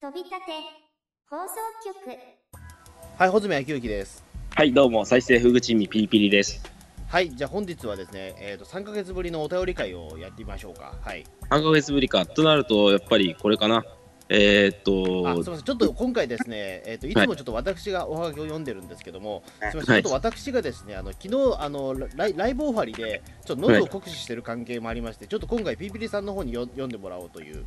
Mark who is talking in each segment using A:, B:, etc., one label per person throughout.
A: 飛び立て放送局
B: はい、穂積昭之です。
C: はい、どうも、再生ふぐちみピリピリです。
B: はい、じゃあ本日はですね、えっ、と、3ヶ月ぶりのお便り会をやってみましょうか。はい。
C: 3ヶ月ぶりか。となると、やっぱりこれかな。えー、っ
B: あ、すみ
C: と、
B: ません。ちょっと今回です ね、えっ、と、いつもちょっと私がおはがきを読んでるんですけども、すみません。ちょ
C: は
B: っ
C: い
B: と私がですね、あの、昨日、あの、ライライブオファリで、ちょっと喉を酷使してる関係もありまして、ちょっと今回、ピーピリさんの方によ読んでもらおうという。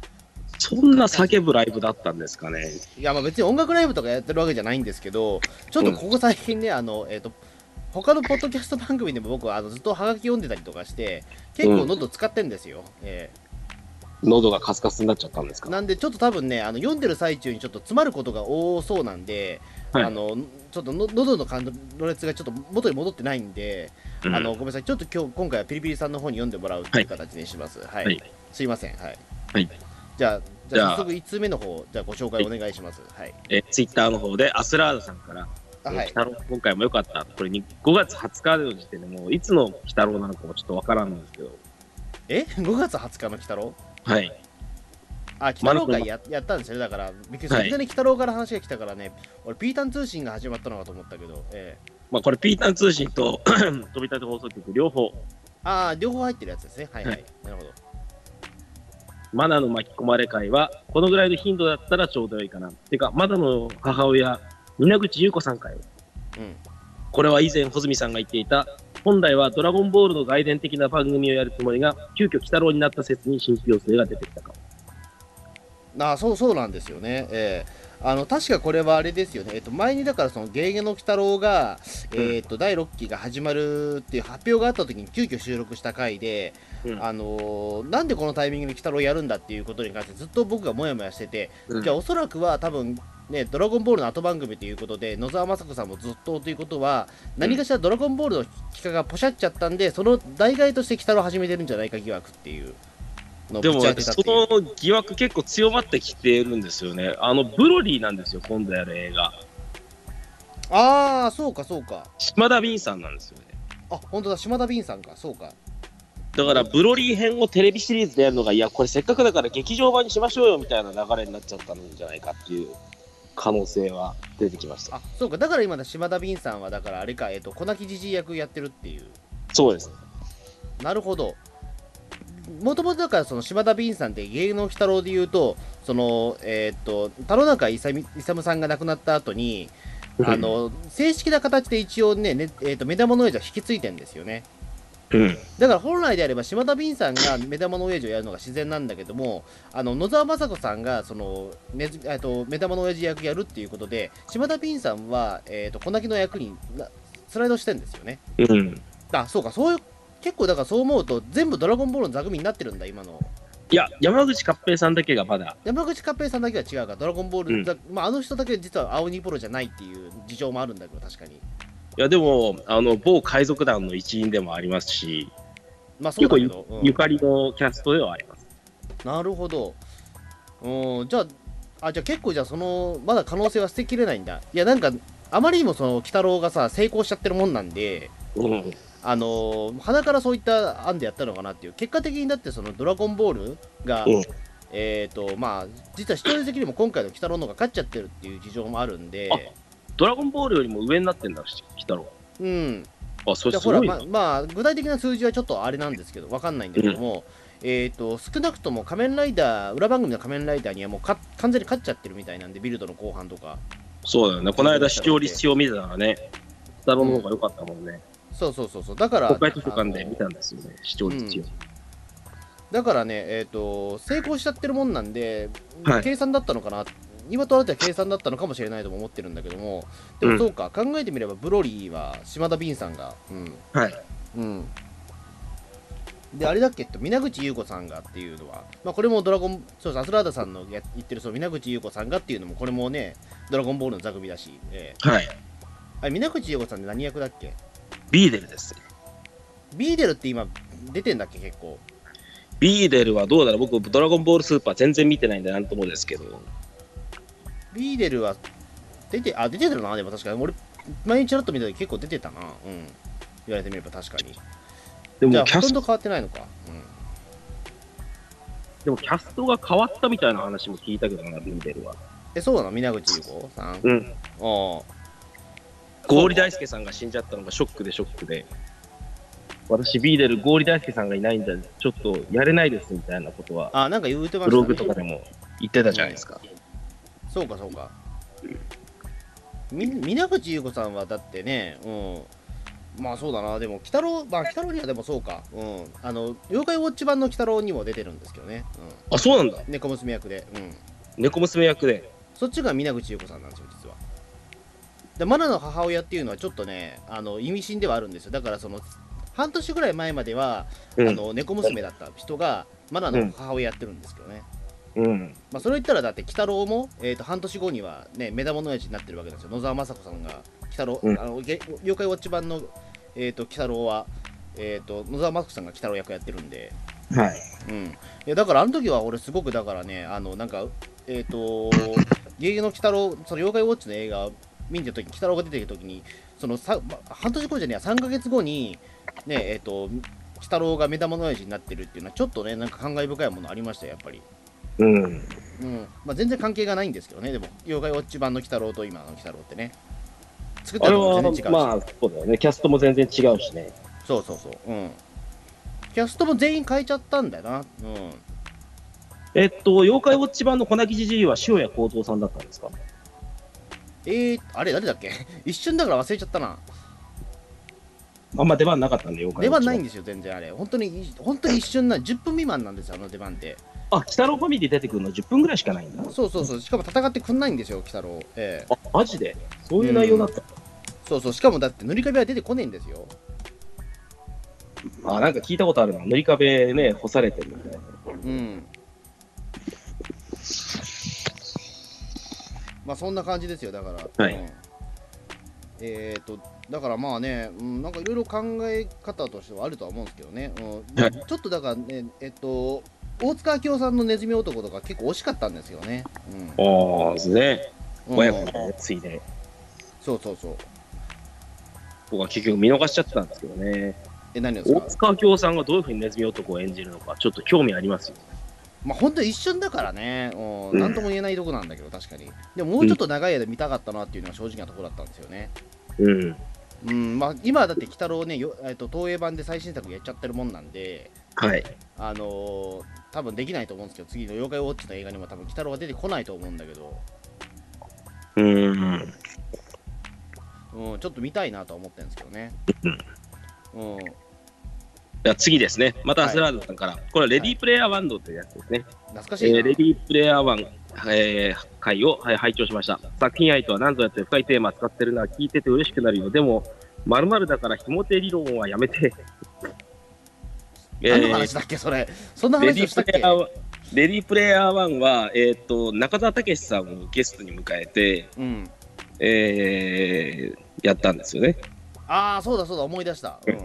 C: そんな叫ぶライブだったんですかね。
B: いや、まあ別に音楽ライブとかやってるわけじゃないんですけど、ちょっとここ最近ね、あの、えっ、と、他のポッドキャスト番組でも僕はあのずっとハガキ読んでたりとかして、結構喉使ってんですよ。えー
C: 喉がカスカスになっちゃったんですか。
B: なんで、ちょっと多分ね、あの読んでる最中にちょっと詰まることが多そうなんで、
C: はい
B: あのちょっとの喉の感度列がちょっと元に戻ってないんで、
C: うん
B: あのごめんなさい、ちょっと今日今回はピリピリさんの方に読んでもらうっていう形にします。はい、
C: はい
B: すいません。はい。
C: はい
B: じゃあ、じゃあ
C: じゃあ
B: 早速1通目の方、じゃあご紹介お願いします。はい。
C: えー、ツイッターの方で、アスラードさんから、
B: あ
C: えー
B: はい
C: 鬼。太郎今回も良かった。これに5月20日の時点でもう、いつの鬼太郎なのかもちょっとわからんんですけど、
B: え ?5 月20日の鬼太郎
C: はい。
B: あ、鬼太郎会ややったんですよね。だから、びっくりした。
C: はい
B: いきなり鬼太郎から話が来たからね、俺、ピータン通信が始まったのかと思ったけど、ええ
C: まあ、これ、ピータン通信と 飛び立て放送局、両方、
B: ああ、両方入ってるやつですね。はいはい。
C: はい
B: なるほど。
C: マナの巻き込まれ会は、このぐらいの頻度だったらちょうどいいかな。てか、マナの母親、皆口優子さん会を。
B: うん。
C: これは以前、穂積さんが言っていた、本来はドラゴンボールの外伝的な番組をやるつもりが、急遽鬼太郎になった説に新規要請が出てきたかも。
B: あそうそうなんですよね、ええあの確かこれはあれですよね、えっと、前にだからその「ゲーゲの鬼太郎が」えっと第6期が始まるっていう発表があった時に急遽収録した回で、
C: うん
B: あのーなんでこのタイミングで鬼太郎やるんだっていうことに関してずっと僕がモヤモヤしてて、
C: うん
B: じゃあおそらくは多分ね、ドラゴンボールの後番組ということで野沢雅子さんもずっとということは何かしらドラゴンボールの企画がポシャっちゃったんでその代替として鬼太郎を始めてるんじゃないか疑惑っていうのを
C: で
B: ぶ
C: も、
B: ち当てたっ
C: そ
B: ていう
C: の疑惑結構強まってきてるんですよね。あの、ブロリーなんですよ、今度やる映画。
B: ああそうかそうか
C: 島田敏さんなんですよね。
B: あ本当だ島田敏さんかそうか
C: だから、ブロリー編をテレビシリーズでやるのが、いや、これせっかくだから劇場版にしましょうよみたいな流れになっちゃったんじゃないかっていう可能性は出てきました。
B: あそうかだから今だ島田敏さんはだからあれかえっ、と小泣きじじい役やってるっていう
C: そうです。
B: なるほどもともとだからその島田敏さんって芸能鬼太郎で言うとそのえっ、と田野中勇勇さんが亡くなった後にあ、の正式な形で一応ねね、えー、と目玉の親父は引き継いでんですよね
C: うん。
B: だから本来であれば島田敏さんが目玉の親父をやるのが自然なんだけどもあの野沢雅子さんがその、ねずえっと目玉の親父役やるっていうことで島田敏さんは、えっと小泣きの役になスライドしてんですよね
C: うん。
B: あそうかそういう結構だからそう思うと全部「ドラゴンボール」の座組になってるんだ今の
C: いや、山口勝平さんだけがまだ、
B: 山口勝平さんだけは違うから「ドラゴンボール座」まあ、あの人だけ実は青鬼ポロじゃないっていう事情もあるんだけど確かに
C: いや、でも、あの、某海賊団の一員でもありますし、
B: まあそう
C: 結
B: だ
C: 構
B: けど、
C: ゆ,、
B: うん
C: かりのキャストではあります。
B: なるほど。うん、じゃあ、あ、じゃあ結構じゃあその、まだ可能性は捨てきれないんだ。いや、なんか、あまりにもその、鬼太郎がさ、成功しちゃってるもんなんで、
C: うん。
B: あのー鼻からそういった案でやったのかなっていう、結果的にだってその、ドラゴンボールが、
C: うん
B: えっ、と、まあ、実は視聴率的にも今回の鬼太郎の方が勝っちゃってるっていう事情もあるんで、
C: あドラゴンボールよりも上になってんだし、鬼太郎。
B: うん。
C: あ、
B: じ
C: それ
B: ゃあ
C: す
B: ほら、
C: ごい
B: ま
C: な。
B: あ、まあ、具体的な数字はちょっとあれなんですけど、わかんないんだけども、えっ、と、少なくとも仮面ライダー、裏番組の仮面ライダーにはもうか完全に勝っちゃってるみたいなんで、ビルドの後半とか。
C: そうだよね。この間視聴率を見てたらね、鬼太郎の方が良かったもんね。
B: そうそうそうそう、だから、
C: 国会図書館で
B: あの
C: 見たんですよね、視聴率を。
B: だからね、えっ、と、成功しちゃってるもんなんで、
C: はい
B: 計算だったのかな、今となっては計算だったのかもしれないとも思ってるんだけども、で
C: う
B: も
C: ん
B: そうか、考えてみれば、ブロリーは島田敏さんが、うん、
C: はい。
B: うん。で、あれだっけと、皆口優子さんがっていうのは、まあ、これもドラゴン、そうですアスラーダさんのや言ってる、そう、皆口優子さんがっていうのも、これもね、ドラゴンボールの座組だし、ええ
C: はい。
B: あれ、皆口優子さんって何役だっけ
C: ビーデルです。
B: ビーデルって今、出てんだっけ、結構。
C: ビーデルはどうだろう僕、ドラゴンボールスーパー全然見てないんで、なんともですけど。
B: ビーデルは、出て、あ、出てたな、でも確かに。俺、前にちらっと見た時結構出てたな、うん。言われてみれば確かに。
C: で
B: じゃ
C: も
B: あ、
C: キ
B: ほ
C: ャ
B: と
C: ス
B: ん
C: ト、
B: ど変わってないのか。うん。
C: でもキャストが変わったみたいな話も聞いたけどな、ビーデルは。
B: え、そうなの皆口優子さん。うん。
C: うん。
B: お
C: 合理大輔さんが死んじゃったのがショックでショックで、私、ビーデル、合理大輔さんがいないんじゃ、ちょっとやれないですみたいなことは、
B: あ、なんか言うてま
C: ブ
B: した、ね。
C: ログとかでも言ってたじゃないですか。
B: そうかそうか。み皆口優子さんはだってね、うん、まあそうだな、でも、鬼太郎、まあ、鬼太郎にはでもそうか、うん、あの、妖怪ウォッチ版の鬼太郎にも出てるんですけどね、
C: あ、そうなんだ。
B: うん、猫娘役で、うん、
C: 猫娘役で。
B: そっちが皆口優子さんなんですよ、実は。で、マナの母親っていうのはちょっとね、あの意味深ではあるんですよ、だからその、半年ぐらい前までは、
C: うん
B: あの猫娘だった人が、マナの母親やってるんですけどね。
C: うん。
B: まあ、それ言ったらだって鬼太郎も、えー、と半年後にはね目玉の親父になってるわけなんですよ野沢雅子さんが鬼太郎、
C: うん
B: あのげ妖怪ウォッチ版の、えー、と鬼太郎は、えー、と野沢雅子さんが鬼太郎役やってるんで、
C: はい。
B: うん、いやだからあの時は俺すごくだからねあのなんかえっ、と「ゲゲの鬼太郎」その妖怪ウォッチの映画見に行った時鬼太郎が出てる時にそのさ、ま半年後じゃねえや3ヶ月後にねえっ、と鬼太郎が目玉の親父になってるっていうのはちょっとねなんか感慨深いものありましたよやっぱり。
C: うん。
B: うんまあ、全然関係がないんですけどね、でも、妖怪ウォッチ版の鬼太郎と今の鬼太郎ってね、作っ
C: あ
B: た
C: れ
B: のも
C: は
B: 全然違うし、、
C: まあ、そうだよね。キャストも全然違うしね。
B: そうそうそう、うん。キャストも全員変えちゃったんだよな、うん。
C: えっと、妖怪ウォッチ版の粉木じじいは塩谷幸三さんだったんですか
B: えー、あれ、誰だっけ 一瞬だから忘れちゃったな。
C: あんま出番なかったんで、妖怪
B: 出
C: ウォッ
B: 番
C: チ
B: ないん
C: ん
B: ですよ、全然あれ。本当に、本当に一瞬な、10分未満なんですよ、あの出番って。
C: あ、鬼太郎ファミリー出てくるの10分ぐらいしかないんだ。
B: そうそうそう、しかも戦ってくんないんですよ、鬼太郎。ええ
C: あ、マジでそういう内容だった。
B: そうそう、しかもだって塗り壁は出てこねえんですよ。
C: あ、なんか聞いたことあるな。塗り壁ね、干されてるみたいな。
B: うん。まあそんな感じですよ、だから。
C: はい
B: うんえっ、と、だからまあね、うん、なんかいろいろ考え方としてはあるとは思うんですけどね、うん
C: はい
B: ちょっとだからね、えっと、大塚明夫さんのネズミ男とか結構惜しかったんですよね。
C: あーですね。
B: うん、
C: 親
B: う
C: 子
B: ん
C: のついで。
B: そうそうそう。
C: 僕は結局見逃しちゃってたんですけどね。
B: え、何をです
C: 大
B: か
C: 塚明夫さんがどういうふうにネズミ男を演じるのか、ちょっと興味ありますよ。
B: まあ本当一瞬だからね、う、
C: うんん
B: なんとも言えないとこなんだけど、確かに。でももうちょっと長い間見たかったなっていうのは正直なところだったんですよね。
C: うん。
B: うんまあ、今だって鬼太郎ねよ、えっと東映版で最新作やっちゃってるもんなんで、
C: はい。
B: あのー多分できないと思うんですけど、次の妖怪ウォッチの映画にも多分鬼太郎は出てこないと思うんだけど、
C: うん。
B: うん、ちょっと見たいなとは思ってるんですけどね。うん、
C: じゃあ次ですね。また
B: はい
C: アスラードさんから。これはレディープレイヤー1ドというやつですね。
B: 懐かし
C: え
B: い
C: ー
B: な、
C: レディープレイヤー1、えー回を、はい、拝聴しました。作品愛とは何ぞやって深いテーマ使ってるのは聞いてて嬉しくなるよ。でも、まるだからひも手理論はやめて。
B: 何の
C: えー
B: 話だっけ、それ。そんな
C: レ
B: 話
C: ディ
B: をし
C: ー
B: たっ
C: プレ
B: け
C: イヤー1レディープレイヤー1は、えーっと中澤武さんをゲストに迎えて、
B: うん、
C: えーやったんですよね。
B: ああ、そうだそうだ、思い出した。うん、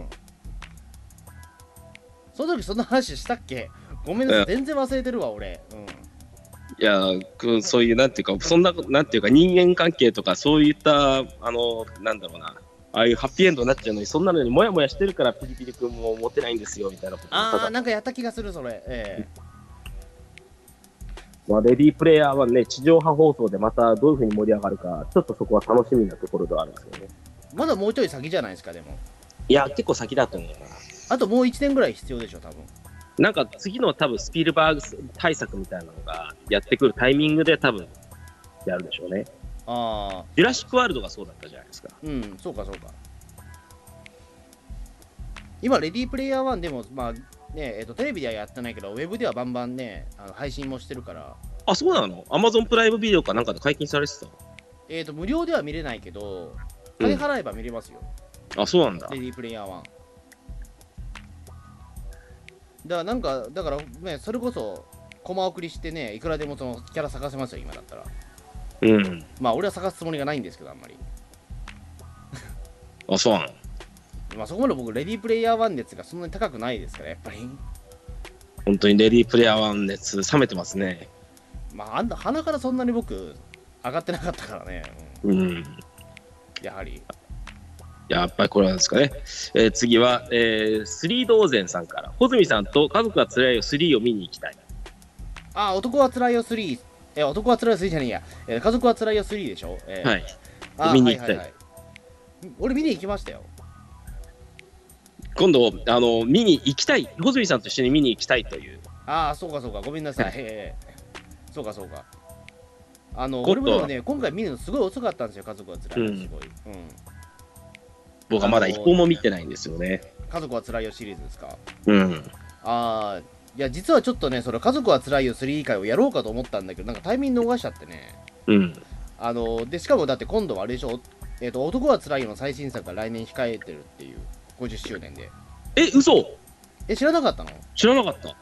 B: その時そんな話したっけごめんなさい、全然忘れてるわ、俺。う
C: いやくそういうなんていうかそんななんていうか人間関係とかそういったあのなんだろうなああいうハッピーエンドになっちゃうのにそんなのにもやもやしてるからピリピリ君も持てないんですよみたいなこと
B: ん、ああ、
C: ただ
B: なんかやった気がする、それ。ええ
C: まあ、レディープレイヤーはね地上波放送でまたどういうふうに盛り上がるかちょっとそこは楽しみなところではあるんですけどね
B: まだもうちょい先じゃないですか、でも。
C: いや結構先だと思うな
B: あともう1年ぐらい必要でしょ、多分
C: なんか次の多分スピルバーグ対策みたいなのがやってくるタイミングで多分やるでしょうね
B: ああ、
C: ジュラシックワールドがそうだったじゃないですか
B: うん、そうか、そうか。今、レディープレイヤー1でも、まあねえっとテレビではやってないけど、ウェブではバンバンね、あの配信もしてるから、
C: あそうなのアマゾンプライムビデオかなんかで解禁されてた
B: えっと無料では見れないけど、
C: うん
B: 金払えば見れますよ、
C: あそうなんだ
B: レディープレイヤー1。だから、なんか、だから、ね、それこそ、コマ送りしてね、いくらでもそのキャラ探せますよ、今だったら。
C: うん
B: まあ、俺は探すつもりがないんですけど、あんまり。
C: あそうなの
B: まあ、そこまで僕、レディープレイヤー1熱がそんなに高くないですから、やっぱり。
C: 本当にレディープレイヤー1熱冷めてますね
B: まあ、あんな鼻からそんなに僕、上がってなかったからね、
C: うん
B: うんやはり。
C: やっぱりこれなんですかね、えー次は、えー、スリー同然さんから穂積さんと家族がつらいよ3を見に行きたい
B: あ、男はつらいよ3、えー男は辛いよ3じゃねえや、えー家族は辛いよ3でしょ、えー
C: はい。
B: あー
C: 見に行ったよ
B: はいはいはい俺見に行きましたよ
C: 今度、あの、見に行きたい、穂積さんと一緒に見に行きたいという。
B: ああそうかそうかごめんなさい、
C: はい
B: えーそうかそうかあの
C: 今
B: 俺
C: 度
B: もでもね今回見るのすごい遅かったんですよ家族は辛いよ
C: うん
B: すごい、うん
C: 僕はまだ一本も見てないんですよね。
B: 家族は辛いよシリーズですか
C: うん。
B: ああいや実はちょっとねその家族は辛いよ3回をやろうかと思ったんだけどなんかタイミング逃しちゃってね
C: うん。
B: あのでしかもだって今度はあれでしょ、えー、と男は辛いよの最新作が来年控えてるっていう50周年で
C: え、嘘
B: え知らなかったの
C: 知らなかった。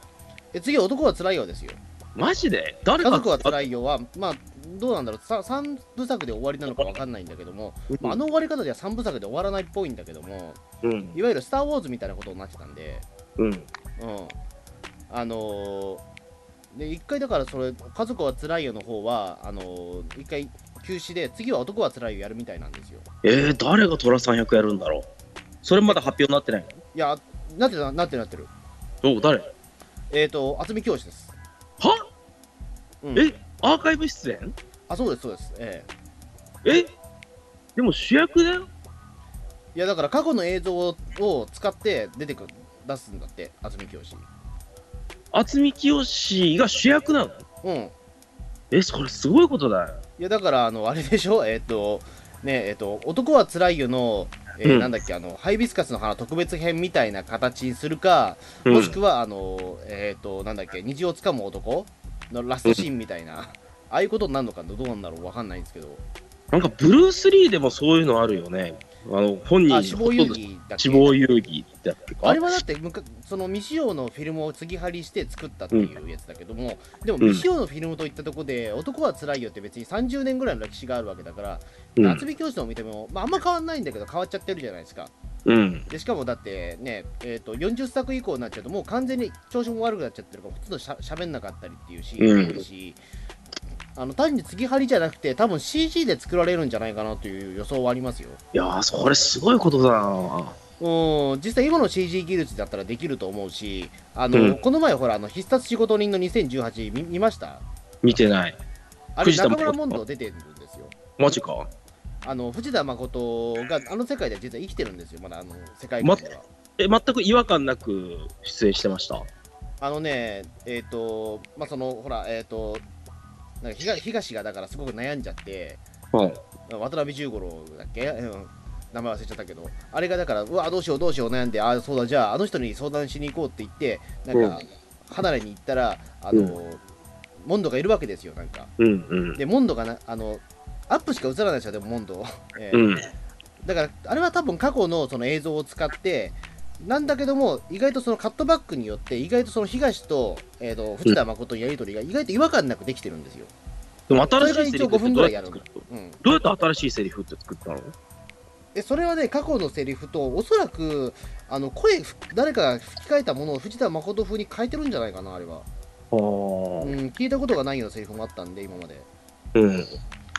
B: え次男は辛いよですよ
C: マジで誰
B: 家
C: か
B: 族は
C: あ
B: 辛いよはまあどうなんだろうさ3部作で終わりなのかわかんないんだけども、
C: うん
B: まあ、あの終わり方では3部作で終わらないっぽいんだけども
C: うん。
B: いわゆる「スター・ウォーズ」みたいなことになってたんで
C: うん。
B: うんあのーで一回だからそれ「家族は辛いよ」の方はあのー一回休止で次は男は辛いよやるみたいなんですよ
C: えー、誰が虎さん役やるんだろうそれまだ発表になってないの
B: いやなってななってなってる
C: どう誰
B: えっ、ー、と渥美教師です、
C: は
B: うん、
C: えアーカイブ出演
B: あそうですそうですええ
C: えでも主役だよ
B: いやだから過去の映像をを使って出てくる出すんだって渥美教師
C: 渥美清が主役なの
B: うん
C: えそれすごいことだよ
B: いやだからあのあれでしょ えっ、とねえっ、と男は辛いよの、えー
C: うん
B: なんだっけあのハイビスカスの花特別編みたいな形にするか、
C: うん
B: もしくはあのえっ、となんだっけ虹をつかむ男のラストシーンみたいな、ああいうことになるのかどうなんだろうわかんないんですけど
C: なんかブルース・リーでもそういうのあるよねあの本人
B: あ死亡遊戯だっけ
C: 死亡遊戯だっけか
B: あれはだってむかその未使用のフィルムを継ぎはりして作ったっていうやつだけども、でも
C: うん
B: 未使用のフィルムといったとこで、男は辛いよって別に30年ぐらいの歴史があるわけだから、
C: うん
B: 夏美教師の見ても、まあ、あんま変わんないんだけど変わっちゃってるじゃないですか
C: うん
B: でしかもだってね、えー、と40作以降になっちゃうともう完全に調子も悪くなっちゃってるからほとんどしゃしゃべんなかったりっていうシーンもあるし、あの単に継ぎはりじゃなくて多分 CG で作られるんじゃないかなという予想はありますよ
C: いやーそれすごいことだな
B: うん実際今の CG 技術だったらできると思うしあの、
C: うん
B: この前ほらあの必殺仕事人の2018見見ました
C: 見てない
B: あれ
C: 藤田
B: 中
C: 誠
B: 村モンド出てるんですよ
C: マジか
B: あの藤田誠があの世界では実は生きてるんですよまだあの世界観では、
C: え全く違和感なく出演してました
B: あのねえっ、とまあそのほらえっ、となんか東東がだからすごく悩んじゃって
C: うん
B: 渡辺十五郎だっけ、うん、名前忘れちゃったけどあれがだからうわどうしようどうしよう悩んであそうだじゃああの人に相談しに行こうって言ってなんか離れに行ったらあの、モンドがいるわけですよなんか
C: うんうん
B: でモンドがなあのアップしか映らないですよでもモンド、えー
C: うん
B: だからあれは多分過去のその映像を使ってなんだけども意外とそのカットバックによって意外とその東と,、えー、と藤田誠のやり取りが意外と違和感なくできてるんですよ、
C: でも新しいセ
B: それ
C: リ
B: が一応
C: フ
B: 5
C: って
B: 分ぐ
C: どう
B: らい
C: や
B: や
C: って
B: る
C: 作ったの
B: うん、
C: どうやって新しいセリフって作ったの
B: えそれはね過去のセリフとおそらくあの声ふ誰かが吹き替えたものを藤田誠風に変えてるんじゃないかなあれは、う
C: あ
B: ん、聞いたことがないようなセリフもあったんで今まで
C: あ、うん。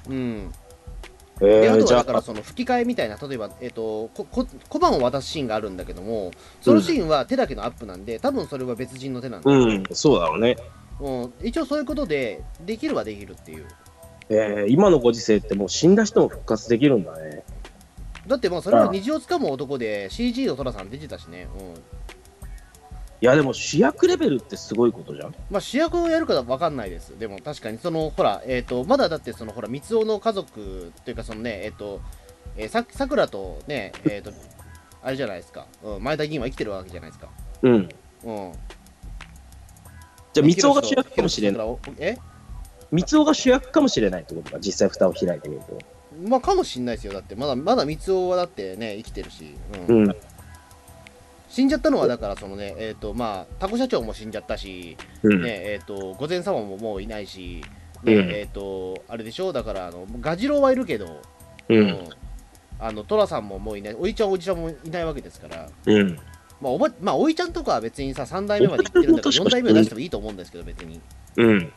B: うん
C: え
B: であ
C: ー、
B: と
C: じ
B: は
C: ゃ
B: だから
C: あ、
B: その吹き替えみたいな例えば、えっとここ小判を渡すシーンがあるんだけどもそのシーンは手だけのアップなんで多分それは別人の手なんで、
C: うん、そうだろうね。
B: うん、一応そういうことでできるはできるっていう
C: えー、今のご時世ってもう死んだ人も復活できるんだね。
B: だってもうそれは
C: ああ
B: 虹をつかむ男で CG の寅さん出てたしね、うん
C: いや、でも主役レベルってすごいことじゃん。
B: まあ、主役をやるかわかんないです。でも確かに、そのほら、えっ、と、まだだって、そのほら、三尾の家族というか、そのね、えっ、と、えーささくらとね、えっ、と、あれじゃないですか、うん、前田議員は生きてるわけじゃないですか。
C: うん。
B: うん。
C: じゃあ、三尾が
B: 広
C: 主
B: 瀬と
C: 役かもしれ
B: 広瀬と
C: ない。
B: 桜をえ
C: 三尾が主役かもしれないってことか、実際蓋を開いてみると。
B: まあ、かもしんないですよ。だって、まだ、まだ三尾はだってね、生きてるし。う。
C: うんん。
B: 死んじゃったのは、だから、そのね、えっ、と、まあ、タコ社長も死んじゃったし、
C: うん。
B: ね、えっ、と、御前様ももういないし、ね、
C: うん
B: えっ、と、あれでしょ、だから、あの、ガジロウはいるけど、
C: う。
B: うんんあのトラさんももういない、おいちゃん、おじちゃんもいないわけですから、
C: うん。
B: まあおばまあ、おいちゃんとかは別にさ、3代目まで行ってるんだから、4代目を出してもいいと思うんですけど、別に。
C: うん。
B: うん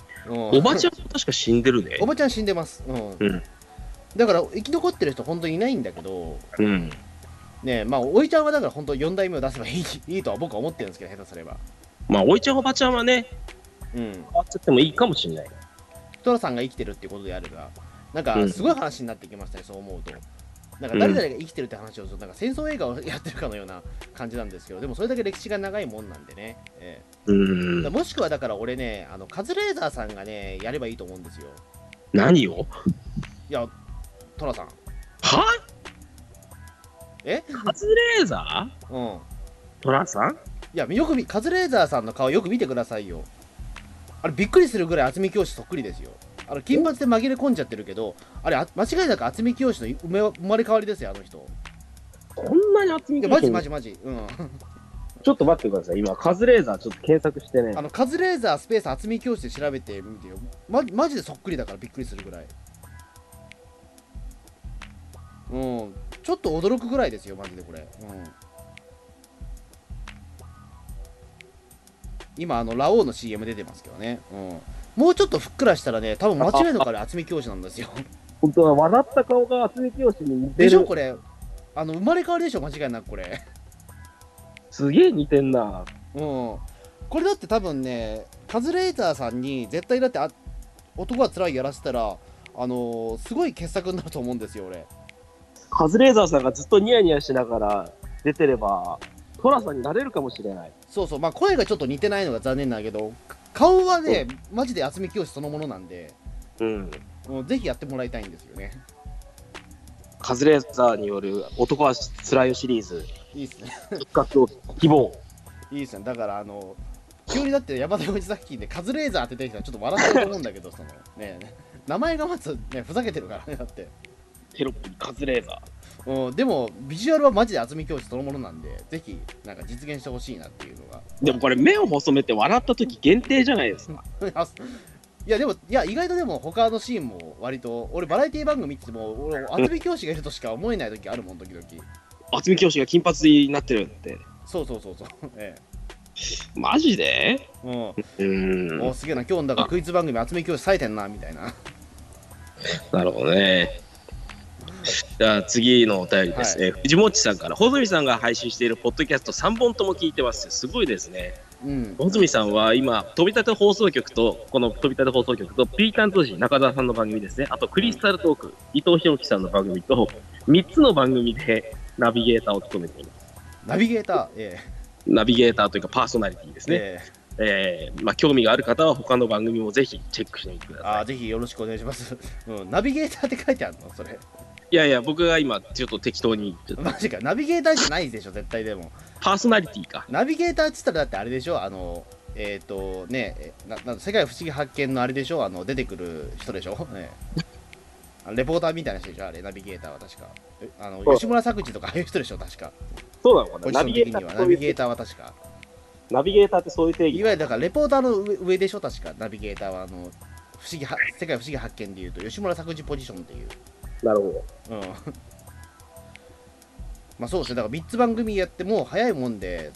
C: おばちゃんも確か死んでるね
B: お。ばちゃん死んでます。うん
C: うん。
B: だから、生き残ってる人、本当にいないんだけど、
C: うん。
B: ねまあ、おいちゃんはだから、本当、4代目を出せばいいいいとは僕は思ってるんですけど、下手すれば。
C: まあ、おいちゃんおばちゃんはね、
B: うん、
C: 変わっちゃってもいいかもしれない。
B: トラさんが生きてるっていうことであれば、なん
C: う
B: か
C: ん
B: すごい話になってきましたね、そう思うと。なんか誰々が生きてるって話をすると、なんか戦争映画をやってるかのような感じなんですけど、でもそれだけ歴史が長いもんなんでね。え
C: うん
B: えもしくはだから俺ね、あのカズレーザーさんがね、やればいいと思うんですよ。
C: 何を
B: いや、トラさん。
C: は
B: え
C: カズレーザー
B: うん。
C: トラさん
B: いや、よくみ、カズレーザーさんの顔よく見てくださいよ。あれ、びっくりするぐらい渥美教師そっくりですよ。あの、金髪で紛れ込んじゃってるけど、あれ、あ間違いなく渥美教師の生ま生まれ変わりですよ、あの人。
C: こんなに厚み
B: いや、マジマジマジ。うん。
C: ちょっと待ってください。今、カズレーザーちょっと検索してね
B: あ。の、カズレーザースペース渥美教師で調べてみてよ。ま、マジでそっくりだからびっくりするぐらい。うん。ちょっと驚くぐらいですよ、マジでこれ。うん。今、あの、ラオウの CM 出てますけどね。うん。もうちょっとふっくらしたらね、多分間違いのから渥美教師なんですよ。
C: 本当は笑った顔が厚み清に似て
B: で
C: る。
B: しょ、これ。あの、生まれ変わりでしょ、間違いなくこれ。
C: すげえ似てんな。
B: うん、これだって多分ねカズレーザーさんに絶対だってあ男はつらいやらせたらあのーすごい傑作になると思うんですよ俺
C: カズレーザーさんがずっとニヤニヤしながら出てれば、トラさんになれるかもしれない。
B: そうそうまあ声がちょっと似てないのが残念だけどか顔はねマジで渥美清そのものなんで
C: うん。
B: もうぜひやってもらいたいんですよね
C: カズレーザーによる男はつらいよシリーズ、
B: いいっすね
C: 復活を希望。
B: いいっすねだからあの急にだって山田洋次作品でカズレーザーって出てきたらちょっと笑っちゃうと思うんだけどそのね名前がまずねふざけてるからねだって
C: テロップにカズレーザー。
B: うん、でも、ビジュアルはマジで渥美教師そのものなんで、ぜひ、なんか実現してほしいなっていうのが。
C: でもこれ目を細めて笑った時限定じゃないですか。
B: あす いや、でも、いや、意外とでも、他のシーンも割と、俺、バラエティ番組見てても、俺、渥美教師がいるとしか思えない時あるもん、時々。
C: 渥美清が金髪になってるって。
B: そうそうそうそう。 え
C: マジで
B: え。うん。
C: うーん
B: お。すげえな、今日のだからクイズ番組、渥美教師冴えてんな、みたいな。
C: なるほどね。じゃあ次のお便りです。
B: はい
C: えー藤本さんから、穂積さんが配信しているポッドキャスト3本とも聞いてます。すごいですね。
B: うん。
C: 穂積さんは今、飛び立て放送局と、この飛び立て放送局と、ピータン当時、中澤さんの番組ですね。あと、クリスタルトーク、伊藤博樹さんの番組と、3つの番組でナビゲーターを務めています。
B: ナビゲーター、え
C: ナビゲーターというかパーソナリティです
B: え。
C: ね。
B: え
C: えーまあ、興味がある方は他の番組もぜひチェックしてみてくだ
B: え。
C: さい。
B: あーぜひよろしくお願いします。 うん、ナビゲーターって書いてあるのそれ。
C: いやいや、僕が今、ちょっと適当に、ちょっと
B: マジか、ナビゲーターじゃないでしょ、絶対でも。
C: パーソナリティか。
B: ナビゲーターっつったらだってあれでしょあのえっ、とねえなな世界不思議発見のあれでしょあの出てくる人でしょ、ね、あのレポーターみたいな人でしょあれナビゲーターは確かえあの
C: そう
B: 吉村作治とかああいう人でしょ確か
C: そうなのか
B: ポ
C: な
B: ジシ
C: ナ
B: ョン
C: ビゲ
B: 的
C: ータ
B: に
C: ー
B: は
C: ってそ
B: ナ
C: うい
B: ビ
C: う
B: ゲーターは確か
C: ナビゲーターってそういう定
B: い
C: 義。
B: わゆるだからレポーターの上上でしょ確かナビゲーターはあの不思議は世界不思議発見でいうと吉村作治ポジションっていう
C: なるほ
B: うん まあそうですねだから3つ番組やってもう早いもんで、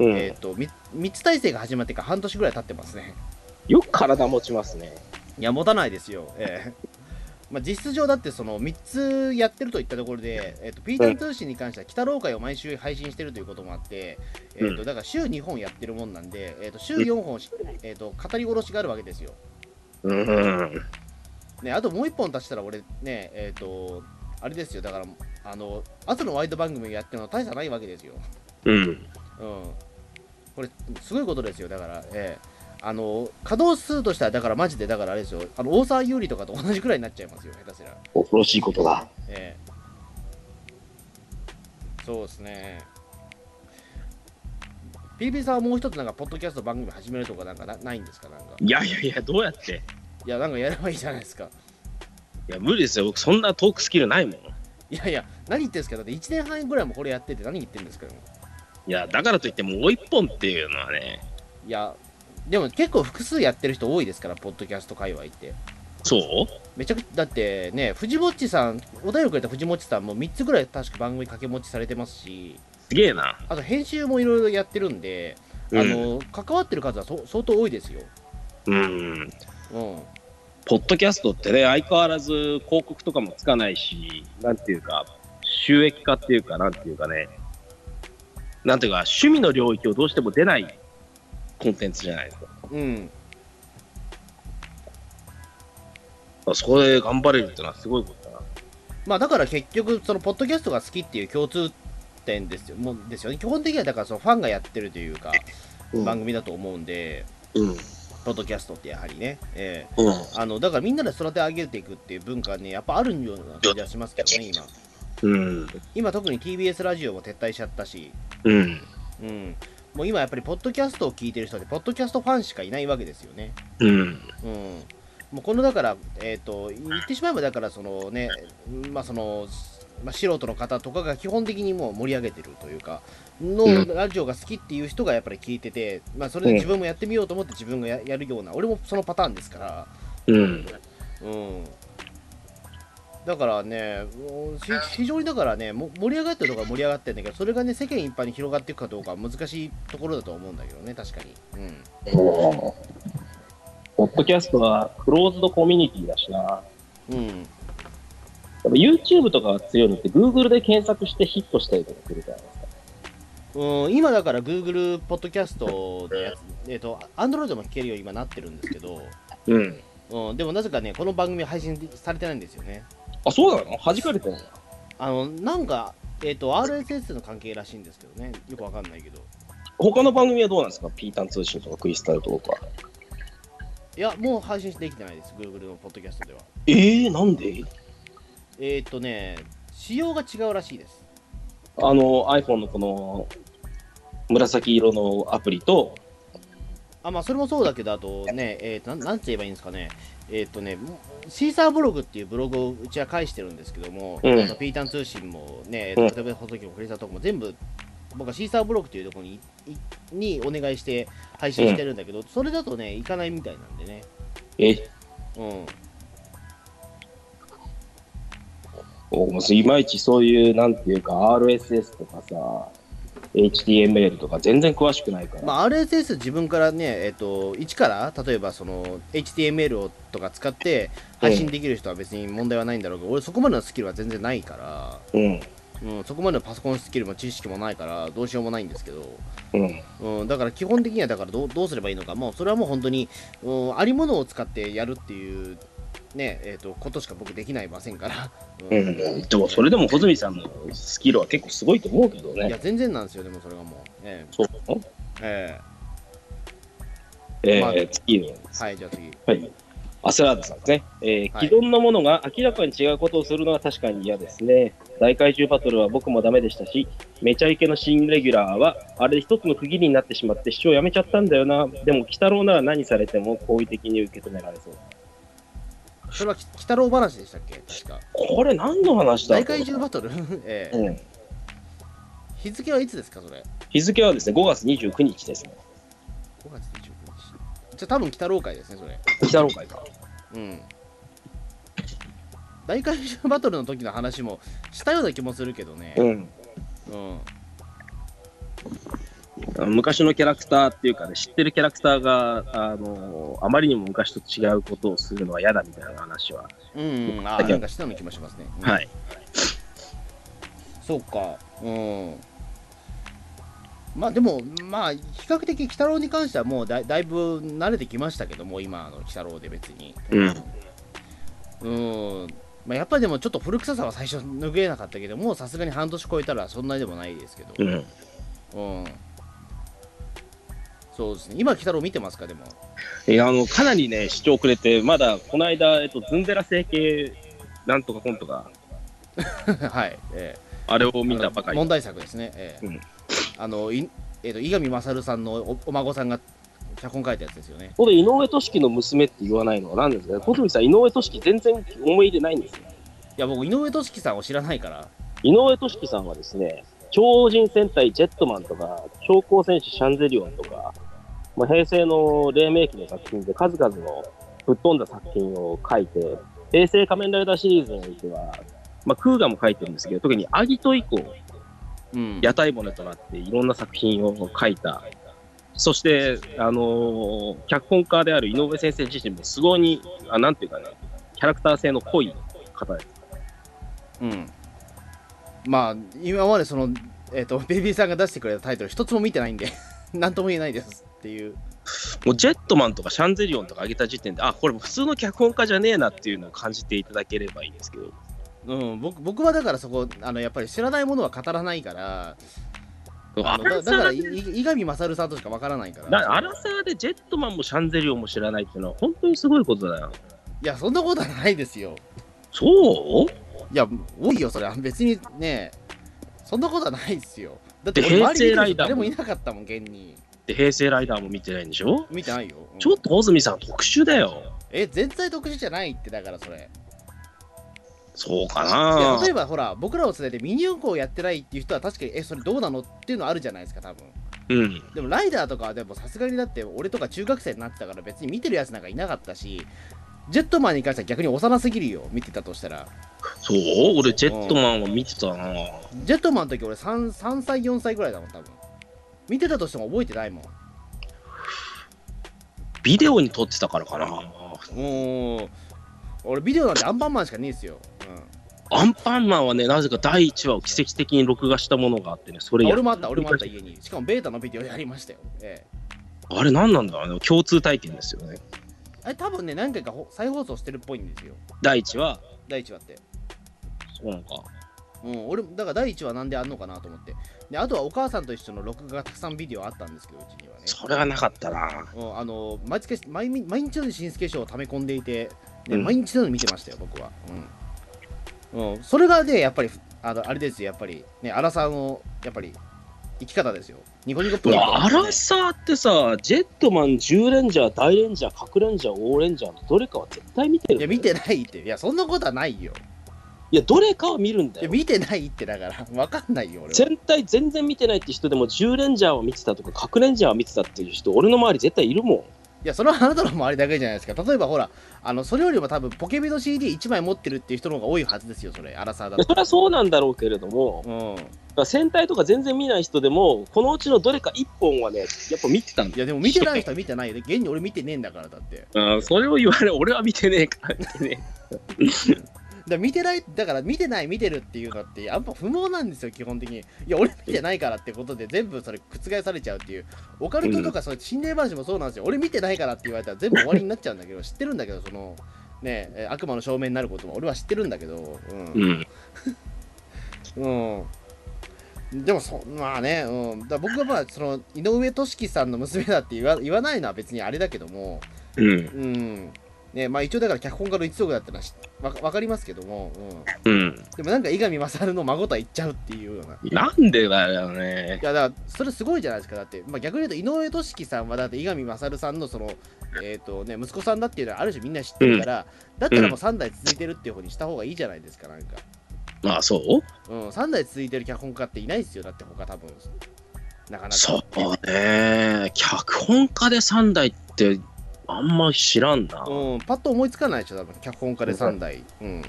C: ど。うん
B: えっ、と 3, 3つ体制が始まってから半年ぐらい経ってますね
C: よく体持ちますね。
B: いや、持たないですよ。ええまあ、実質上だってその3つやってるといったところで、えっとピーターン通信に関しては北ロー会を毎週配信してるということもあって、えっ
C: う
B: とだから週2本やってるもんなんで、えっと週4本し、えっと語り殺しがあるわけですよ。
C: うん。
B: ね、あともう1本足したら俺ね、えっとあれですよだからあの後のワイド番組やってるのは大差ないわけですよ。
C: うん。
B: うん、これ、すごいことですよ、だから、ええあの稼働数としては、だからマジで、だからあれですよ、あの大沢優里とかと同じくらいになっちゃいますよ、下手すりゃ。
C: 恐ろしいことだ。
B: ええそうですね。PB さんはもう一つ、なんか、ポッドキャスト番組始めるとか、なんかな、ないんですか、なんか。
C: いやいやいや、どうやって
B: いや、なんかやればいいじゃないですか。
C: いや、無理ですよ。僕、そんなトークスキルないもん。
B: いやいや、何言ってんですか、だって1年半ぐらいもこれやってて、何言ってんですか、でも
C: いや、だからといって、もう一本っていうのはね、
B: いや、でも結構複数やってる人多いですから、ポッドキャスト界隈って。
C: そう
B: めちゃくちゃだってね藤もっちさんお便りくれた藤もっちさんも3つぐらい確か番組掛け持ちされてますし
C: すげえな。
B: あと編集もいろいろやってるんで、あの関わってる数はそ相当多いですよ、
C: うん。
B: うん、
C: ポッドキャストってね、相変わらず広告とかもつかないし、なんていうか、収益化っていうか、なんていうかね、なんていうか、趣味の領域をどうしても出ないコンテンツじゃないですか。
B: うん
C: あそこで頑張れるってのはすごいことだな。
B: まあだから結局、そのポッドキャストが好きっていう共通点ですよもうですよね。基本的にはだからそのファンがやってるというか、
C: うん
B: 番組だと思うんで、
C: うん。
B: ポッドキャストってやはりね、ええ
C: うん。
B: あのだからみんなで育て上げていくっていう文化ね、やっぱあるような感じがしますけどね、今。
C: うん。
B: 今特に TBS ラジオも撤退しちゃったし、
C: うん。
B: うん、もう今やっぱりポッドキャストを聞いてる人って、ポッドキャストファンしかいないわけですよね。
C: うん。
B: うん、もうこのだから、えー、と言ってしまえば、だからそのね、まあその、まあ、素人の方とかが基本的にもう盛り上げてるというか、
C: う
B: の
C: ん
B: ラジオが好きっていう人がやっぱり聞いてて、まあ、それで自分もやってみようと思って自分がややるような、俺もそのパターンですから。
C: うん。
B: うんだからね、もうし非常にだからね、も盛り上がってるとこは盛り上がってるんだけど、それがね、世間一般に広がっていくかどうかは難しいところだと思うんだけどね、確かに。うん、
C: ポッドキャストはクローズドコミュニティだしな。
B: うん、
C: 多分 YouTube とかが強いのって Google で検索してヒットしたりとかするじゃないですか。
B: うん、今だから Google ポッドキャストのやつ、えっ、と、Android も聞けるように今なってるんですけど、
C: うん。
B: うん、でもなぜかね、この番組は配信されてないんですよね。
C: あ、そうなの弾かれてるの
B: あの、なんか、えっ、と、RSS の関係らしいんですけどね、よくわかんないけど。
C: 他の番組はどうなんですかピータン通信とかクリスタルとか。
B: いや、もう配信できてないです、Google のポッドキャストでは。
C: ええなんで
B: えーっ、とね、仕様が違うらしいです。
C: あの iPhone のこの紫色のアプリと、
B: あ、まあ、それもそうだけど、あとね、えーとなん、なんて言えばいいんですかね。えーっ、とね、もうシーサーブログっていうブログをうちは返してるんですけども、
C: うん
B: あのピータン通信もね、
C: うん
B: 例えば放送局もクリスタとかも全部、僕はシーサーブログっていうところにいにお願いして配信してるんだけど、それだとね、いかないみたいなんでね。
C: え、
B: うん。
C: 僕もいまいちそういう、なんていうか、RSS とかさ、HTML とか全然詳しくないから。
B: まあ、RSS 自分からね、えっと一から例えばその HTML をとか使って配信できる人は別に問題はないんだろうけど、俺そこまでのスキルは全然ないか
C: うん、
B: ら、うん、そこまでのパソコンスキルも知識もないからどうしようもないんですけど、
C: うん、
B: うん、だから基本的にはだからどうどうすればいいのかもうそれはもう本当に、うん、ありものを使ってやるっていう。ねえっとことしか僕できないませんから、う
C: うん。でも、それでも、穂積さんのスキルは結構すごいと思うけど
B: いや
C: ね。
B: 全然なんですよでもそれがもうえ
C: そうなの
B: ええ
C: えー
B: まあ
C: 次の
B: えはいじゃあ次
C: はい。アスラードさんですね、えー
B: はい
C: 既存のものが明らかに違うことをするのは確かに嫌ですね。大怪獣バトルは僕もダメでしたし、めちゃイケの新レギュラーは、あれ一つの区切りになってしまって主張やめちゃったんだよな。でも、鬼太郎なら何されても好意的に受け止められそう。
B: それはき鬼太郎話でしたっけ確か
C: これ何の話だ
B: 大怪獣バトル ええ
C: うん。
B: 日付はいつですか、それ。
C: 日付はですね、5月29日ですね。
B: 5月29日。じゃあ、多分北郎会ですね、それ。
C: 鬼太郎会か。
B: うん。大怪獣バトルの時の話もしたような気もするけどね。
C: うん。
B: うん。
C: 昔のキャラクターっていうかね、知ってるキャラクターが、あのーあまりにも昔と違うことをするのは嫌だみたいな話は。
B: うん、あ
C: だ
B: あ、
C: けど
B: なんかしたような気もしますね。うん
C: はい。
B: そうか。うん。まあでも、まあ、比較的、鬼太郎に関してはもうだだいぶ慣れてきましたけども、今、あの鬼太郎で別に。
C: うん。
B: うん。まあ、やっぱりでも、ちょっと古臭さは最初拭えなかったけど、もうさすがに半年超えたらそんなでもないですけど。
C: うん。
B: うん。そうですね。今、鬼太郎見てますか、でも。
C: えーあの、かなりね、視聴遅れて、まだ、この間、えっと、ズンデラ整形、なんとかコントが、
B: はい。ええ
C: あれを見たば
B: あの
C: かり。
B: 問題作ですね。ええ
C: うん
B: あの、いえっ、と、伊上勝さんのおお孫さんが脚本書いたやつですよね。
C: ここで井上俊樹の娘って言わないのは何ですか小泉さん、井上俊樹全然思い入れないんですよ。
B: いや、僕、井上俊樹さんを知らないから。
C: 井上俊樹さんはですね、超人戦隊ジェットマンとか、超高戦士シャンゼリオンとか、まあ、平成の黎明期の作品で数々のぶっ飛んだ作品を書いて、平成仮面ライダーシリーズにおいては、まあ、クーガも書いてるんですけど、特にアギト以降、
B: うん。
C: 屋台骨となっていろんな作品を書いた、そして、あのー脚本家である井上先生自身もすごいに、あなんていうかね、キャラクター性の濃い方です。
B: うん。まあ、今までその、 えっ、と、ベイビーさんが出してくれたタイトル、一つも見てないんで、なんとも言えないですっていう。
C: もうジェットマンとかシャンゼリオンとか上げた時点であこれもう普通の脚本家じゃねえなっていうのを感じていただければいいんですけど
B: うん、僕僕はだからそこあのやっぱり知らないものは語らないからあ
C: ア
B: の
C: ラ
B: だ
C: サ
B: だから
C: ー
B: いい伊上勝さんとしかわからないから
C: なアラサーでジェットマンもシャンゼリオンも知らないっていうのは本当にすごいことだよ
B: いやそんなことはないですよ
C: そう
B: いや多いよそれ別にねそんなことはないですよだって
C: で
B: 俺周り
C: 平成
B: に
C: ライダー
B: 誰
C: も
B: もいなかったもん現に
C: で平成ライダーも見てないんでしょ
B: 見てないよ、うん
C: ちょっと穂積さん特殊だよ
B: え全体特殊じゃないってだからそれ
C: そうか
B: いや
C: な
B: 例えばほら僕らを世代でミニ四駆をやってないっていう人は確かにえそれどうなのっていうのあるじゃないですか多分
C: うん
B: でもライダーとかはでもさすがにだって俺とか中学生になってたから別に見てるやつなんかいなかったしジェットマンに関しては逆に幼すぎるよ見てたとしたら
C: そう俺ジェットマンは見てたな
B: ジェットマンの時俺 3, 3歳4歳ぐらいだもん多分見てたとしても覚えてないもん
C: ビデオに撮ってたからかな
B: もう俺ビデオなんてアンパンマンしかねえですよ、
C: アンパンマンはねなぜか第1話を奇跡的に録画したものがあってねそ
B: うん、
C: れや
B: 俺もあった俺もあった家にしかもベータのビデオやりましたよええ
C: あれ何なんだろうね共通体験ですよね
B: あれ多分ね何回かほ再放送してるっぽいんですよ
C: 第1話
B: 第1話って
C: そうなんか
B: うん、俺もだから第1話なんであんのかなと思ってであとはお母さんと一緒の録画がたくさんビデオあったんですけどうちにはね
C: それはなかったな
B: うんあの毎月毎日毎日のように新助賞を溜め込んでいて、ね
C: うん
B: 毎日のように見てましたよ僕は、うんうん、それがねやっぱりあのあれですよやっぱりね荒さんのやっぱり生き方ですよニコニコプロとか
C: ア
B: ね
C: ラサーってさジェットマン10レンジャー大レンジャー核レンジャー大レンジャーのどれかは絶対見てる
B: いや見てないっていやそんなことはないよ
C: いやどれかは見るんだ
B: いや
C: よ
B: 見てないってだから分かんないよ俺は
C: 全体全然見てないって人でも10レンジャーを見てたとか核レンジャーを見てたっていう人俺の周り絶対いるもん
B: いや、それはあなたの周りだけじゃないですか。例えばほら、あの、それよりも多分ポケビの CD1 枚持ってるっていう人の方が多いはずですよ、それ。アラサーだ
C: で
B: と。
C: それはそうなんだろうけれども
B: うん。
C: だから戦隊とか全然見ない人でもこのうちのどれか1本はねやっぱ見てたんだ
B: いや、でも見てない人は見てないよね。現に俺見てねえんだから、だって。だか
C: よそれを言われ俺は見てねえから見てね
B: ら見てない、だから見てない、見てるっていうのって、やっぱ不毛なんですよ、基本的に。いや、俺見てないからってことで、全部それ覆されちゃうっていう。オカルトとか、その心霊話もそうなんですよ。俺見てないからって言われたら全部終わりになっちゃうんだけど、知ってるんだけど、その、ねえ、悪魔の証明になることも俺は知ってるんだけど、うん
C: えうん
B: うん。でもそ、まあね、うん、だから僕はまあその井上俊樹さんの娘だって言わ言わないのは別にあれだけども、
C: うん
B: うんねまあ、一応だから脚本家の一族だったらわわかりますけども、う
C: うん
B: ん、でもなんか伊上勝の孫とは言っちゃうっていうような。い
C: なんでだよね
B: やだからそれすごいじゃないですか、だって、まあ、逆に言うと井上俊樹さんはだって伊上勝さんのその、えーとね、息子さんだっていうのはある種みんな知ってるから、だったらもう3代続いてるっていう方にした方がいいじゃないですか、なんか。
C: まあそう
B: うん、3代続いてる脚本家っていないですよ、だって他多分。なかなか。
C: そうね脚本家で3代ってあんま知らんな、
B: うん、パッと思いつかないでしょ、多分脚本家で3代。うん。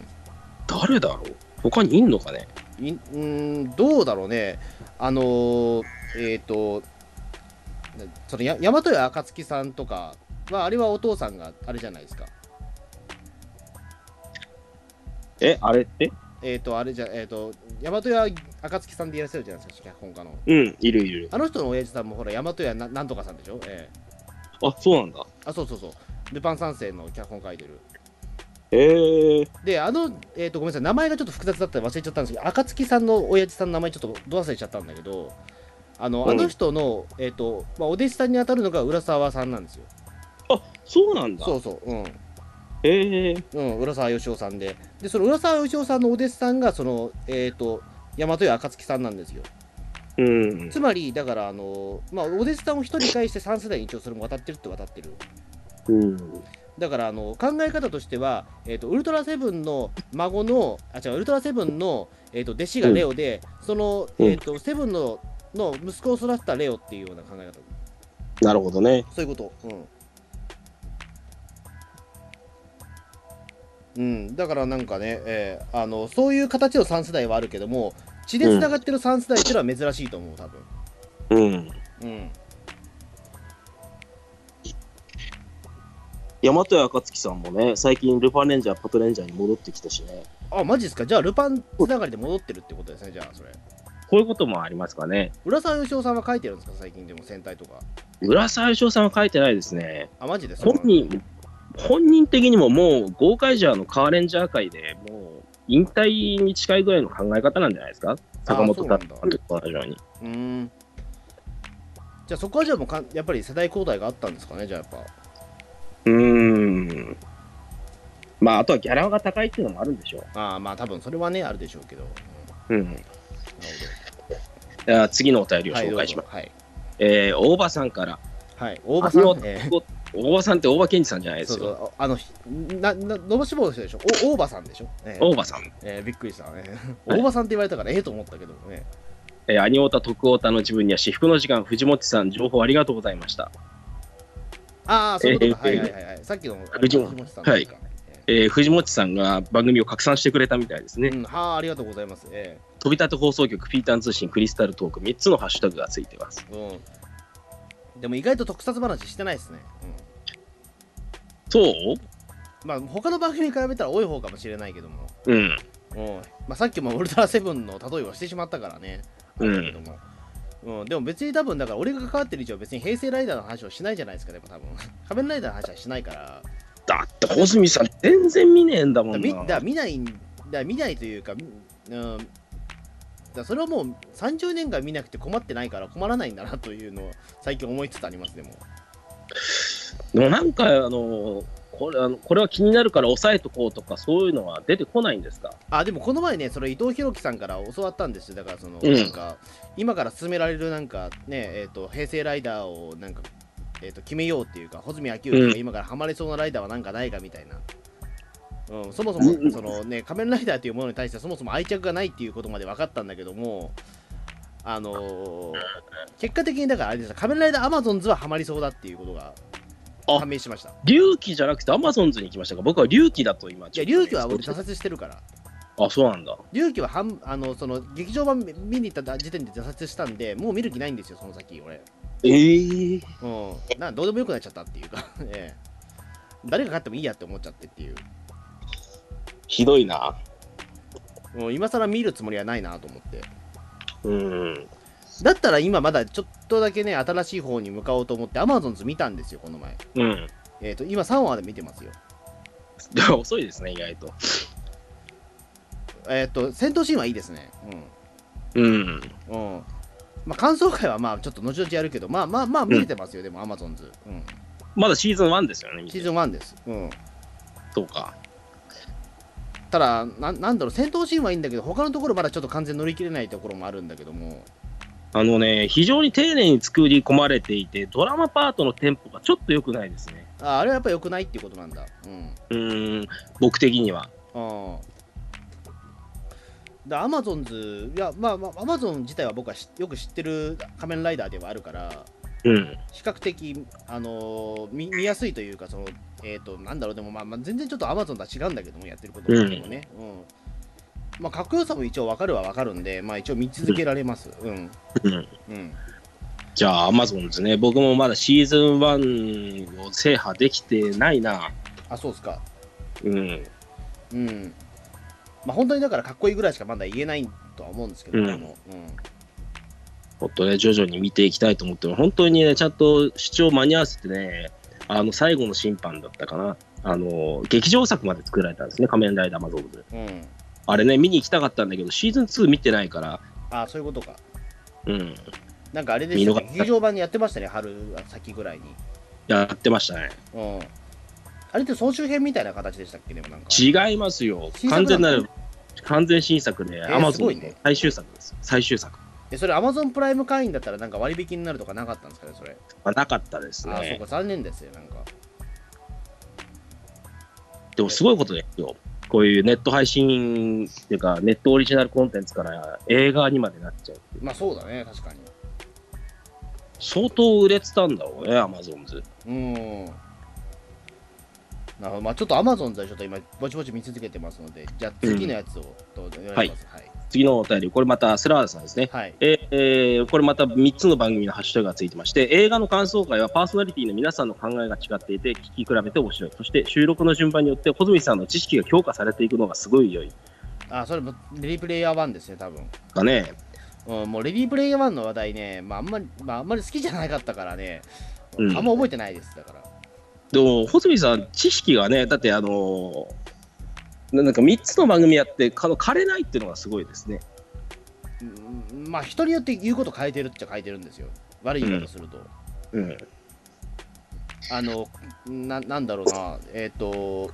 C: 誰だろう他にいんのかね
B: いうん、どうだろうね。あのーえっ、と、なそのや大和屋暁さんとかは、あれはお父さんがあれじゃないですか。
C: えあれって
B: えっ、と、あれじゃ、えっ、と、大和屋暁さんでいらっしゃるじゃないですか、脚本家の。
C: うんいるいる
B: あの人の親父さんもほら、大和屋ななんとかさんでしょええ
C: あそうなんだ
B: あ、そうそうそう。ルパン三世の脚本書いてる。
C: へえ
B: で、あの、えっ、と、ごめんなさい、名前がちょっと複雑だったら忘れちゃったんですけど、暁さんの親父さんの名前ちょっとど忘れちゃったんだけど、あの,、
C: うん
B: あの人の、えっ、と、まあ、お弟子さんに当たるのが浦沢さんなんですよ。
C: あそうなんだ
B: そうそう、うん。
C: へえ
B: うん、浦沢義雄さんで。で、その浦沢義雄さんのお弟子さんが、その、えっ、と、大和屋暁さんなんですよ。
C: うん
B: つまり、だから、あの、まあ、お弟子さんを一人返して3世代に一応それも渡ってるって渡ってる。
C: うん
B: だからあの考え方としては、えー、とウルトラセブンの孫のあ違うウルトラセブンの、えー、と弟子がレオで、その、
C: うん
B: えー、とセブンのの息子を育てたレオっていうような考え方
C: なるほどね
B: そういうことうん、うん、だからなんかね、えーあのそういう形の3世代はあるけども血でつながってる3世代っていうのは珍しいと思う多分
C: うん
B: うん
C: 大和屋暁さんもね最近ルパンレンジャーパトレンジャーに戻ってきたしね
B: あマジですかじゃあルパンつながりで戻ってるってことですねじゃあそれ
C: こういうこともありますかね
B: 浦沢義雄さんは書いてるんですか最近でも戦隊とか
C: 浦沢義雄さんは書いてないですね。
B: あ、マジでそう
C: 本
B: なの
C: 人、本人的にももう、ゴーカイジャーのカーレンジャー界でもう、引退に近いぐらいの考え方なんじゃないですか坂本さんと同じように。
B: うーん。じゃあそこはじゃあもうかんやっぱり世代交代があったんですかね、じゃあやっぱ。
C: うーん。まあ、あとはギャラが高いっていうのもあるんでしょ
B: ああ、まあ多分それはね、あるでしょうけど。うん
C: う。うん。
B: なる
C: では次のお便り
B: ほどは
C: を
B: い、
C: 紹介します。
B: はい。
C: えー、大場さんから。
B: はい。大場さん
C: あの、
B: えー
C: 大場さんって大場健二さんじゃないで
B: そう
C: す
B: そう、
C: よ。
B: あの、ひな、な、のぼしぼの人でしょお、大場さんでしょえー
C: 大場さん。
B: えーびっくりしたね。
C: はい
B: 大場さんって言われたから、ええと思ったけどね。
C: えー、兄太、徳太の自分には至福の時間、藤本さん、情報ありがとうございました。
B: ああ、そういうことか。は
C: え
B: い
C: ー
B: はいはいはい。さっきの、
C: 藤本
B: 本さんのやつかえ
C: えー、藤本さんが番組を拡散してくれたみたいですね。
B: ーうん、はあ、ありがとうございます。え
C: 飛び立て放送局、ピーターン通信、クリスタルトーク、3つのハッシュタグがついてます。
B: ーうん。でも意外と特撮話してないですね。
C: そう
B: うん。まあ、他の番組に比べたら多い方かもしれないけども。
C: うん。
B: うん。まあ、さっきもウルトラセブンの例えをしてしまったからね。
C: う
B: あ
C: ん
B: れだけどもうん、でも別に多分だから俺が関わってる以上別に平成ライダーの話をしないじゃないですかでも多分 仮面ライダーの話はしないから
C: だって、穂積さん、全然見ねえんだもん
B: だから
C: な
B: みだか。ら見ないんだから見ないというか、みうん、だからそれはもう30年間見なくて困ってないから困らないんだなというのを最近思いつつありますでも
C: でもなんか、あのーこれあの、これは気になるから抑えとこうとか、そういうのは出てこないんですか
B: あでもこの前ねそれ伊藤博樹さんから教わったんですよだからその、
C: うん
B: なんか今から進められるなんかねえっ、と平成ライダーをなんかえー、と決めようっていうか穂積昭之が今からハマれそうなライダーはなんかないかみたいな、うん、そもそもそのね仮面ライダーというものに対してそもそも愛着がないっていうことまで分かったんだけどもあのー結果的にだからあれです仮面ライダーアマゾンズはハマりそうだっていうことが
C: あ
B: 判明しましたい
C: 隆起じゃなくてアマゾンズに行きましたか僕は隆起だと今ちょ
B: や
C: っとね
B: 隆起は俺
C: 少
B: 挫
C: し
B: 折してるから
C: あそうなんだ
B: 隆起は半あのその劇場版見に行った時点で挫折したんでもう見る気ないんですよその先俺
C: ええ
B: うんなんどうでもよくなっちゃったっていうか、 ええ、誰が勝ってもいいやって思っちゃってっていう
C: ひどいな
B: もう今更見るつもりはないなと思って
C: うん
B: だったら今まだちょっとだけね新しい方に向かおうと思って Amazons 見たんですよこの前
C: うん
B: えっ、と今3話で見てますよ
C: でも遅いですね意外と
B: えっ、と戦闘シーンはいいですね
C: うん
B: うんうんまあ感想会はまあちょっと後々やるけどまあまあまあ見れてますよ、でも Amazons、うん、
C: まだシーズン1ですよね
B: シーズン1ですうん
C: そうか
B: ただな、なんだろう、戦闘シーンはいいんだけど、他のところまだちょっと完全に乗り切れないところもあるんだけども、
C: あのね非常に丁寧に作り込まれていてドラマパートのテンポがちょっと良くないですね
B: ああれはやっぱ良くないっていうことなんだ。うん。
C: うん僕的には
B: ああ。アマゾンズ、いや、まあ、まあ、アマゾン自体は僕はしよく知ってる仮面ライダーではあるから、
C: うん
B: 比較的、あのー見見やすいというか、その、えっ、と、なんだろう、でも、まあ、まあ、全然ちょっとアマゾンとは違うんだけども、やってることもね。うん。まあ、かっこよさも一応分かるは分かるんで、まあ、一応見続けられます。うん。
C: うん
B: うん。
C: じゃあアマゾンですね僕もまだシーズン1を制覇できてないな
B: あ、そうっすか。
C: うん
B: うん。まあ、本当にだからかっこいいぐらいしかまだ言えないとは思うんですけど、
C: うん
B: でもうん
C: もっとね、徐々に見ていきたいと思ってます本当にね、ちゃんと視聴間に合わせてね、あの、最後の審判だったかな。あの、劇場作まで作られたんですね、仮面ライダーマゾーズ。
B: うん。
C: あれね、見に行きたかったんだけど、シーズン2見てないから、
B: ああ、そういうことか。
C: うん、
B: なんかあれでしたね
C: 見逃した
B: 劇場版にやってましたね、春先ぐらいに。
C: やってましたね。
B: うん。あれって総集編みたいな形でしたっけ、でもなんか。
C: 違いますよ。
B: 新作なの
C: 完全なる、完全新作で、
B: ー
C: アマ
B: す
C: ゾ
B: ごい
C: ン
B: ね
C: の最終作です。最終作。
B: え、それ、アマゾンプライム会員だったらなんか割引になるとかなかったんですかね、それ。
C: まあなかったです
B: ああ、そう
C: ね
B: か、。残念ですよ、なんか。
C: でも、すごいことですよ。こういうネット配信っていうか、ネットオリジナルコンテンツから映画にまでなっちゃうっていう。
B: まあ、そうだね、確かに。
C: 相当売れてたんだろうね、アマゾンズ。
B: うん。なるほど。まあ、ちょっとアマゾンでちょっと今、ぼちぼち見続けてますので、じゃあ次のやつをどうぞお願いします。はい。
C: 次のお便り、これまたセラーさんですね。
B: はい。
C: えーえーこれまた3つの番組のハッシュタグがついてまして、映画の感想会はパーソナリティの皆さんの考えが違っていて、聞き比べて面白い。そして収録の順番によって、穂積さんの知識が強化されていくのがすごい良い。
B: あ、それもレディープレイヤー1ですね、多分。
C: かね。
B: うん、もうレディープレイヤー1の話題ね、まあ、あんまり、まあ、あんまり好きじゃなかったからね、
C: うん
B: あんま覚えてないです、だから。
C: でも、穂積さん、知識がね、だって、あのーななんか3つの番組やって、か枯れないっていうのがすごいですね。
B: うんまあ、人によって言うこと変えてるっちゃ変えてるんですよ。悪い言い方すると。
C: うん、
B: あのな、なんだろうな、えっ、と、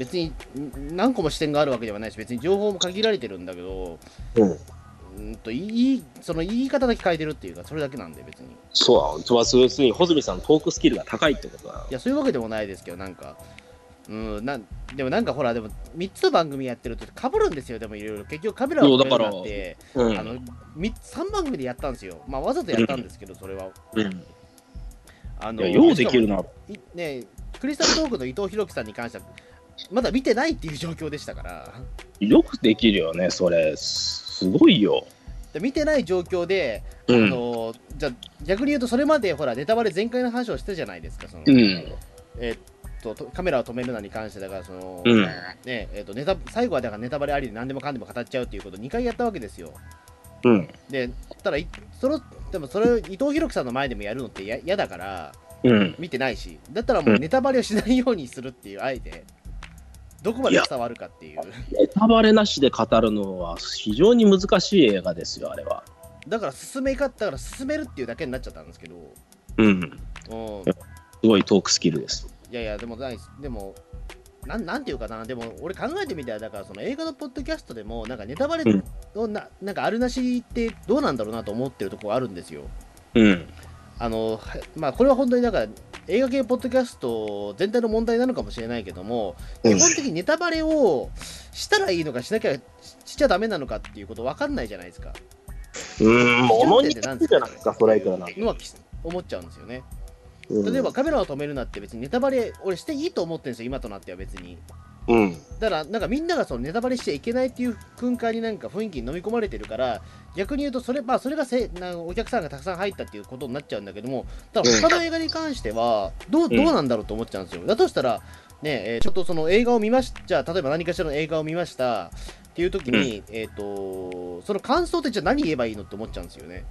B: 別にん何個も視点があるわけではないし、別に情報も限られてるんだけど、
C: うん、
B: うんといいその言い方だけ変えてるっていうか、それだけなんで、別に。
C: そう、つまり要するに穂積さん、トークスキルが高いってことだ
B: いや、そういうわけでもないですけど、なんか、うん、なんでもなんかほら、でも3つの番組やってるとかぶるんですよ、でもいろいろ。結局、カメラを
C: そうだから
B: って、
C: う
B: あの3番組でやったんですよ。まあ、わざとやったんですけど、それは。
C: うん、
B: あ
C: いやようできるな、
B: いねクリスタルトークの伊藤博樹さんに関しては、まだ見てないっていう状況でしたから、
C: よくできるよね、それ、すすごいよ。
B: で見てない状況で、
C: う
B: あ
C: ん、
B: のじゃあ逆に言うと、それまでほらネタバレ全開の話をしてたじゃないですか、その
C: うん、
B: えっととカメラを止めるなに関して、だからその、
C: うん
B: ねえっとネタ、最後はだからネタバレありで何でもかんでも語っちゃうっていうことを2回やったわけですよ。
C: うん、
B: でただいそのでもそれを伊藤博樹さんの前でもやるのってや嫌だから、
C: うん、
B: 見てないし、だったらもうネタバレをしないようにするっていう、あえて、どこまで伝わるかっていう、
C: ネタバレなしで語るのは非常に難しい映画ですよ、あれは。
B: だから進め方、だから進めるっていうだけになっちゃったんですけど、
C: うん、
B: うん、
C: すごいトークスキルです。
B: いやいや、でもない、でも、なんなんていうかな、でも俺考えてみたら、だからその映画のポッドキャストでも、なんかネタバレ
C: うん
B: のな、なんかあるなしってどうなんだろうなと思ってるところあるんですよ。
C: うん、
B: あのはまあ、これは本当にだから映画系ポッドキャスト全体の問題なのかもしれないけども、
C: うん
B: 基本的にネタバレをしたらいいのかしなきゃししちゃダメなのかっていうこと分かんないじゃないですか
C: うん、
B: 基
C: 物
B: 準
C: に
B: 点って何
C: ついてじゃないですか、それいくらなんて
B: のはき思っちゃうんですよね
C: うん
B: 例えば、カメラを止めるなって別にネタバレ俺していいと思ってるんですよ今となっては別に
C: うん、
B: だからなんかみんながそのネタバレしちゃいけないっていう空間になんか雰囲気に飲み込まれてるから逆に言うとそれ,、まあ、それがせなお客さんがたくさん入ったっていうことになっちゃうんだけどもただ他の映画に関してはどうどうなんだろうと思っちゃうんですよだとしたら、ねえーちょっとその映画を見ましたじゃあ例えば何かしらの映画を見ましたっていう時に、えっ、とその感想ってじゃあ何言えばいいのって思っちゃうんですよね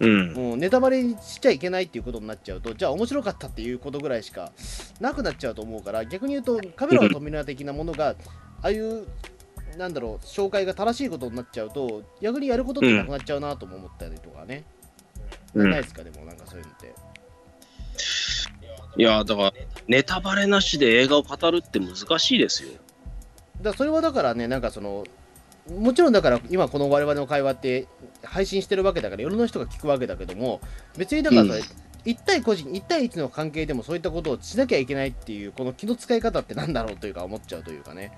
C: うん、
B: もうネタバレしちゃいけないっていうことになっちゃうとじゃあ面白かったっていうことぐらいしかなくなっちゃうと思うから逆に言うとカメラを止めるな的なものがああいうなんだろう紹介が正しいことになっちゃうと逆にやることってなくなっちゃうなとも思ったりとかね、
C: うん
B: ないですかでもなんかそういうのって
C: いやだからネタバレなしで映画を語るって難しいですよ。
B: だからそれはだからねなんかそのもちろんだから今この我々の会話って配信してるわけだから世の人が聞くわけだけども別にだからそれ、
C: うん
B: 1対個人1対1の関係でもそういったことをしなきゃいけないっていうこの気の使い方ってなんだろうというか思っちゃうというかね、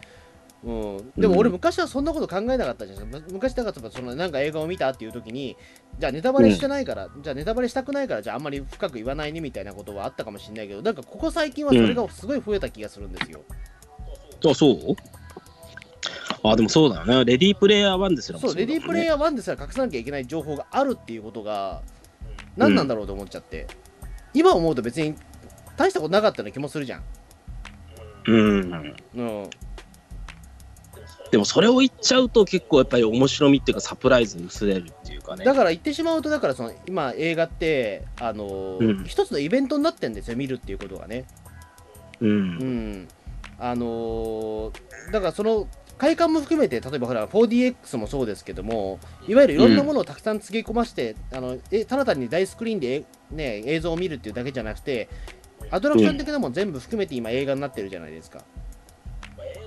B: うん、でも俺
C: うん
B: 昔はそんなこと考えなかったじゃん昔だからそのなんか映画を見たっていう時にじゃあネタバレしてないから、じゃあネタバレしたくないからじゃああんまり深く言わないねみたいなことはあったかもしれないけどなんかここ最近はそれがすごい増えた気がするんですよ、
C: あ、そうあ、でもそうだよね。レディープレイヤー1ですらも
B: そう、レディープレイ
C: ヤ
B: ヤー1ですら隠さなきゃいけない情報があるっていうことが、何なんだろうと思っちゃって、今思うと別に大したことなかったような気もするじゃん。
C: ー。うん。
B: うん、
C: でもそれを言っちゃうと結構やっぱり面白みっていうかサプライズに薄れるっていうかね
B: だ。から言ってしまうと、だからその今、映画って、あのー
C: うん
B: 一つのイベントになってんですよ、見るっていうことがね。
C: う。
B: うんん、あのーだからその快感も含めて、例えばほら 4DX もそうですけども、いわゆるいろんなものをたくさんつぎ込まして、あのえただ単に大スクリーンで、ね、映像を見るっていうだけじゃなくて、アトラクション的なもの全部含めて今、映画になってるじゃないですか。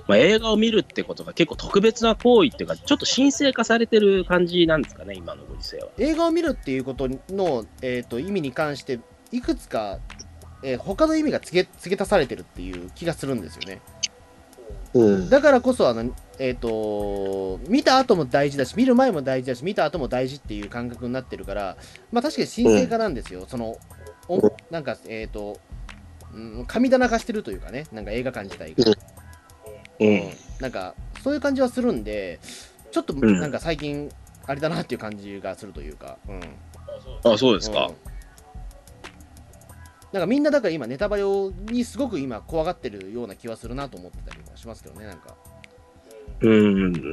C: まあ、映画を見るってことが結構特別な行為っていうか、ちょっと神聖化されてる感じなんですかね、今のご時世は。
B: 映画を見るっていうことの、えー、と意味に関して、いくつか、えー他の意味が付け付け足されてるっていう気がするんですよね。
C: うん。
B: だからこそあの、えー、と見た後も大事だし見る前も大事だし見た後も大事っていう感覚になってるから、まあ、確かに神聖化なんですよ、そのおなんか、えーとうん、神棚化してるというかねなんか映画館自体が、
C: うん。
B: なんかそういう感じはするんでちょっと
C: ん
B: なんか最近あれだなっていう感じがするというか、うん、
C: あ、そうで
B: です
C: か。
B: なんかみんなだから今ネタバレをにすごく今怖がってるような気はするなと思ってたりもしますけどねなんか
C: うん。で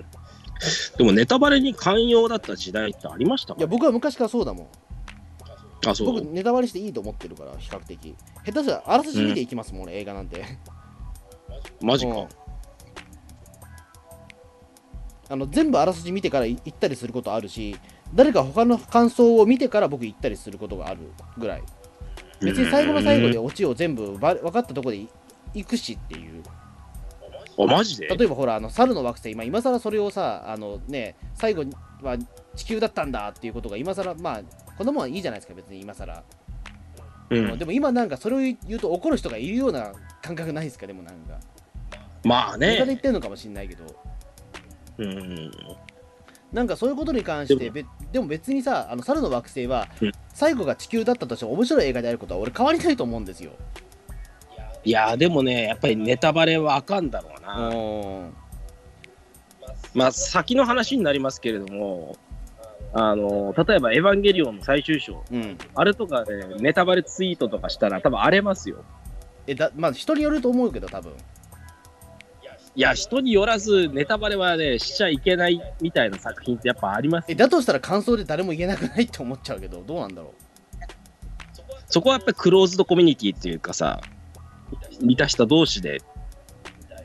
C: もネタバレに寛容だった時代ってありました
B: い
C: か
B: や僕は昔からそうだもん
C: あ、そう。
B: 僕、ネタバレしていいと思ってるから、比較的。下手したら、あらすじ見ていきますもん、俺、映画なんて。
C: マジか。
B: うんあの全部あらすじ見てから行ったりすることあるし誰か他の感想を見てから僕行ったりすることがあるぐらい別に最後の最後でオチを全部ば分かったところで行くしっていう
C: あ、マジで
B: 例えばほらあの猿の惑星今今更それをさあのね最後は地球だったんだっていうことが今更まあこのもんはいいじゃないですか別に今更、
C: うん。
B: でも今なんかそれを言うと怒る人がいるような感覚ないですかでもなんか
C: まあ
B: ネタで言
C: ね
B: っ。てるのかもしれないけど
C: うん。
B: なんかそういうことに関してべでも別にさあの猿の惑星は
C: うん
B: 最後が地球だったとしても面白い映画であることは俺変わりないと思うんですよ。
C: いやーでもね、やっぱりネタバレはあかんだろう
B: う
C: な。
B: ん
C: まあ、先の話になりますけれども、あの、例えば、エヴァンゲリオンの最終章、
B: うん、
C: あれとかね、ネタバレツイートとかしたら、多分荒れますよ。
B: えだまあ人によると思うけど多分
C: いや、人によらず、ネタバレはね、しちゃいけないみたいな作品ってやっぱあります
B: え。だとしたら感想で誰も言えなくないって思っちゃうけどどうなんだろ
C: そこはやっぱりクローズドコミュニティっていうかさ、満たした同士で、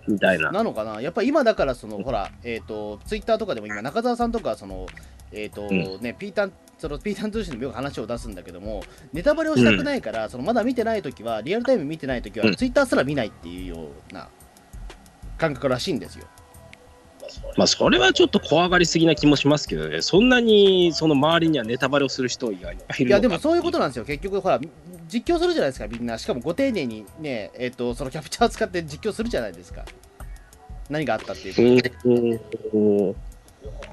C: みたいうな。
B: なのかなやっぱ今だからそのほらえっ、とツイッターとかでも今中澤さんとかそのえっ、と、
C: う
B: ねピータンそのピータン通信でもよく話を出すんだけどもネタバレをしたくないから、そのまだ見てない時はリアルタイム見てない時は、
C: うん
B: ツイッターすら見ないっていうような感覚らしいんですよ。
C: まあ、それはちょっと怖がりすぎな気もしますけどね、そんなにその周りにはネタバレをする人がいっぱいい
B: い
C: るのか
B: やでもそういうことなんですよ、結局、ほら、実況するじゃないですか、みんな、しかもご丁寧にね、えっとそのキャプチャー使って実況するじゃないですか、何があったっていう
C: う
B: こ
C: んうんうん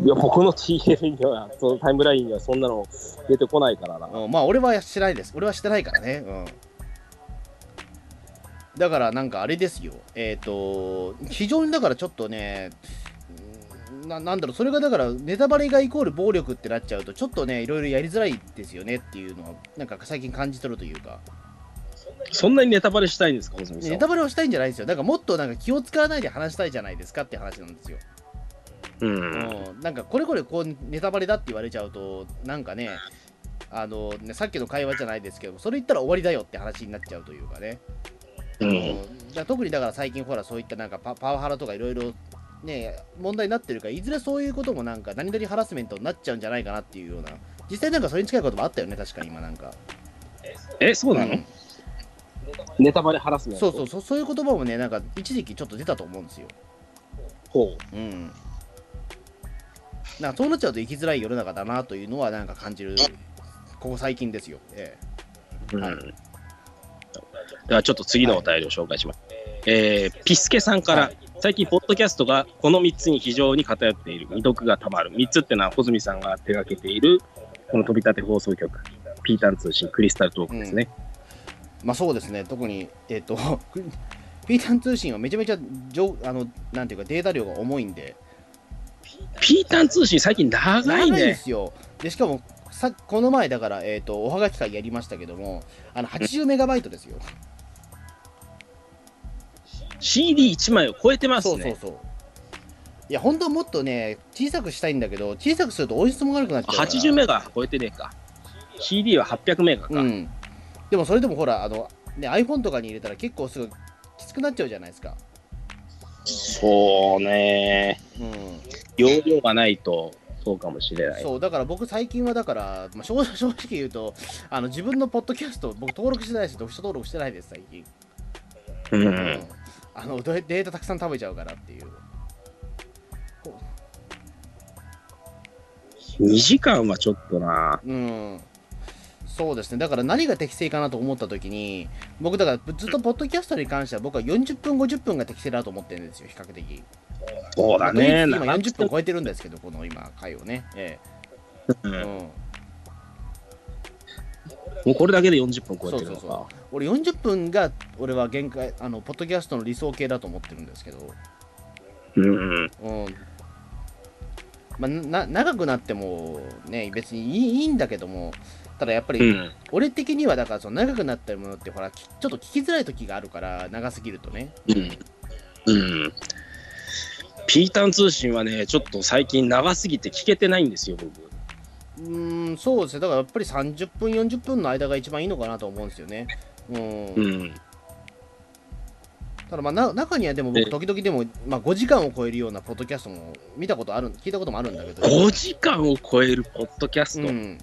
C: いや、ここの TL には、そのタイムラインにはそんなの出てこないからな。
B: と、うんまあ、俺はしてないです、俺はしてないからね、うん。だから、なんかあれですよ、えっ、と、非常にだからちょっとね、うんななんだろう、それがだから、ネタバレがイコール暴力ってなっちゃうと、ちょっとね、いろいろやりづらいですよねっていうのは、なんか最近感じ取るというか。
C: そんなにネタバレしたいんですか、細見さ
B: ネ
C: ん
B: タ。バレをしたいんじゃないんですよ。だからもっとなんか気を使わないで話したいじゃないですかって話なんですよ。
C: うん。
B: うん、なんかこれこれこうネタバレだって言われちゃうと、なんかね、あのねさっきの会話じゃないですけど、それ言ったら終わりだよって話になっちゃうというかね。
C: う
B: うん
C: ん。
B: だから特にだから最近ほらそういったなんかパパワハラとかいろいろね問題になってるから、いずれそういうこともなんか何々ハラスメントになっちゃうんじゃないかなっていうような。実際なんかそれに近いこともあったよね、確か今なんか。
C: え、そうなの、
B: うん
C: ネタバレハラスメン
B: そ
C: ト
B: うそうそう、そういう言葉もね、なんか一時期ちょっと出たと思うんですよ。
C: ほ
B: うん、なんかそうなっちゃうと生きづらい世の中だなというのはなんか感じるここ最近ですよ、ええ
C: う。うん
B: はい
C: ではちょっと次のお便りを紹介します。えーピスケさんから、
B: は
C: 最近、ポッドキャストがこの3つに非常に偏っている、未読がたまる。3つってのは、穂積さんが手掛けている、この飛び立て放送局、ピータン通信、クリスタルトークですね。
B: まあそうですね特にえっ、と ピータン通信はめちゃめちゃ情あのなんていうかデータ量が重いんで
C: ピータン通信、最近長い
B: んで
C: ね。
B: すよでしかもさこの前だから、えっとおはがき会やりましたけどもあの80メガバイトですよ
C: CD1 枚を超えてますね。
B: そうそうそういや本当はもっとね小さくしたいんだけど小さくすると音質も悪くなっちゃうから
C: 80メガ超えてねえか。CD は800メガか。
B: うん、でもそれでもほらあの、ね、iPhone とかに入れたら結構すぐきつくなっちゃうじゃないですか、
C: そうね。
B: うん、
C: 容量がないと、そうかもしれない。
B: そうだから僕最近はだから、まあ、正正直 言うとあの自分のポッドキャスト僕登録してないし読書登録してないです最近、
C: うんう。
B: うんあのデデータたくさん食べちゃうからっていう
C: 2時間はちょっとな。
B: うんそうですねだから何が適正かなと思った時に僕だからずっとポッドキャストに関しては僕は40分50分が適正だと思ってるんですよ比較的
C: そうだね。
B: 今40分
C: 長くて
B: 超えてるんですけどこの今回をね、え
C: うん
B: えうん
C: もうこれだけで40分超えてるの
B: そうそう
C: か。
B: 俺40分が俺は限界あのポッドキャストの理想形だと思ってるんですけど、
C: うんうん。
B: うんまあ、な長くなってもね別にいいいいんだけどもただやっぱり、
C: うん。
B: 俺的にはだからその長くなったものってほらきちょっと聞きづらい時があるから長すぎるとね
C: うん。うん。ピータン通信はね、ちょっと最近長すぎて聞けてないんですよ、僕。
B: うーん、そうですね、だからやっぱり30分、40分の間が一番いいのかなと思うんですよね。うん
C: うん。
B: ただまあな中にはでも
C: え
B: 僕時
C: え
B: 々でも、まあ、5時間を超えるようなポッドキャストも見たことある聞いたこともあるんだけど、
C: 5時間を超えるポッドキャスト。
B: うん、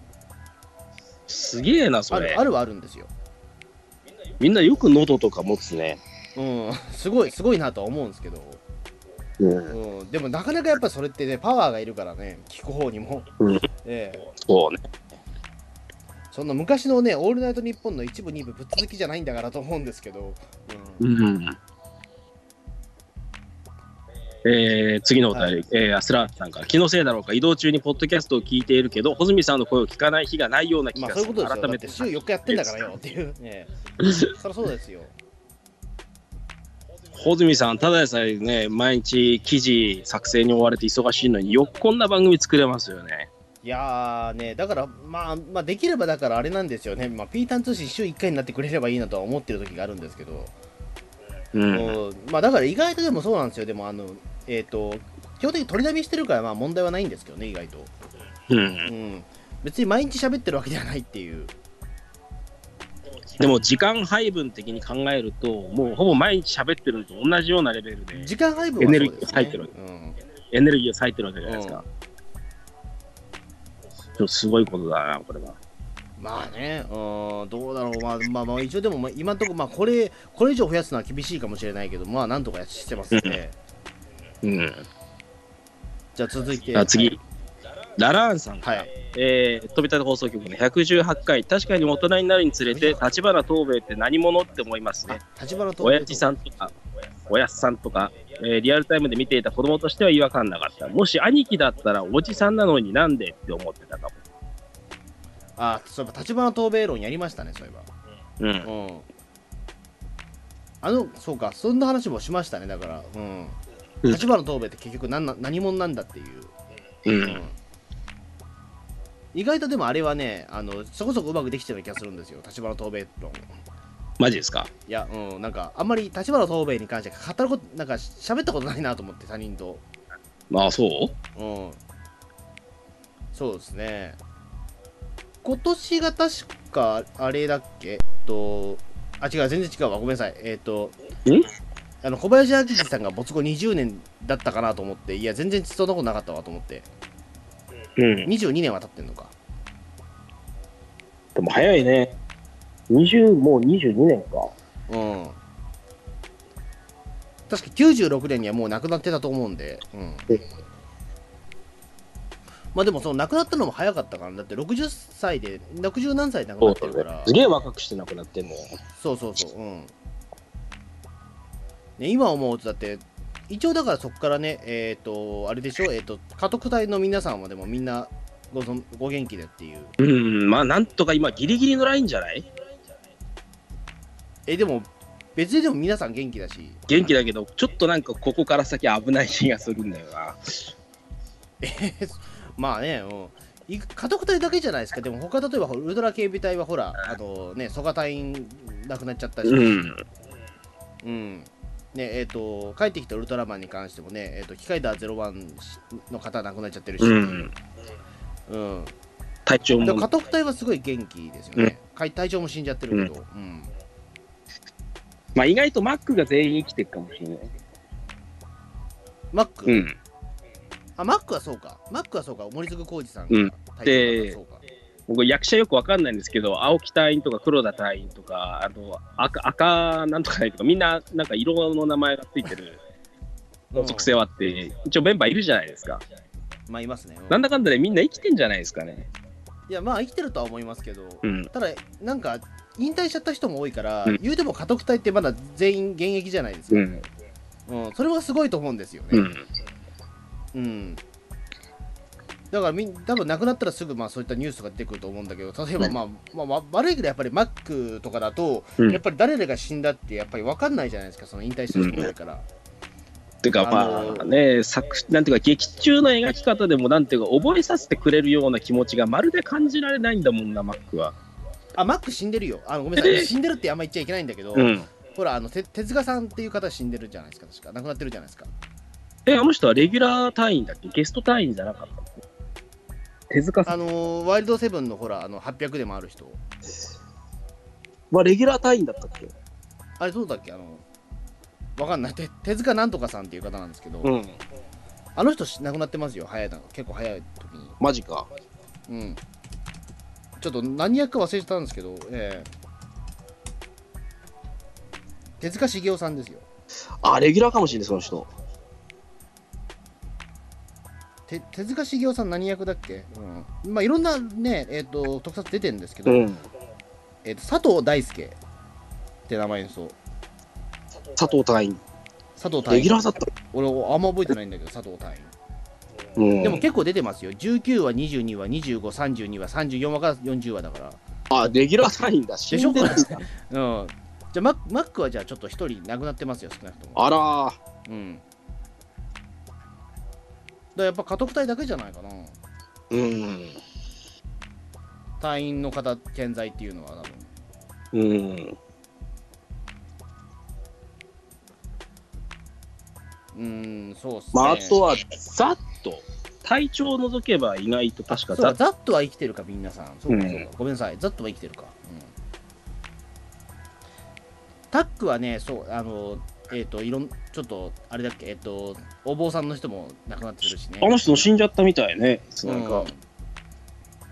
C: すげえな、そ
B: あ
C: れ
B: るあ。るはあるんですよ、
C: みんなよく喉とか持つね。
B: うん、 すごいすごいなとは思うんですけど、
C: うん。
B: うん、でもなかなかやっぱそれってねパワーがいるからね聞く方にも、
C: うん
B: ええ
C: そうね。
B: そんな昔のね「オールナイトニッポン」の一部二部ぶっ続きじゃないんだからと思うんですけど、うん
C: うん。えー、次のお便り、えー、アスラートさんから、気のせいだろうか、移動中にポッドキャストを聞いているけど、穂積さんの声を聞かない日がないような気
B: まあ
C: が
B: そうい
C: す
B: うこ
C: る。
B: とですよだ
C: 改
B: って週
C: めて
B: 4日やってんだからよっていう、ええ、そりゃそうですよ
C: 穂積さん、ただでさえね、毎日記事作成に追われて忙しいのによくこんな番組作れますよね。
B: いやーね、だから、まあ、まあ、できればだからあれなんですよね、まあ、ピータン通信週1回になってくれればいいなとは思ってる時があるんですけど、
C: うん。
B: うんまあ、だから意外とでもそうなんですよ、でも、あの、えっ、と、基本的に取りだめしてるから、まあ問題はないんですけどね、意外と。
C: うん
B: う、ん。別に毎日喋ってるわけではないっていう。
C: でも、時間配分的に考えると、もうほぼ毎日喋ってるのと同じようなレベルで、
B: 時間配分はそうです、ね、
C: エネルギー入ってるわけ
B: うん。
C: エネルギーを割いてるわけじゃないですか。でもすごいことだな、これは。
B: まあね、うん、どうだろう、まあ、まあ、まあ、一応でも、まあ今のところ、まあ、これ、これ以上増やすのは厳しいかもしれないけど、まあ、なんとかしてますね。
C: うん。
B: じゃあ、続いて。
C: あ次、ララーンさんから、
B: はい。
C: えー飛び立て放送局の118回、確かに大人になるにつれて、立花東兵衛って何者って思いますね。
B: 立花と。
C: 親父さんとか、おやっさんとか、えーリアルタイムで見ていた子供としては違和感なかった。もし兄貴だったら、おじさんなのになんでって思ってたかも。
B: あそういえば立花答弁論やりましたねそういえ
C: うん。
B: ばうんあのそうかそんな話もしましたねだからうん
C: うん
B: 立花答弁って結局何な何者なんだっていう、
C: う。
B: うん意外とでもあれはねあのそこそこうまくできてる気がするんですよ立花答弁論
C: マジですか
B: いやうんなんかあんまり立花答弁に関して語ることなんか喋ったことないなと思って他人と
C: ああ、そう
B: うんそうですね。今年が確か、あれだっけえっと、あ、違う、全然違うわ。ごめんなさい。えっと、
C: ん
B: あの小林明治さんが没後20年だったかなと思って、いや、全然そんなことなかったわと思って、
C: うん。
B: 22年は経ってんのか。
C: でも早いね。20、もう22年か。
B: うん。確か96年にはもう亡くなってたと思うんで、うん
C: うん。
B: まあでも、その亡くなったのも早かったから、だって60歳で、60何歳で亡くなってるから。
C: すげえ若くしてなくなってんのよ。
B: そうそうそう、うん。ね、今思うと、だって、一応だからそこからね、えっ、と、あれでしょ、えっ、と、家督隊の皆さんはでもみんなご存ご元気でっていう。
C: うん、まあなんとか今ギリギリのラインじゃない
B: え、でも、別にでも皆さん元気だし、
C: 元気だけど、ちょっとなんかここから先危ない気がするんだよな。
B: まあね、うん。い家督隊だけじゃないですか、でも他例えばウルトラ警備隊はほら、あのね、蘇我隊員亡くなっちゃったし、
C: うん。
B: うんねえっと帰ってきたウルトラマンに関してもね、えっと機械ダー01の方亡くなっちゃってるし、
C: うん。
B: うん、
C: 体調
B: でも
C: も
B: 家。督隊はすごい元気ですよね、かい隊長も死んじゃってるけど、うん
C: まあ意外とマックが全員生きてるかもしれない。
B: マック、
C: うん。
B: あマックはそうかマックはそうか森次浩二さん
C: うん
B: が隊長だからそうか、
C: 僕役者よくわかんないんですけど、青木隊員とか黒田隊員とか、あと赤、赤なんとかないとか、みんななんか色の名前がついてる
B: うん
C: 属性はあって、一応メンバーいるじゃないですか。
B: まあいますね、うん
C: なんだかんだでみんな生きてんじゃないですかね。
B: いやまあ生きてるとは思いますけど、
C: うん。
B: ただなんか引退しちゃった人も多いから、
C: うん
B: 言うても家督隊ってまだ全員現役じゃないです
C: う
B: か、
C: ん。
B: うんそれはすごいと思うんですよね、
C: うん。
B: うん、だからみん多分亡くなったらすぐまあそういったニュースが出てくると思うんだけど例えば、
C: うん
B: まあまあまあ悪いけどやっぱりマックとかだと、
C: うん
B: やっぱり誰々が死んだってやっぱり分かんないじゃないですかその引退した人もいるから、
C: てか
B: あ
C: ま
B: の
C: あね、作なんていうか劇中の描き方でもなんていうか覚えさせてくれるような気持ちがまるで感じられないんだもんなマックは。
B: あマック死んでるよあのごめんなさい 死んでるってあんま言っちゃいけないんだけど、
C: うん。
B: ほらあのて手塚さんっていう方死んでるじゃないですか確か亡くなってるじゃないですか
C: えあの人はレギュラー隊員だっけゲスト隊員じゃなかったの手塚さ
B: あ
C: ん
B: のーワイルドセブンのほら、あの800でもある人。
C: はレギュラー隊員だったっけ
B: あれ、そうだっけあの、わかんない。手手塚なんとかさんっていう方なんですけど、
C: うん。
B: あの人し亡くなってますよ、早いな。結構早い時に。
C: マジか。
B: うん。ちょっと何役か忘れてたんですけど、ええ手塚茂雄さんですよ。
C: あ、レギュラーかもしれない、その人。
B: て手塚茂雄さん何役だっけ、うん、まあいろんなね、えっ、と、特撮出てるんですけど、
C: うん。
B: えっ、と、佐藤大輔って名前の人。
C: 佐藤隊員。
B: 佐藤隊
C: レギュ
B: 員。
C: ラーだった。
B: 俺、あんま覚えてないんだけど、佐藤隊員。
C: うん。
B: でも結構出てますよ。19話、22話、25、32話、34話から40話だから。
C: あ、レギュラー隊員だ。死んでるんだ
B: うん。じゃあマック、マックはじゃあちょっと一人亡くなってますよ、少なくとも。
C: あらー
B: うん。だからやっぱ家督隊だけじゃないかな。
C: うん。
B: 隊員の方健在っていうのは多分。
C: うん。
B: うーん、そうっすね。
C: まあ、あとは、ざっと、体調を除けば意外と確
B: そ
C: か
B: う
C: ざ
B: か、
C: っ
B: ザットは生きてるか、皆さん。そうか、
C: うん
B: そうか。ごめんなさい、ザットは生きてるか。うん、タックはね、そう、あの、えっ、と、いろん、ちょっと、あれだっけ、えっ、と、お坊さんの人も亡くなってるしね。
C: あの人も死んじゃったみたいね。なん
B: う
C: か
B: んい、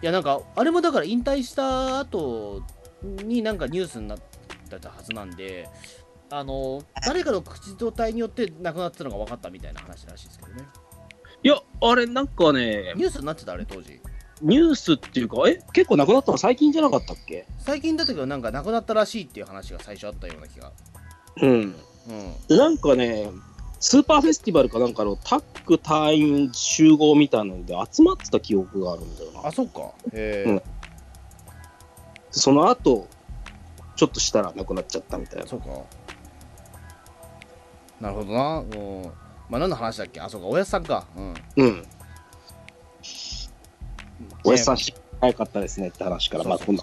B: や、なんか、あれもだから引退した後になんかニュースになってたはずなんで、あの、誰かの口伝体によって亡くなってたのが分かったみたいな話らしいですけどね。
C: いや、あれ、なんかね、
B: ニュースになってた、あれ、当時。
C: ニュースっていうか、え、結構亡くなったの最近じゃなかったっけ
B: 最近だったけど、なんか亡くなったらしいっていう話が最初あったような気が。
C: うん。
B: うん。
C: でなんかね、スーパーフェスティバルかなんかのタック隊員集合みたいなので集まってた記憶があるんだよな。
B: あ、そっか。え
C: うんその後、ちょっとしたら亡くなっちゃったみたいな。
B: そうか。なるほどな。うん。まあ、何の話だっけあ、そうか。おやっさんか。うん。
C: うん。おやっさん
B: ね
C: 失敗かったですねって話から、まあ
B: そう
C: こんな。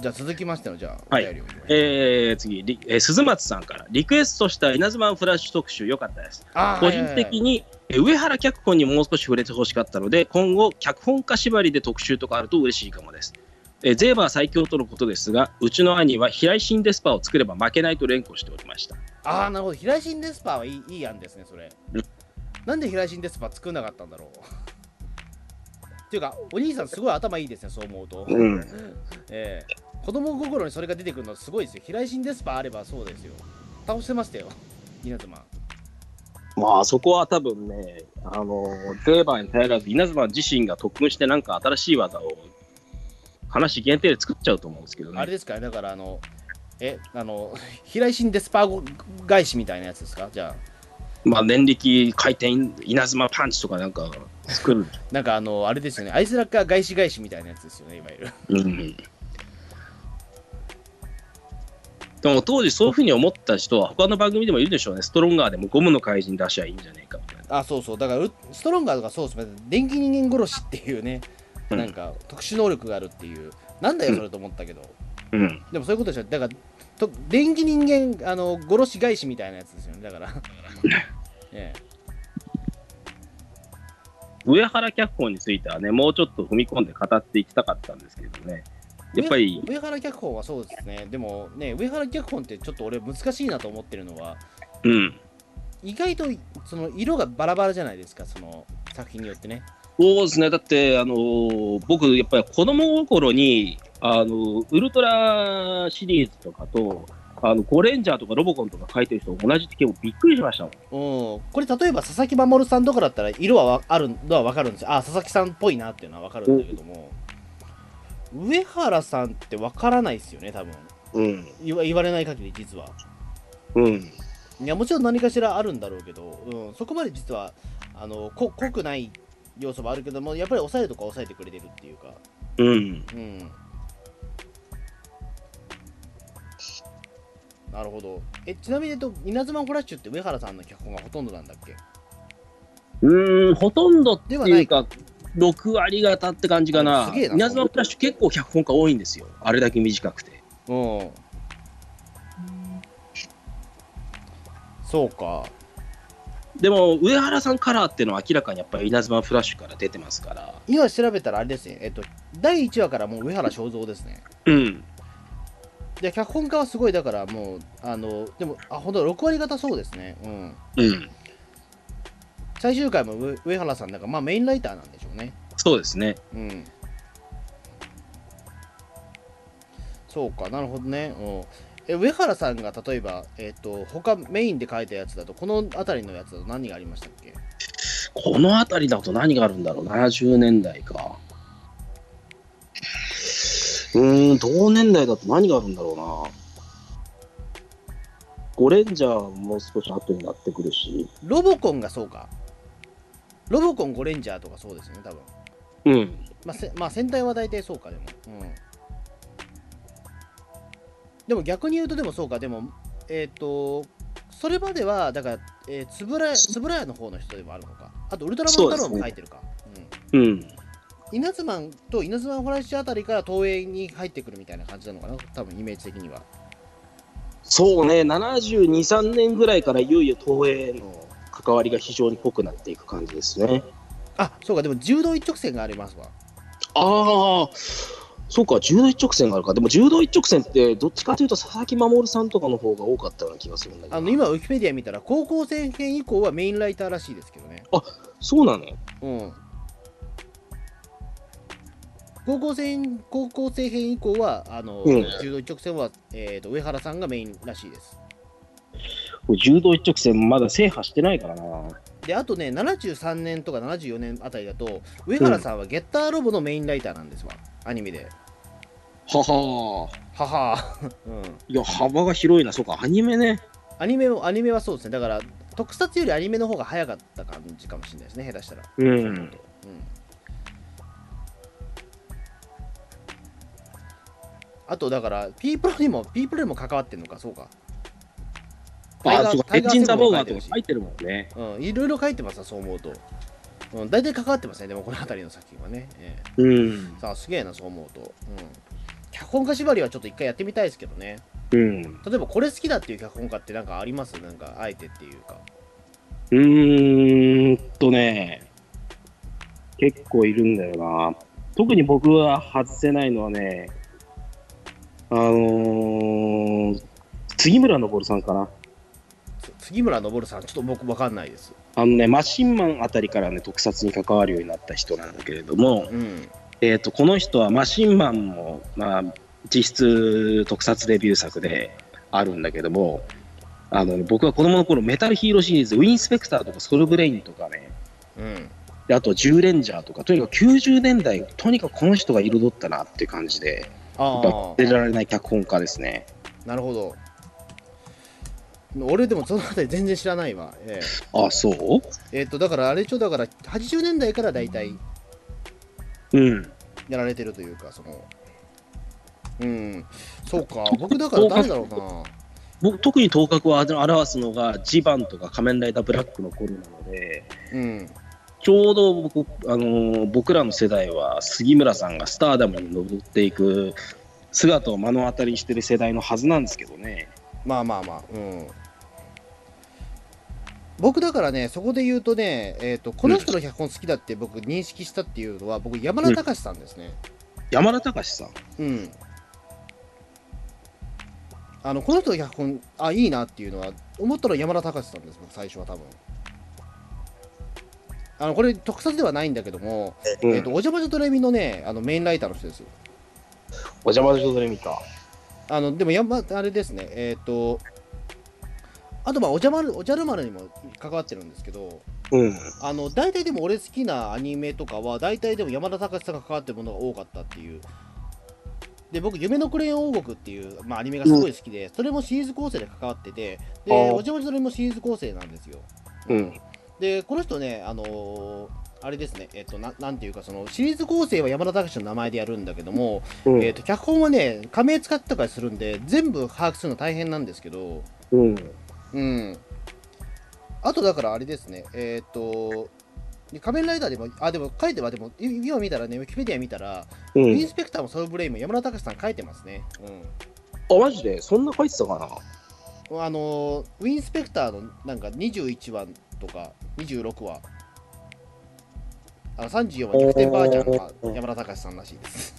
B: じゃあ、続きましての、じゃあ、
C: はい
B: お便りをお願いします
C: えー、次、りえー鈴松さんから、リクエストした稲妻フラッシュ特集、良かったです。
B: あー
C: 個
B: はい
C: 人
B: はいはい
C: 的に、えー上原脚本にもう少し触れてほしかったので、今後、脚本家縛りで特集とかあると嬉しいかもです。えーゼーバー最強とのことですが、うちの兄は平井シンデスパを作れば負けないと連呼しておりました。
B: ああ、なるほど。平井シンデスパはいいいい案ですね、それ
C: うん。
B: なんで平井シンデスパ作んなかったんだろう。 っていうか、お兄さん、すごい頭いいですね、そう思うと。
C: うん
B: ええ子供心にそれが出てくるのすごいですよ。平井シンデスパあればそうですよ。倒してましたよ、稲妻。
C: まあそこは多分ね、あのゼーバーに頼らず、稲妻自身が特訓して、なんか新しい技を話限定で作っちゃうと思うんですけどね。
B: あれですかね、だから、あの、え、あの、平井シンデスパ返しみたいなやつですかじゃあ、
C: まあ、念力回転稲妻パンチとかなんか作る。
B: なんかあの、あれですよね、アイスラッカー返し返しみたいなやつですよね、いわゆる。
C: うん、でも当時そういうふうに思った人は他の番組でもいるでしょうね。ストロンガーでもゴムの怪人出しゃいいんじゃねえかみたい
B: あ、そうそう、だからう、ストロンガーとかそうですね、電気人間殺しっていうね、
C: な。
B: なんか特殊能力があるっていう、なんだよそれと思ったけど、
C: うん。うん。
B: でもそういうことでしょ、だから、と電気人間あの殺し返しみたいなやつですよね、だ から。ええ、
C: 上原脚本についてはね、もうちょっと踏み込んで語っていきたかったんですけどね。やっぱり、
B: 上上原脚本はそうですね、でもね、上原脚本ってちょっと俺、難しいなと思ってるのは、
C: うん。
B: 意外とその色がバラバラじゃないですか、その作品によってね。
C: そうですね。だって、あのー僕、やっぱり子供心に、あのーウルトラシリーズとかと、あの、ゴレンジャーとかロボコンとか書いてる人同じって結構びっくりしましたもん。
B: うん、これ例えば佐々木守さんとかだったら色はわあるのは分かるんですよあ佐々木さんっぽいなっていうのは分かるんだけども、上原さんって分からないですよね多分
C: うん。
B: 言わ言われない限り実は
C: うん。
B: いやもちろん何かしらあるんだろうけど、うん、そこまで実はあのこ濃くない要素もあるけどもやっぱり抑えるとか抑えてくれてるっていうか
C: うん。
B: うんなるほどえちなみに、えっと、稲妻フラッシュって上原さんの脚本がほとんどなんだっけ
C: うーん、ほとんどって
B: ではない
C: いうか、6割方って感じかな。
B: すげえな
C: 稲妻フラッシュ結構脚本家多いんですよ。あれだけ短くて。
B: うん。そうか。
C: でも上原さんカラーっていうのは明らかにやっぱり稲妻フラッシュから出てますから
B: 今調べたらあれですね、えっと、第1話からもう上原正蔵ですね。
C: うん
B: で、脚本家はすごい、だからもう、あの、でも、あ、ほんと、6割方そうですね。うん。
C: うん
B: 最終回も上上原さんだから、まあメインライターなんでしょうね。
C: そうですね
B: うん。そうか、なるほどね。うん。え、上原さんが例えば、えっと、他メインで書いたやつだと、この辺りのやつだと何がありましたっけ
C: この辺りだと何があるんだろう70年代かうーん同年代だと何があるんだろうなゴレンジャーもう少し後になってくるし
B: ロボコンがそうか。ロボコンゴレンジャーとかそうですよね、多分。
C: うん
B: まあ、せまあ戦隊は大体そうかでも、うん、でも逆に言うとでもそうかでもえっ、とそれまではだから、えー、つぶらつぶらやの方の人でもあるのかあとウルトラマン太郎も書いてるか
C: うん
B: うん、稲妻と稲妻フラッシュあたりから東映に入ってくるみたいな感じなのかな多分イメージ的には
C: そうね723年ぐらいからいよいよ東映の関わりが非常に濃くなっていく感じですね
B: あそうかでも柔道一直線がありますわ
C: ああそうか柔道一直線があるかでも柔道一直線ってどっちかというと佐々木守さんとかの方が多かったような気がするんだけど
B: あの今ウィキペディア見たら高校生編以降はメインライターらしいですけどね
C: そうなの
B: うん。高校生高校生編以降は、あの、
C: うん
B: 柔道一直線は、えー、と上原さんがメインらしいです。
C: 柔道一直線まだ制覇してないからな
B: で、あとね、73年とか74年あたりだと、上原さんはゲッターロボのメインライターなんですわ、アニメで。
C: は
B: は
C: は
B: は、うん。
C: いや幅が広いなそうかアニメね
B: アニメも、アニメはそうですね、だから、特撮よりアニメの方が早かった感じかもしれないですね、下手したら。
C: うん
B: うんあとだから P プロにも P プロにも関わってんのかそうか、タイガー
C: あそうか
B: タ
C: 鉄
B: イガー
C: 人ザボーガー
B: セブンも
C: とか
B: 書
C: 書いてるもんね
B: うん、いろいろ書いてますわそう思うと、うん、大体関わってますねでもこの辺りの作品はね、え
C: うん
B: えさあすげえなそう思うと、うん、脚本家縛りはちょっと一回やってみたいですけどね
C: うん
B: 例えばこれ好きだっていう脚本家ってなんかありますなんかあえてっていうか
C: うーんとね結構いるんだよな特に僕は外せないのはねあのー、杉村昇さんかな
B: つ杉村昇さんちょっと僕わかんないです
C: あのねマシンマンあたりからね特撮に関わるようになった人なんだけれども、
B: うん
C: えー、とこの人はマシンマンも、まあ、実質特撮デビュー作であるんだけどもあの、僕は子供の頃メタルヒーローシリーズウィンスペクターとかソルブレインとかね
B: うん
C: であとジューレンジャーとかとにかく90年代とにかくこの人が彩ったなっていう感じでやっぱ
B: ああ
C: 出られない脚本家ですね
B: なるほど俺でもその辺り全然知らないわえ
C: あそ
B: ええっとだからあれちょだから80年代から大体
C: ううん
B: やられてるというかそのうんそうか僕だから誰だろうな
C: 僕特に頭角を表すのがジバンとか仮面ライダーブラックの頃なので
B: うん
C: ちょうど僕,、あのー僕らの世代は杉村さんがスターダムに登っていく姿を目の当たりにしてる世代のはずなんですけどね。
B: まあまあまあうん僕だからねそこで言うとねえっとこの人の脚本好きだって僕認識したっていうのは僕山田隆さんですね
C: 山田隆さん。
B: うん。あの、この人の脚本、あ、いいなっていうのは、思ったのは山田隆さんです、僕、最初は多分。あの、これ、特撮ではないんだけども、
C: うん
B: えっと、お邪魔女ドレミのね、あの、メインライターの人ですよ。
C: お邪魔女ドレミか。
B: あの、でも、山、あれですね、えっ、と、あと、まあ、おじゃまる、おじゃる丸にも関わってるんですけど、
C: うん。
B: あの、大体でも俺好きなアニメとかは、大体でも山田隆さんが関わってるものが多かったっていう。で、僕、夢のクレヨン王国っていう、まあ、アニメがすごい好きで、それもシリーズ構成で関わってて、
C: あ
B: で、
C: ー
B: おじおじそれもシリーズ構成なんですよ。
C: うん。
B: で、この人ね、あのーあれですね、えっと、ななんていうか、そのシリーズ構成は山田隆の名前でやるんだけども、
C: うん。
B: えっと、脚本はね、仮名使ったりとかするんで、全部把握するの大変なんですけど、
C: うん。
B: うん。あとだからあれですね、えーっ、と、で仮面ライダーでも、あ、でも書いては、でも、い今見たらね、ウィキペディア見たら、
C: う
B: イン
C: ん。
B: スペクターもソウルブレインも山田隆さん書いてますね。
C: あ、マジでそんな書いてたかな
B: うん。あのー、ウィンスペクターのなんか21話とか26話あの34話逆転ばあちゃんが山田隆さんらしいです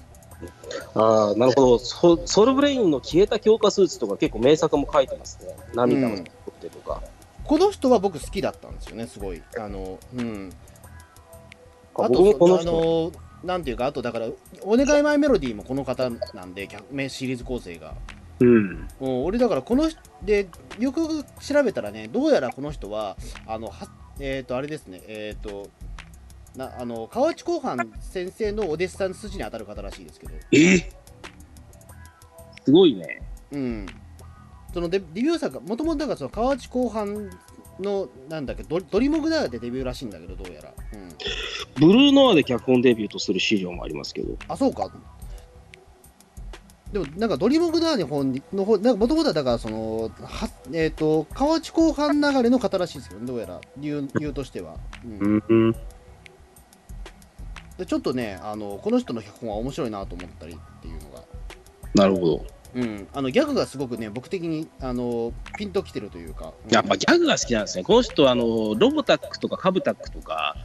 C: ああ、なるほどソ。ソウルブレインの消えた強化スーツとか結構名作も書いてますね。涙の作ってとか。
B: この人は僕好きだったんですよねすごいあのうん
C: あ
B: あ
C: 僕も
B: と
C: この
B: あ
C: 人、
B: のなんていうかあとだから「お願いマイメロディー」もこの方なんで脚名シリーズ構成が
C: うん。
B: もう俺だからこの人でよくよく調べたらねどうやらこの人はあのはえっ、とあれですねえっ、となあの河内公判先生のお弟子さんの筋に当たる方らしいですけど
C: ええすごいね。
B: うんそのデデビュー作がもともとだからその河内公判のなんだっけドドリモグダーでデビューらしいんだけどどうやら、うん、
C: ブルーノアで脚本デビューとする資料もありますけど。
B: あそうかでもなんかドリモグダーの方にの方なんかもともとはだからそのはえっ、と河内公判流れの方らしいですけどねどうやら理 由理由としては、うん
C: ん。
B: でちょっとねあのこの人の脚本は面白いなと思ったりっていうのが、
C: なるほど。
B: うん、あのギャグがすごくね僕的にあのピンときてるというか、うん
C: やっぱギャグが好きなんですね。この人はあのロボタックとかカブタックとか、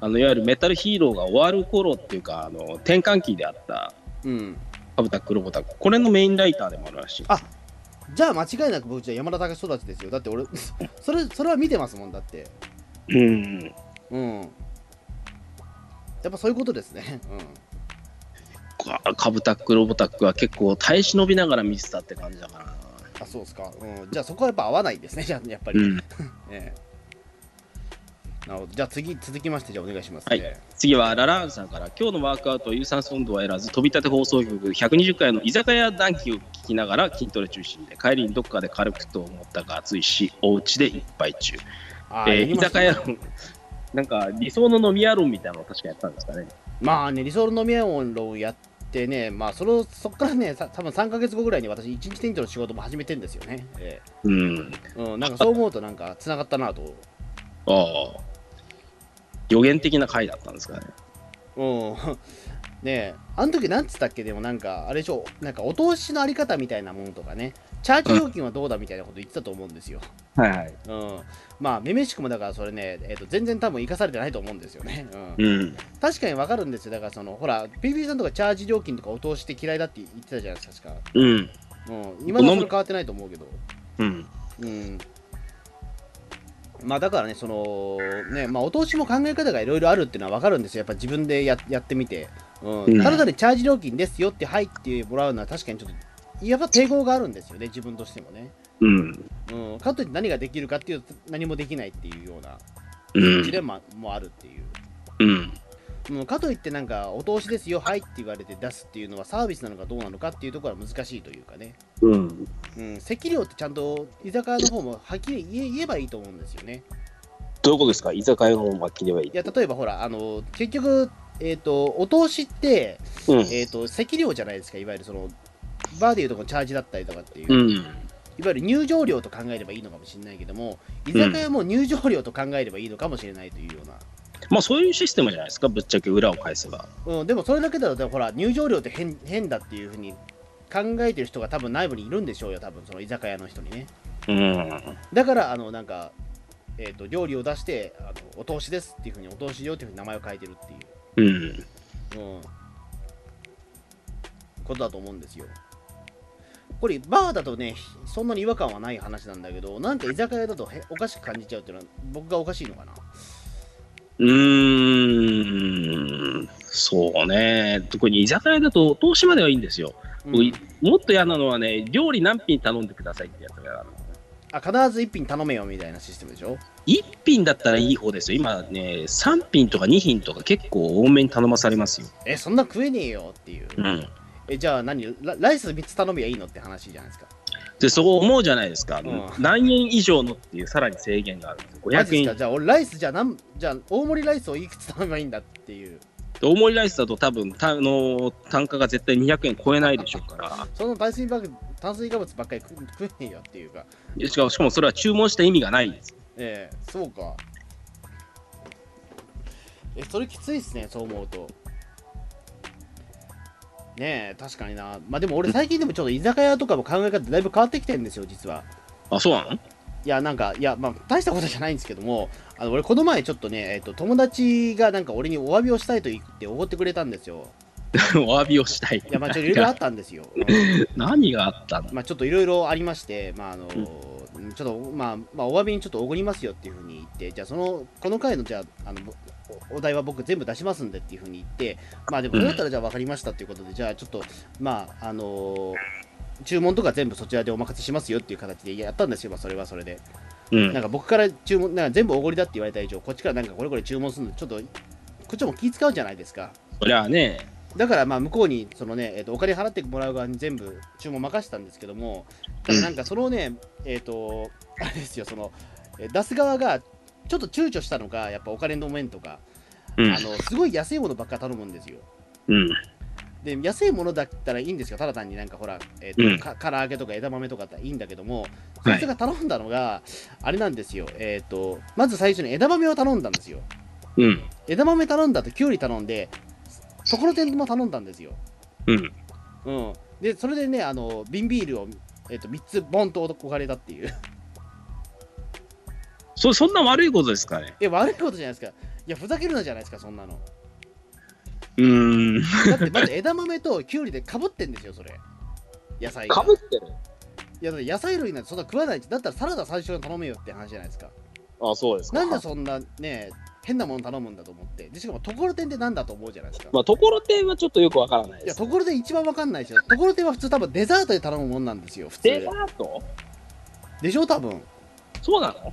C: あのいわゆるメタルヒーローが終わる頃っていうか、あの転換期であった
B: うん、
C: カブタック、ロボタック、これのメインライターでもあるらしい。
B: あじゃあ間違いなく僕じゃあ山田隆育ちですよだって俺 それそれは見てますもんだって
C: うん。
B: うんやっぱそういうことですね、うん、
C: かカブタック、ロボタックは結構耐え忍びながら見てたって感じだからな。
B: あそうですか、うん、じゃあそこはやっぱ合わないですねじ ゃあやっぱり、
C: うん、
B: ええなるほどじゃあ次続きましてじゃあお願いしますね、
C: はい次はララーンさんから今日のワークアウト有酸素運動はやらず飛び立て放送局120回の居酒屋談義を聞きながら筋トレ中心で帰りにどっかで軽くと思ったが暑いしお家で一杯中
B: あ
C: え
B: や
C: ー
B: り
C: 居
B: ました
C: 酒
B: ね
C: 屋論、なんか理想の飲み屋論みたいなのを確かやったんですかね。
B: まあね、理想の飲み屋論をやってね、まあそのそこからね、さ多分3ヶ月後ぐらいに私、一日店長の仕事も始めてんですよね。え
C: うん。
B: えうん、なんかそう思うと、なんかつながったなと。
C: ああ。予言的な回だったんですかね。
B: うん、 ねえ、あの時なんつったっけ、でもなんか、あれでしょ、なんかお通しのあり方みたいなものとかね、チャージ料金はどうだみたいなこと言ってたと思うんですよ。
C: はい、はい。
B: うん、まあ、めめしくもだから、それね、えっと全然多分生かされてないと思うんですよね。うん
C: うん。
B: 確かにわかるんですよ、だからその、ほら、ピーピーさんとかチャージ料金とかお通しって嫌いだって言ってたじゃないですか、確か。
C: うん。
B: うん、今のところ変わってないと思うけど。
C: うん。
B: うん、まあだからね、そのねまあ、お通しも考え方がいろいろあるっていうのは分かるんですよ、やっぱ自分でややってみて、うん
C: うん
B: ただでチャージ料金ですよって入ってもらうのは、確かにちょっと、やっぱ抵抗があるんですよね、自分としてもね。
C: うん。
B: うん、かといって何ができるかっていうと、何もできないっていうような
C: う
B: ジレ
C: ん。
B: ンマもあるっていう。
C: うん。
B: うん、かといって、なんか、お通しですよ、はいって言われて出すっていうのは、サービスなのかどうなのかっていうところは難しいというかね、
C: うん。
B: うん、席料ってちゃんと居酒屋の方もはっきり言え言えばいいと思うんですよね。
C: どういうことですか居酒屋の方が切ればいい
B: い。や例えばほらあの結局えっ、とお通しって
C: うん。
B: えっ、と席料じゃないですかいわゆるそのバーでいうとこのチャージだったりとかっていう、
C: う
B: い
C: ん。
B: わゆる入場料と考えればいいのかもしれないけども居酒屋も入場料と考えればいいのかもしれないというような、
C: まあそういうシステムじゃないですか、ぶっちゃけ裏を返せば。
B: うん、でもそれだけだとほら入場料って変変だっていうふうに考えてる人が多分内部にいるんでしょうよ多分その居酒屋の人にね
C: うん。
B: だからあのなんかえー、と料理を出してあのお通しですっていうふうにお通しよっていうふうに名前を変えてるっていう
C: うん。
B: うん、ことだと思うんですよ。これバーだとねそんなに違和感はない話なんだけどなんか居酒屋だとへおかしく感じちゃうっていうのは僕がおかしいのかな
C: うーん。そうね。特に居酒屋だとお通しまではいいんですよ。
B: うん、
C: 僕もっと嫌なのはね、料理何品頼んでくださいってやつが嫌なの
B: あ必ず一品頼めよみたいなシステムでしょ
C: 一品だったらいい方ですよ。今ね、3品とか2品とか結構多めに頼まされますよ。
B: えそんな食えねえよっていう、
C: うん。
B: えじゃあ何ラライス3つ頼めばいいのって話じゃないですか
C: で、そう思うじゃないですか。
B: ん
C: 何円以上のっていうさらに制限があるんですよ。
B: マジです
C: 500
B: か
C: 円。
B: じゃあ俺ライスじゃあなんじゃあ大盛りライスをいくつ頼めばいいんだっていう
C: 大盛りライスだと多分、たあの単価が絶対200円超えないでしょうか。
B: その炭水化物炭水化物ばっかり食食えねえよっていうから
C: しかも、しかもそれは注文した意味がないです。
B: ええそうかえそれきついっすねそう思うとねえ確かになまあでも俺最近でもちょっと居酒屋とかも考え方だいぶ変わってきてるんですよ実は
C: あ、そうなの
B: いや、なんか、いや、まあ、大したことじゃないんですけども、あの俺、この前、ちょっとね、えっと、友達がなんか俺にお詫びをしたいと言って、おごってくれたんですよ。
C: お詫びをしたい。
B: いや、まあ、ちょっといろいろあったんですよ。
C: 何があったの
B: まあ、ちょっといろいろありまして、まああのちょっと、まあ、まあ、お詫びにちょっとおごりますよっていうふうに言って、じゃあ、その、この回の、じゃあ、あのおお題は僕全部出しますんでっていうふうに言って、まあ、でも、
C: うん
B: それだったら、じゃあ、分かりましたっていうことで、じゃあ、ちょっと、まあ、あの注文とか全部そちらでお任せしますよっていう形でやったんですよ、まあ、それはそれで。
C: う
B: なん
C: ん。
B: か僕から注文、なんか全部おごりだって言われた以上、こっちからなんかこれこれ注文するの、ちょっと、こっちも気使うじゃないですか。
C: そりゃあね、
B: だからまあ向こうにそのね、えっとお金払ってもらう側に全部注文任せたんですけども、ただなんかそのね、えっ、と、あれですよ、その、え出す側がちょっと躊躇したのが、やっぱお金の面とか、
C: う
B: あ
C: ん。
B: のすごい安いものばっか頼むんですよ。
C: うん。
B: で安いものだったらいいんですよ、ただ単になんかほら、えっと
C: うん
B: か唐揚げとか枝豆とかだったらいいんだけども、そ
C: はい
B: いつが頼んだのが、あれなんですよ、えっと、まず最初に枝豆を頼んだんですよ。
C: うん。
B: 枝豆頼んだときゅうり頼んで、そこの点も頼んだんですよ。
C: うん。
B: うん、でそれでねあの瓶ビビールを、えっと3つボンと置かれたっていう
C: そ、そんな悪いことですかね。
B: え悪いことじゃないですかいやふざけるなじゃないですかそんなの
C: う ーん。
B: だってまず枝豆ときゅうりでかぶってんですよそれ野菜が
C: かぶってる。
B: いやだって野菜類なんてそんな食わないしだったらサラダ最初に頼めよって話じゃないですか
C: あ、そうですか。
B: なんでそんなね変なもの頼むんだと思ってでしかもところてんってなんだと思うじゃないですか
C: まあ、ところてんはちょっとよくわからない
B: い
C: で
B: や
C: す。
B: ところてん一番わかんないしところてんは普通多分デザートで頼むもんなんですよ普
C: デ
B: 通
C: ザート
B: でしょ多分
C: そうなの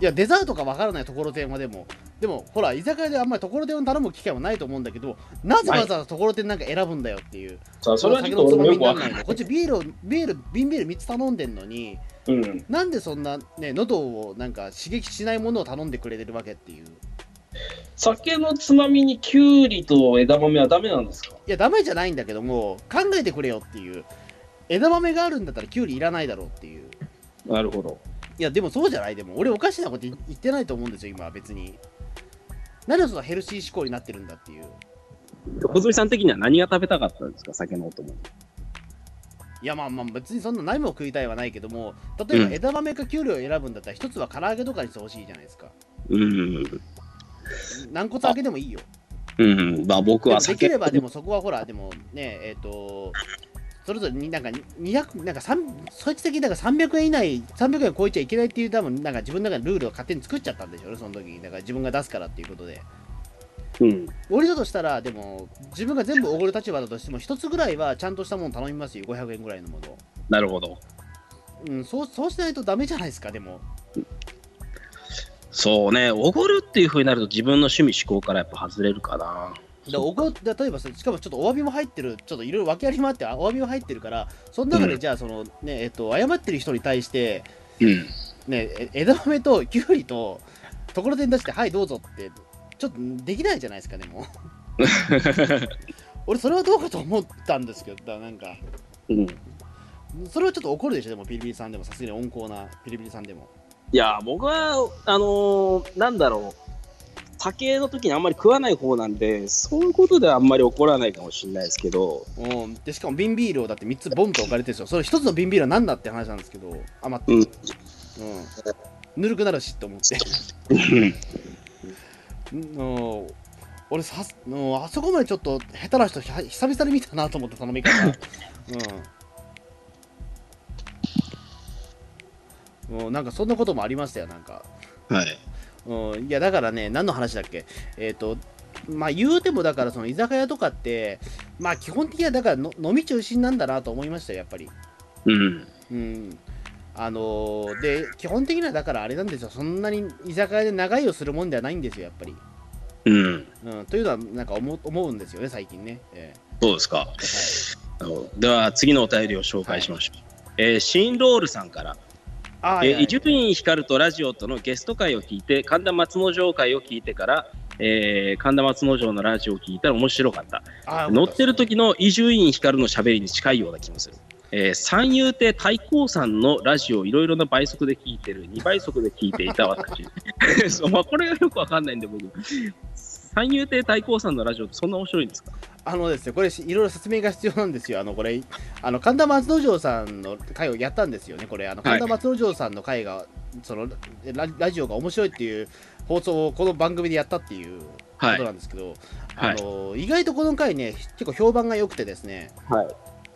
B: いやデザートかわからないところてんはでもでもほら居酒屋であんまりところてんを頼む機会もないと思うんだけどなぜわざわざところてんなんか選ぶんだよっていう
C: さあ、それはち
B: 酒
C: ょ
B: の
C: っ
B: つ
C: と
B: ま
C: 俺も
B: み
C: よ
B: にな
C: くわ
B: ら
C: か
B: ない
C: らない。
B: こっちビールをビール瓶ビール3つ頼んでんのに
C: うん。
B: なんでそんなね喉をなんか刺激しないものを頼んでくれてるわけっていうい
C: 酒のつまみにきゅうりと枝豆はダメなんですか
B: やダメじゃないんだけども考えてくれよっていう枝豆があるんだったらきゅうりいらないだろうっていう
C: なるほど。
B: いやでもそうじゃないでも俺おかしなこと言言ってないと思うんですよ今は別に何でそんなヘルシー思考になってるんだっていう
C: 小泉さん的には何が食べたかったんですか酒のお供に。
B: いやまあまあ別にそんな何も食いたいはないけども例えば
C: うん
B: 枝豆かきゅうりを選ぶんだったら一つは唐揚げとかにしてほしいじゃないですか
C: うん。
B: 軟骨揚げでもいいよ
C: うん。まあ、
B: で
C: 僕
B: も
C: は
B: で
C: 酒
B: き。ればでもそこはほらでもねえっ、とそれぞれになんか200なんか3そいつ的になんか300円以内300円超えちゃいけないっていう多分なんか自分の中のルールを勝手に作っちゃったんでしょうねその時にだから自分が出すからっていうことで
C: うん。
B: 俺だとしたらでも自分が全部おごる立場だとしても一つぐらいはちゃんとしたもの頼みますよ500円ぐらいのもの
C: なるほど。
B: うんそうそうしないとダメじゃないですかでも
C: そうね、おごるっていうふうになると自分の趣味思考からやっぱ外れるかな。
B: でおごで例えばさしかもちょっとお詫びも入ってるちょっといろいろ訳ありもあってあお詫びも入ってるからその中
C: う
B: で
C: ん
B: じゃあその、ねえっと謝ってる人に対して、
C: うん。
B: ね、え枝豆ときゅうりとところてん出してはいどうぞってちょっとできないじゃないですかでも俺それはどうかと思ったんですけどだなんか
C: うん、い
B: それはちょっと怒るでしょでもピリピリさんでもさすがに温厚なピリピリさんでも
C: や、僕は、あのーなんだろう。酒の時にあんまり食わない方なんで、そういうことではあんまり怒らないかもしれないですけど、
B: うんでしかも瓶ビビールをだって3つボンと置かれてるんですよそれ1つの瓶ビビールは何だって話なんですけど余って
C: うん、
B: うん、ぬるくなるしと思っての俺さすのあそこまでちょっと下手な人ひゃ久々に見たなと思って頼み 方うんもうなんかそんなこともありましたよなんか、
C: はい。
B: うん、いやだからね何の話だっけえっ、とまあ言うてもだからその居酒屋とかってまあ基本的にはだからの飲み中心なんだなと思いましたよやっぱり
C: うん。
B: うんあのーで基本的にはだからあれなんですよそんなに居酒屋で長居をするもんではないんですよやっぱり
C: うん。
B: うん、というのはなんか思う思うんですよね、最近ね。え
C: そうですか。
B: え
C: あのでは、次のお便りを紹介しましょう。えーシンロールさんから。
B: はい、
C: えー伊集院光とラジオとのゲスト会を聞いて神田松之丞会を聞いてから、えー神田松之丞のラジオを聞いたら面白かった
B: あー
C: 乗ってる時の伊集院光の喋りに近いような気もする、えー三遊亭太閤さんのラジオをいろいろな倍速で聞いてる2倍速で聞いていた私 そう、まあ、これがよくわかんないんで僕三遊亭太閤さんのラジオってそんな面白いんですか
B: あのですね、これしいろいろ説明が必要なんですよ。あの これあの神田松之丞さんの回をやったんですよね。これあの神田松之丞さんの回が、そのララジオが面白いっていう放送をこの番組でやったっていうこと
C: はい
B: なんですけど、
C: はい
B: あの意外とこの回ね結構評判が良くてですね。
C: はい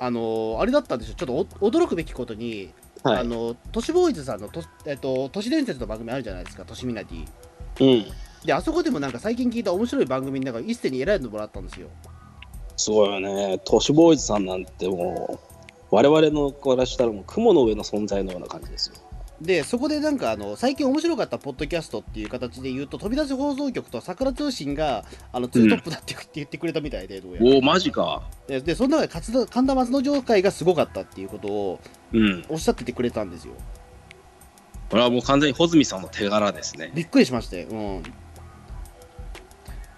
B: あのあれだったんですよ。ちょっとお驚くべきことに、
C: はい
B: あの都市ボーイズさんのとえっと都市伝説の番組あるじゃないですか。都市ミナティ。
C: うん
B: であそこでもなんか最近聞いた面白い番組の中一斉に選んでもらったんですよ。
C: すごいよね都市ボーイズさんなんてもう我々のからしたらもう雲の上の存在のような感じですよ
B: でそこでなんかあの最近面白かったポッドキャストっていう形で言うと飛び出し放送局と桜通信があのツートップだって言ってくれたみたいで、どうやら
C: おおマジか
B: ででその中で勝田神田松之丞会がすごかったっていうことを
C: うん
B: おっしゃっててくれたんですよ
C: これはもう完全に穂積さんの手柄ですね
B: びっくりしましてうん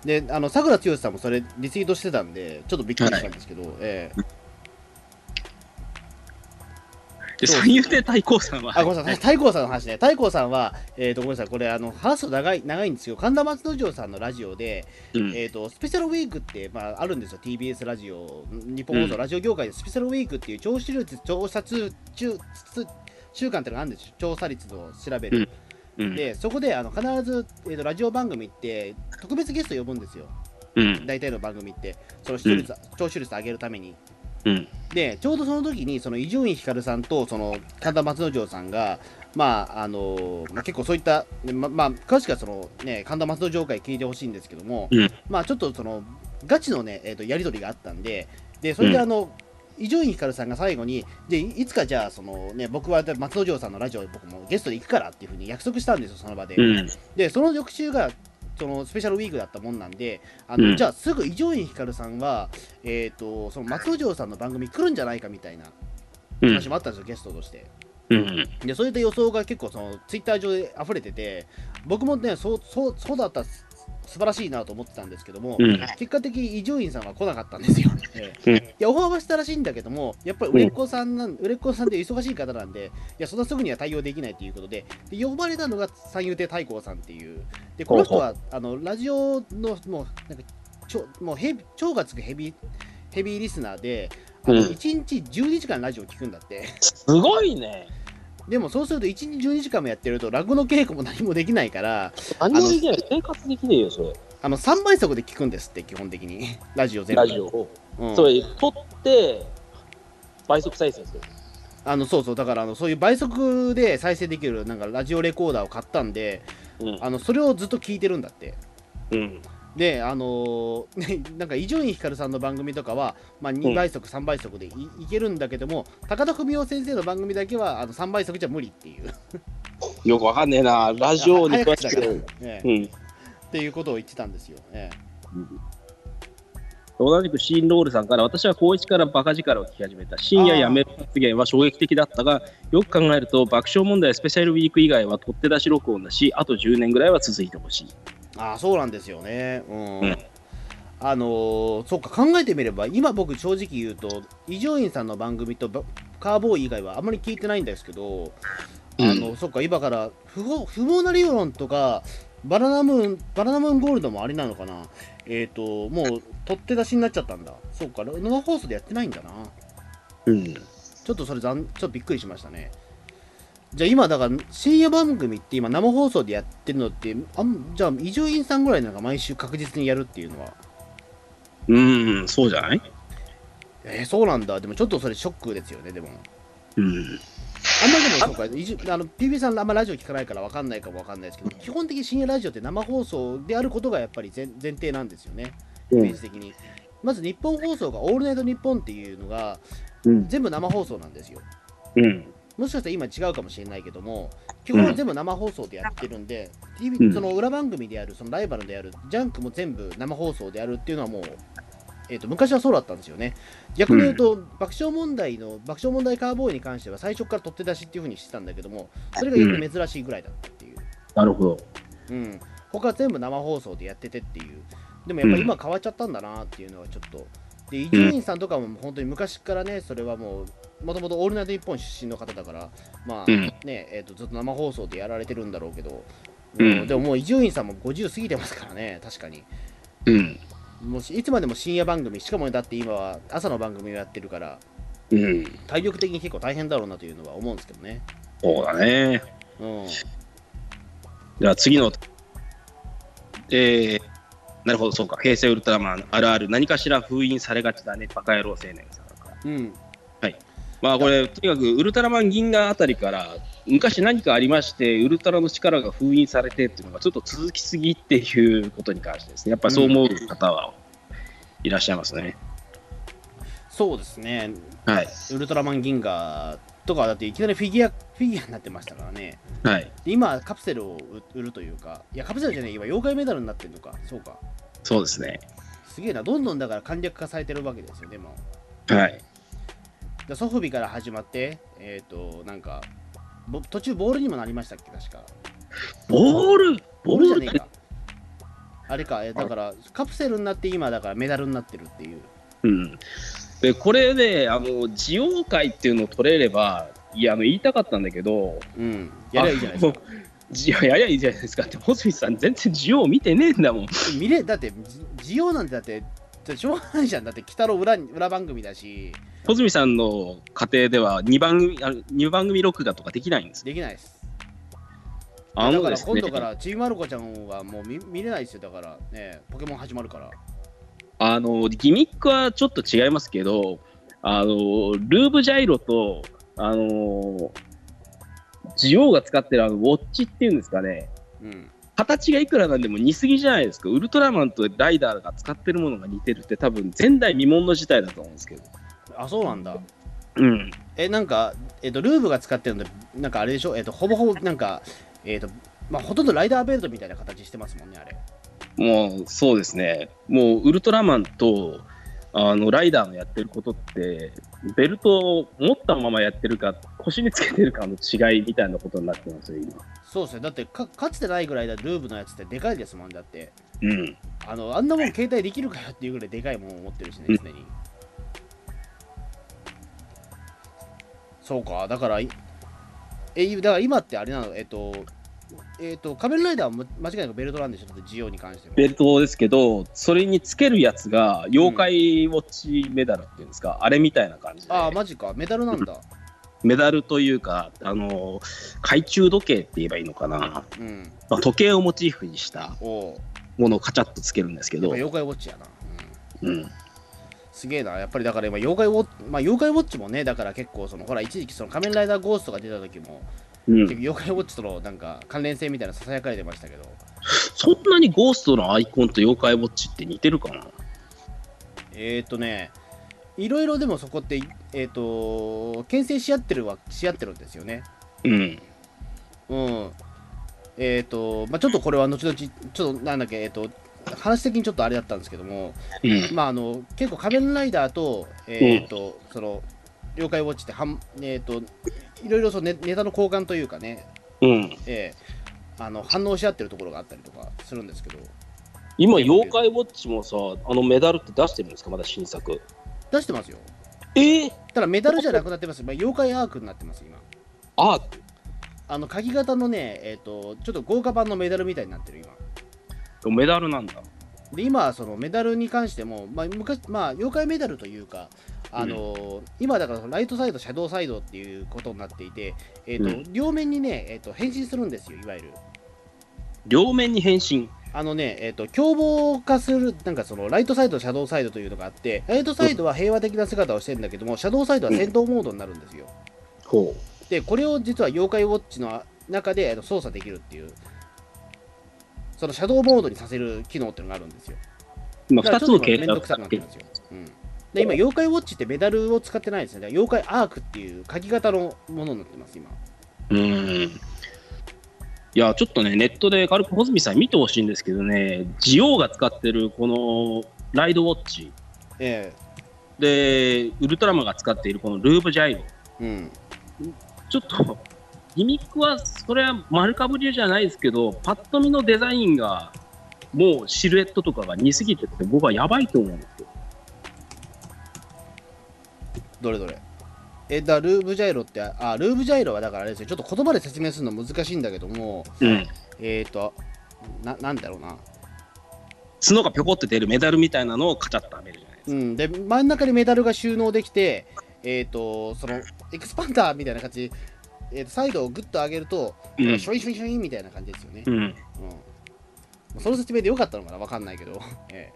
B: であの桜剛さんもそれリツイートしてたんでちょっとびっくりしたんですけど、ええ
C: で
B: そう
C: 三遊亭対抗さんは
B: あごめんなさい太閤さんの話ね太閤さんはえっ、とごめんなさいこれあの話すと長い長いんですけど神田松之丞さんのラジオで
C: うん
B: えー、とスペシャルウィークって、まあ、あるんですよ、TBS ラジオ、日本放
C: う
B: 送
C: ん
B: ラジオ業界でスペシャルウィークっていう調子率調査中中週間ってのがあるんですよ、調査率を調べる。
C: うん
B: で、そこであの必ず、えー、とラジオ番組って、特別ゲスト呼ぶんですよ、
C: うん
B: 大体の番組って、その視聴率、聴取率上げるために。
C: うん
B: で、ちょうどその時にその伊集院光さんとその神田松之丞さんが、まああのまあ、結構そういった、ままあ、詳しくはその、ね、神田松之丞会聞いてほしいんですけども、
C: うん
B: まあ、ちょっとそのガチの、ねえー、とやり取りがあったんで、でそれで
C: うん
B: あの、伊集院光さんが最後に、でいいつかじゃあその、ね、僕は松之丞さんのラジオで僕もゲストで行くからっていうふうに約束したんですよ、その場で。
C: うん
B: でその翌週がそのスペシャルウィークだったもんなんであの、
C: うん
B: じゃあすぐ伊集院光さんは、えー、とその松之丞さんの番組来るんじゃないかみたいな
C: うん
B: 話もあったんですよ、ゲストとして
C: うん
B: でそれで予想が結構そのツイッター上で溢れてて僕もねそうそうそうだったらす素晴らしいなと思ってたんですけども、
C: うん
B: 結果的に伊集院さんは来なかったんですよ、ええ
C: うん
B: いやオファーはしたらしいんだけどもやっぱり売れっ子さんなん、売れっ子さんで忙しい方なんでいやそんなすぐには対応できないということでで呼ばれたのが三遊亭太閤さんっていうでこの人はあのラジオのもうなんかちょもうヘビ超がつくヘビヘビーリスナーであの
C: うん
B: 1日12時間ラジオ聞くんだって
C: すごいね
B: でもそうすると1日12時間もやってると落語の稽古も何もできないから
C: 何もできない生活できねえよそれ
B: あの3倍速で聞くんですって基本的にラジオ全部
C: ラジオを
B: うん
C: それ撮って倍速再生する
B: あのそうそうだからあのそういう倍速で再生できるなんかラジオレコーダーを買ったんで
C: うん
B: あのそれをずっと聞いてるんだって
C: うん
B: であの ーねなんか伊集院光さんの番組とかは、まあ、2倍速3倍速でい,、いけるんだけども高田文雄先生の番組だけはあの3倍速じゃ無理っていう、
C: よくわかんねえなラジオに 詳しくない
B: ええ
C: うん
B: っていうことを言ってたんですよ、ええ
C: 同じくシーンロールさんから私は高一からバカ力を聞き始めた深夜やめる発言は衝撃的だったがよく考えると爆笑問題スペシャルウィーク以外は取って出し録音だしあと10年ぐらいは続いてほしい
B: ああそうなんですよねうん、
C: うん
B: あのーそうか考えてみれば今僕正直言うと伊集院さんの番組とばカーボーイ以外はあまり聞いてないんですけど、あのそっか今から不法不毛な理論とかバナナムーンバナナムーンゴールドもあれなのかなえっ、ともう取って出しになっちゃったんだそうか生放送でやってないんだな
C: うん
B: ちょっとそれ残ちょっとびっくりしましたねじゃあ今だから深夜番組って今生放送でやってるのってあんじゃあ伊集院さんぐらいなんか毎週確実にやるっていうのは
C: うんそうじゃない
B: えー、そうなんだでもちょっとそれショックですよねでもあん
C: うん
B: まりでもそうか伊集あの PB さんあんまラジオ聞かないからわかんないかもわかんないですけど基本的に深夜ラジオって生放送であることがやっぱり前前提なんですよねイ
C: う
B: メー
C: ん
B: ジ的に、まず日本放送が「オールナイトニッポン」っていうのが
C: うん
B: 全部生放送なんですよ
C: うん
B: もしかしたら今違うかもしれないけども、基本は全部生放送でやってるんで、TV
C: うん
B: その裏番組である、そのライバルである、ジャンクも全部生放送でやるっていうのはもう、えー、と昔はそうだったんですよね。逆に言うと、爆笑問題の、爆笑問題カーボーイに関しては最初から取って出しっていうふうにしてたんだけども、それがよく珍しいぐらいだったっていう。
C: なるほど
B: うん。他は全部生放送でやっててっていう。でもやっぱり今変わっちゃったんだなっていうのはちょっと。で、伊集院さんとかも本当に昔からね、それはもう、もともとオールナイト日本出身の方だから、まあ、
C: うん
B: ねえー、とずっと生放送でやられてるんだろうけど、
C: うん
B: でももう伊集院さんも50過ぎてますからね、確かに。
C: うん
B: もうしいつまでも深夜番組しかもだって今は朝の番組をやってるから
C: うん。
B: 体力的に結構大変だろうなというのは思うんですけどね
C: そうだね。
B: うん
C: では次の、えー、なるほど、そうか、平成ウルトラマンあるある、何かしら封印されがちだね、バカ野郎青年さんから。
B: うん
C: まあこれ、とにかくウルトラマン銀河あたりから、昔何かありまして、ウルトラの力が封印されてっていうのがちょっと続きすぎっていうことに関してですね、やっぱそう思う方はいらっしゃいますね。
B: そうですね
C: はい。
B: ウルトラマン銀河とかはだっていきなりフィギュアフィギュアになってましたからね
C: はい。
B: で今カプセルを売売るというかいやカプセルじゃない今妖怪メダルになってるのかそうか
C: そうですね。
B: すげえなどんどんだから簡略化されてるわけですよねもう
C: はい。
B: でソフビから始まってえっ、となんかぼ途中ボールにもなりましたっけ確か
C: ボール
B: ボ
C: ボ
B: ールじゃ
C: ー
B: ねえ
C: ル
B: かあれかえだからカプセルになって今だからメダルになってるっていう
C: うん、でこれで、あの、ジオ界っていうのを取れれば、いや、あの、言いたかったんだけど、
B: うんやればいいじゃないですか
C: じゃあやりゃいいじゃないですかって、ホスミさん、全然需要見てねえんだもん。
B: 見れだってジジオなんてだってしょうがないじゃんだって鬼太郎裏に裏番組だし
C: ホスミさんの家庭では2番組、あの二番組録画とかできないんですね。
B: できないですだ
C: あの
B: か
C: で
B: ら
C: す
B: 今
C: ね
B: 度か、らちびまる子ちゃんはもう見見れないですよだからねポケモン始まるから
C: あの、ギミックはちょっと違いますけど、あの、ルーブジャイロと、あの、ジオが使ってるあのウォッチっていうんですかね、
B: うん
C: 形がいくらなんでも似すぎじゃないですか。ウルトラマンとライダーが使ってるものが似てるって多分前代未聞の事態だと思うんですけど。
B: あそうなんだ
C: うん。
B: えなんか、えっとルーブが使ってるのでなんかあれでしょ、えっとほぼほぼなんか、えっとまあ、ほとんどライダーベルトみたいな形してますもんねあれ
C: もうそうですね、もうウルトラマンとあのライダーのやってることって、ベルトを持ったままやってるか、腰につけてるかの違いみたいなことになってますよ、今。
B: そうですねだってかかつてないぐらいだルーブのやつってでかいですもんだって
C: うん、
B: あのあんなもん携帯できるかよっていうぐらいでかいもんを持ってるしね常に、そうかだからいえいだから今ってあれなのえっ、とえっ、と仮面ライダーはむ間違いなくベルトなんでしょだってジオに関しては
C: ベルトですけど、それにつけるやつが、妖怪ウォッチメダルっていうんですか、あれみたいな感じで、
B: ああマジかメダルなんだ
C: メダルというか、あの懐中時計って言えばいいのかな、
B: うん
C: まあ、時計をモチーフにした
B: おう
C: ものをカチャッとつけるんですけ
B: やっ
C: ど
B: ぱ、妖怪ウォッチやな、うん
C: うん、
B: すげえな、やっぱりだから今、妖怪ウォッチ、まあ、妖怪ウォッチもね、だから結構、そのほら、一時期、その仮面ライダーゴーストが出た時も、
C: う
B: 結
C: ん
B: 局、妖怪ウォッチとのなんか関連性みたいなささやかれてましたけど、
C: そんなにゴーストのアイコンと妖怪ウォッチって似てるかな
B: えーっ、とね、いろいろでもそこって、えーっ、と、牽制し合ってるは、し合ってるんですよね。
C: うん。
B: うん。えーっ、と、まあ、ちょっとこれは後々、ちょっとなんだっけ、えーっ、と、話的にちょっとあれだったんですけども、
C: うん。
B: まああの結構仮面ライダーと,、えーとその妖怪ウォッチってはん、えー、といろいろそのネネタの交換というかね、
C: うん、
B: えーあの反応し合ってるところがあったりとかするんですけど
C: 今、妖怪ウォッチもさ、あのメダルって出してるんですか、まだ新作。
B: 出してますよ
C: えー、
B: ただメダルじゃなくなってます、まあ、妖怪アークになってます今
C: アーク
B: あの鍵型のねえっ、とちょっと豪華版のメダルみたいになってる今
C: メダルなんだ。
B: で今はそのメダルに関しても、まあ昔まあ、妖怪メダルというか、あのー今だからそのライトサイド、シャドウサイドっていうことになっていて、えーと両面にね、えーと、変身するんですよ、いわゆる。
C: 両面に変身。
B: あのね、えー、と凶暴化する、なんかそのライトサイド、シャドウサイドというのがあって、ライトサイドは平和的な姿をしてるんだけども、シャドウサイドは戦闘モードになるんですよ。
C: ほ
B: で、これを実は妖怪ウォッチの中で、えーと操作できるっていう、そのシャドウモードにさせる機能っていうのがあるんですよ。
C: う。まあ、
B: だ
C: 2
B: か
C: つ
B: らちょっ
C: の形
B: とめん
C: 態
B: どくさくなってますよ。うん、で今、妖怪ウォッチってメダルを使ってないですね。だから妖怪アークっていう鍵型のものになってます、今。
C: うん。いや、ちょっとね、ネットで軽く穂積さん見てほしいんですけどね、ジオウが使ってるこのライドウォッチ、
B: え
C: で、ウルトラマンが使っているこのルーブジャイロ、
B: えうん。
C: ちょっと、ギミックは、それは丸かぶりじゃないですけど、パッと見のデザインが、もうシルエットとかが似すぎてて、僕はやばいと思うんですよ。
B: どれどれ。え、だルーブジャイロって、あ、ルーブジャイロはだからあれですよ。ちょっと言葉で説明するの難しいんだけども、
C: うん。
B: えっ、ー、と、な、なんだろうな。
C: 角がぴょこって出るメダルみたいなのをカチャッとはめるじゃないです
B: う
C: か。
B: ん、で真ん中にメダルが収納できて、えっとそのエクスパンダーみたいな感じで、えーとサイドをグッと上げると、
C: うん
B: シュイシュイシュイみたいな感じですよね、
C: うん
B: うんその説明でよかったのかなわかんないけ ど、え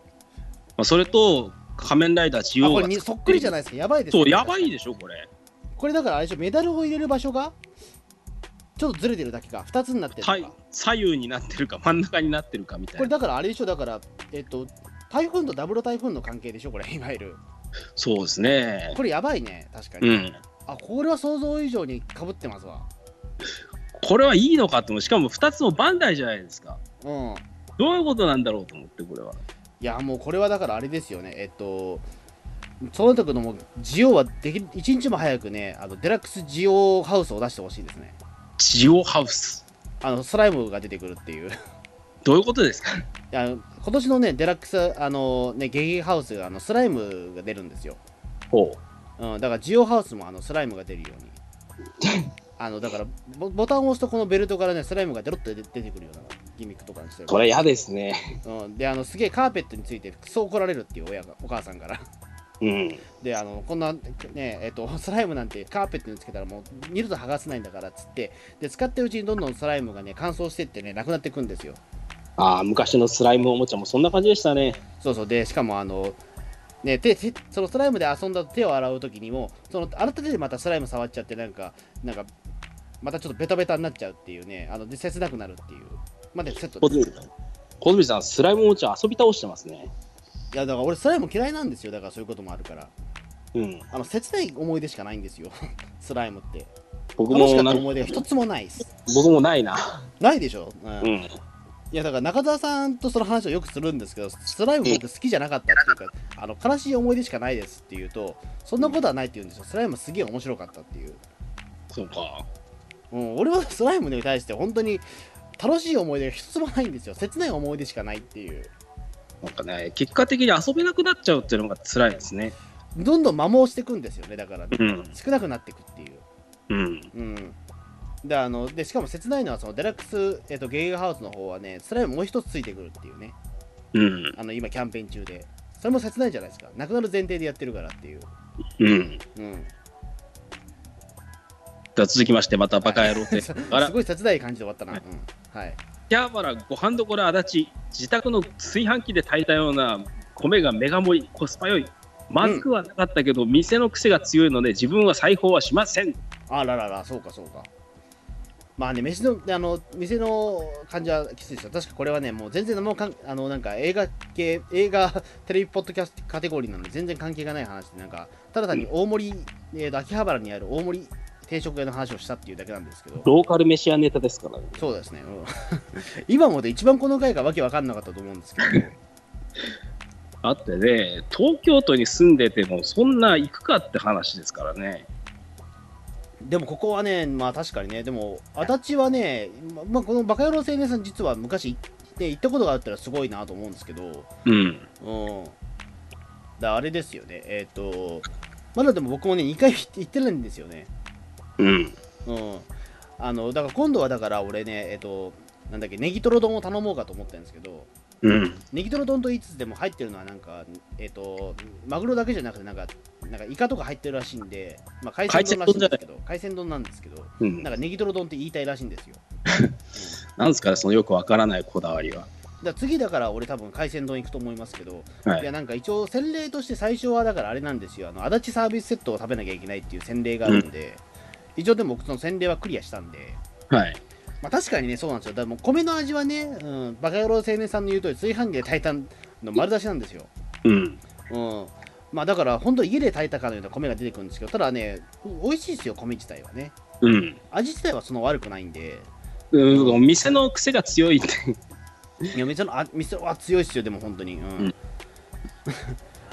C: まあ、それと仮面ライダー
B: え
C: 中
B: あ
C: 央
B: こ
C: が
B: れにそっくりじゃないいですかやばいですね
C: そうやばいでしょこれ
B: これだからあれでしょメダルを入れる場所がちょっとずれてるだけか2つになってるのか、
C: はい左右になってるか真ん中になってるかみた
B: こ
C: い
B: れ
C: な
B: だからあれでしょだからえっ、と台風とダブル台風の関係でしょこれい わゆる
C: そうですね
B: これやばいね確かに、
C: うん
B: あこれは想像以上にかぶってますわ
C: これはいいのかと思うしかも2つもバンダイじゃないですか
B: うん
C: どういうことなんだろうと思ってこれはい
B: やもうこれはだからあれですよねえっとその時のもうジオはでき一日も早くねあのデラックスジオハウスを出してほしいですね
C: ジオハウス
B: あのスライムが出てくるっていう
C: どういうことですか
B: あの今年のねデラックスあのねゲゲハウスがあのスライムが出るんですよ、
C: ほ
B: うん、だからジオハウスもあのスライムが出るようにあのだからボボタンを押すとこのベルトからねスライムがデロッと出てくるようなギミックとかにしてる
C: れ嫌ですね
B: うん、であのすげえカーペットについてクソ怒られるっていう親がお母さんから
C: うん
B: であのこんなねえっとスライムなんてカーペットにつけたらもう二度と剥がせないんだからっつってで使ってるうちにどんどんスライムがね乾燥してってねなくなってくんですよ
C: ああ昔のスライムおもちゃもそんな感じでしたね
B: そうそうでしかもあのね手手そのスライムで遊んだ手を洗う時にもその洗った手でまたスライム触っちゃってなんかなんかまたちょっとベタベタになっちゃうっていうねあので切なくなるっていうまでセット
C: 小
B: です
C: 泉小泉さんスライムおもちゃ遊び倒してますね
B: いやだから俺スライム嫌いなんですよだからそういうこともあるから
C: うん
B: あの切ない思い出しかないんですよ スライムって
C: 僕
B: 楽しか
C: も
B: った
C: な
B: 思い出が一つもないです
C: 僕もないな
B: ないでしょ、うん
C: うん
B: いやだから中澤さんとその話をよくするんですけど、スライム僕好きじゃなかったっていうか、あの悲しい思い出しかないですっていうと、そんなことはないって言うんですよ、スライムすげえ面白かったっていう。
C: そうか
B: うん、俺は スライムに対して本当に楽しい思い出が一つもないんですよ、切ない思い出しかないっていう。
C: なんかね結果的に遊べなくなっちゃうっていうのが辛いですね
B: どんどん摩耗していくんですよね、だから、
C: うん
B: 少なくなっていくっていう。
C: うん
B: うんであのでしかも切ないのはそのデラックス、えっとゲイハウスの方はねスライムもう一つついてくるっていうね
C: うん
B: あの今キャンペーン中でそれも切ないじゃないですかなくなる前提でやってるからっていう
C: うん
B: うん、
C: じゃあ続きましてまたバカ野郎 ですあら
B: ごい切ない感じで終わったな、
C: は
B: う
C: い
B: んはい、
C: キャーバラご飯どころ足立自宅の炊飯器で炊いたような米がメガ盛りコスパ良いまずくはなかったけど、店の癖が強いので自分は裁縫はしません
B: あらららそうかそうかまあね飯のあの店の感じはきついですよ確かこれはねもう全然何もかんあのなんか映画系映画テレビポッドキャストカテゴリーなので全然関係がない話でなんかただ単に大盛り、えーと秋葉原にある大盛り定食屋の話をしたっていうだけなんです けど
C: ローカル飯屋ネタですからね
B: そうですね、うん 今もで一番この回がわけわかんなかったと思うんですけど
C: あってね東京都に住んでてもそんな行くかって話ですからね
B: でもここはね、まあ確かにね、でも足立はね、ままあ、このバカ野郎青年さん、実は昔、ね、行ったことがあったらすごいなと思うんですけど、うん、だか
C: うん
B: らあれですよね、えっ、と、まだでも僕もね、2回行ってないんですよね。
C: うん
B: うん、あのだから今度はだから俺ね、えっ、と、なんだっけ、ネギトロ丼を頼もうかと思ってるんですけど、
C: うん
B: ネギトロ丼と言いつつでも入ってるのはなんか、えっ、と、マグロだけじゃなくて、なんか、なんかイカとか入ってるらしいんで、まあ、海鮮丼らしいんですけど、海鮮丼なんですけど、
C: うん
B: なんかネギトロ丼って言いたいらしいんですよ。
C: なんですかねそのよくわからないこだわりは
B: だから次だから俺多分海鮮丼行くと思いますけど、
C: はい
B: い、やなんか一応洗礼として最初はだからあれなんですよあの足立サービスセットを食べなきゃいけないっていう洗礼があるんで、一応でも僕その洗礼はクリアしたんで、
C: はい
B: まあ、確かにねそうなんですよだからもう米の味はね、うん、バカ野郎青年さんの言う通り炊飯器で炊いたの丸出しなんですよ、
C: うん
B: うんまあ、だから本当家で炊いたかのような米が出てくるんですけどただね美味しいですよ米自体はね
C: うん
B: 味自体はその悪くないんで
C: うん、お店の癖が強いって、
B: いや店のあ店は強いっすよでも本当にうん、
C: ん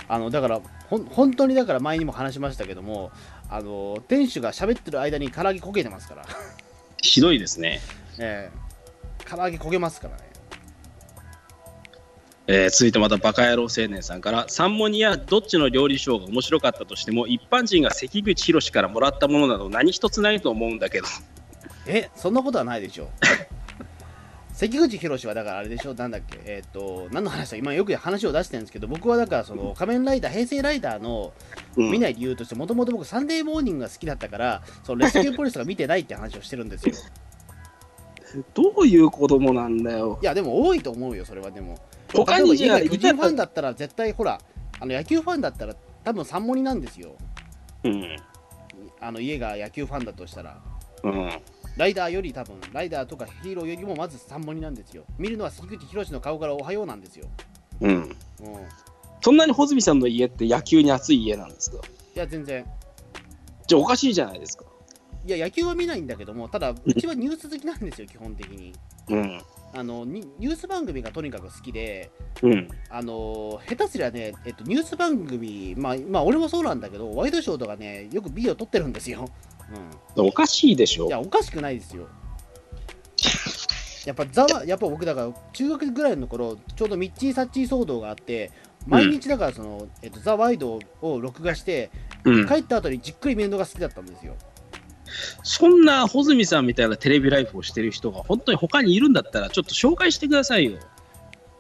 B: あのだからほん本当にだから前にも話しましたけどもあの店主が喋ってる間に唐揚げ焦げて ますから
C: ひどいですね。
B: ええ唐揚げ焦げますからね
C: えー続いてまたバカ野郎青年さんから三文ニやどっちの料理賞が面白かったとしても一般人が関口宏からもらったものなど何一つないと思うんだけど
B: えそんなことはないでしょ関口宏はだからあれでしょなんだっけえっ、と何の話だ今よく話を出してるんですけど僕はだからその仮面ライダー平成ライダーの
C: うん
B: 見ない理由としてもともと僕サンデーモーニングが好きだったからそのレスキューポリスとか見てないって話をしてるん ですよ
C: どういう子供なんだよ。
B: いやでも多いと思うよそれはでも
C: 他にじゃあ、
B: 例えば家が
C: いた
B: 巨人ファンだったら絶対ほらあの野球ファンだったら多分三モニなんですよ
C: うん。
B: あの家が野球ファンだとしたら
C: うん。
B: ライダーより多分ライダーとかヒーローよりもまず三モニなんですよ見るのは関口宏の顔からおはようなんですよ、
C: うん。
B: うん、い
C: そんなに穂積さんの家って野球に熱い家なんですか
B: や全然
C: じゃあおかしいじゃないですか。
B: いや野球は見ないんだけどもただうちはニュース好きなんですよ 基本的に
C: うん。
B: あのにニュース番組がとにかく好きで
C: うん。
B: あの下手すりゃね、えっと、ニュース番組、まあ、まあ俺もそうなんだけどワイドショーとかねよくビデオ撮ってるんですよ、
C: おかしいでし
B: うん、
C: ょ
B: い。やおかしくないですよやっぱざわやっぱ僕だから中学ぐらいの頃ちょうどミッチー・サッチー騒動があって毎日だからその、えっと、ザ・ワイドを録画して
C: うん。
B: 帰った後にじっくり見るのが好きだったんですよ
C: そんな穂積さんみたいなテレビライフをしてる人が本当に他にいるんだったらちょっと紹介してくださいよ。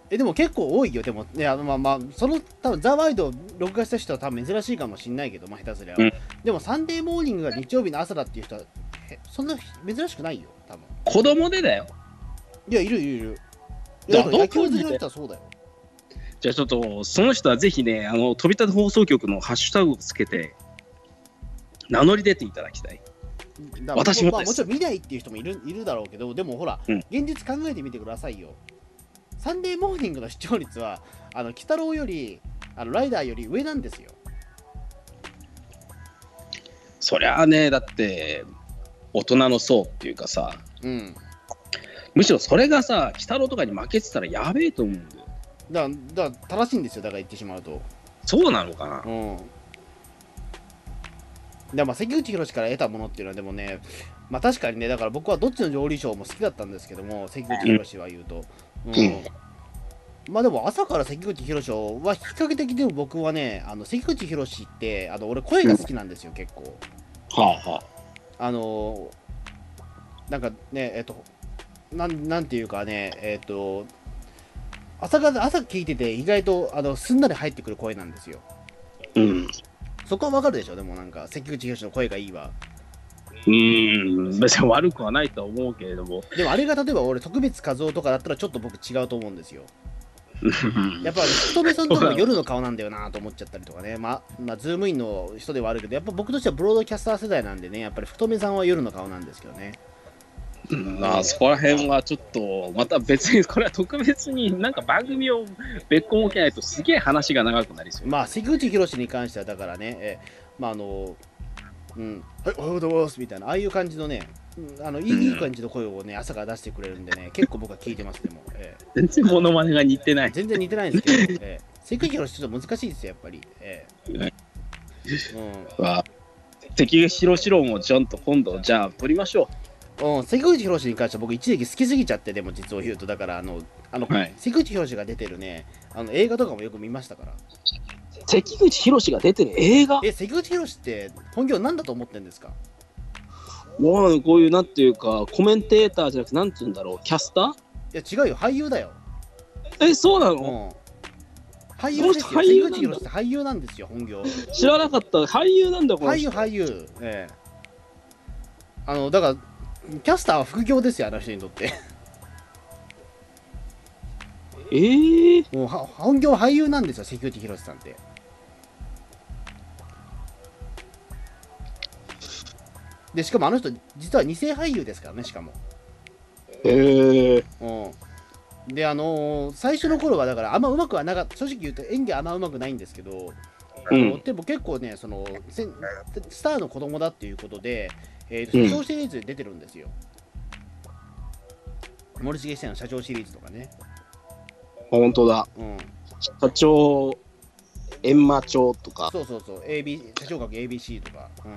B: えでも結構多いよ、でも、ね、あのまあまあ、その、多分ザ・ワイドを録画した人は多分珍しいかもしれないけど、まあ、下手すりゃ、
C: うん
B: でも、サンデーモーニングが日曜日の朝だっていう人は、へそんな珍しくないよ、多分
C: 子供でだよ。
B: いや、いるいるいる。い
C: じゃ
B: や、だ
C: あ
B: から野球好き
C: どこ
B: の
C: にいて
B: 人はそうだよ。
C: じゃあちょっとその人はぜひね、あの飛び立て放送局のハッシュタグをつけて名乗り出ていただきたい。
B: だから
C: 私も
B: まあ、
C: です
B: もちろん見ないっていう人もいるいるだろうけど、でもほら、
C: うん
B: 現実考えてみてくださいよ。サンデーモーニングの視聴率は、あの、鬼太郎より、あのライダーより上なんですよ。
C: そりゃあね、だって大人の層っていうかさ、
B: うん。
C: むしろそれがさ、鬼太郎とかに負けてたらやべえと思うんだよ。
B: だから、だから正しいんですよ、だから言ってしまうと。
C: そうなのかな
B: うん。でまあ、関口宏から得たものっていうのは、でもね、まあ確かにね、だから僕はどっちの上理賞も好きだったんですけども、関口宏は言うと。うん
C: うん
B: まあでも朝から関口宏は比較的でも僕はね、あの関口宏って、あの俺、声が好きなんですよ、結構。
C: はあはあ。
B: あのーなんかね、えっと、なんなんていうかね、えっと、朝が朝聞いてて、意外とあのすんなり入ってくる声なんですよ。
C: うん。う
B: そこはわかるでしょ、でもなんか、関口宏の声がいいわ。
C: ーん、別に悪くはないとは思うけれども。
B: でもあれが例えば俺、特別和夫とかだったらちょっと僕違うと思うんですよ。やっぱ、勤めさんとかも夜の顔なんだよなと思っちゃったりとかね、まあ、まあ、ズームインの人ではあるけど、やっぱ僕としてはブロードキャスター世代なんでね、やっぱり太めさんは夜の顔なんですけどね。
C: うんまあそこら辺はちょっと、また別に、これは特別になんか番組を別個設けないとすげえ話が長くなりそう。
B: まあ、関口宏に関しては、だからね、えーまあ、あの、うん、はい、おはようございますみたいな、ああいう感じのね、うんあのいいいい感じの声をね、朝から出してくれるんでね、結構僕は聞いてます、でも。えー
C: 全然モノマネが似てない。
B: 全然似てないんですけど、ええ、関口宏ちょっと難しいですよ、やっぱり。ええ
C: わ敵が白白もちゃんと今度、じゃあ撮りましょ
B: うんうん、関口宏に関しては僕、一時期好きすぎちゃって、でも実を言うと、だからあの、あの、
C: はい
B: 関口宏が出てるね、あの映画とかもよく見ましたから。
C: う。関口博が出てる映画
B: え、関口宏って本業なんだと思ってんですか
C: もうこういうなんていうか、コメンテーターじゃなくて、なんていうんだろう、キャスタ
B: いや、違うよ、俳優だよ。
C: ーえ、そうな
B: う
C: の、
B: ん。俳優ですよ。
C: この人俳優な
B: 関
C: んだ
B: 口宏って俳優なんですよ、本業。
C: 知らなかった。俳優なんだ、この
B: 俳
C: 人
B: 優、俳優。ええ。あの、だから、キャスターは副業ですよ、あの人にとって。
C: えー、
B: もうは本業俳優なんですよ、関口宏さんって。で、しかもあの人、実は二世俳優ですからね、しかも。
C: えー、
B: うん、で、あのー最初の頃は、だから、あんま上手くはなかった、正直言うと演技はあんま上手くないんですけど、あの
C: うん
B: でも結構ねその、せんスターの子供だっていうことで、えー
C: うん
B: 社長シリーズで出てるんですよ。森重久の社長シリーズとかね。
C: 本当だ。
B: うん
C: 社長、閻魔帳とか。
B: そうそうそう、AB、社長学 ABC とか、うん、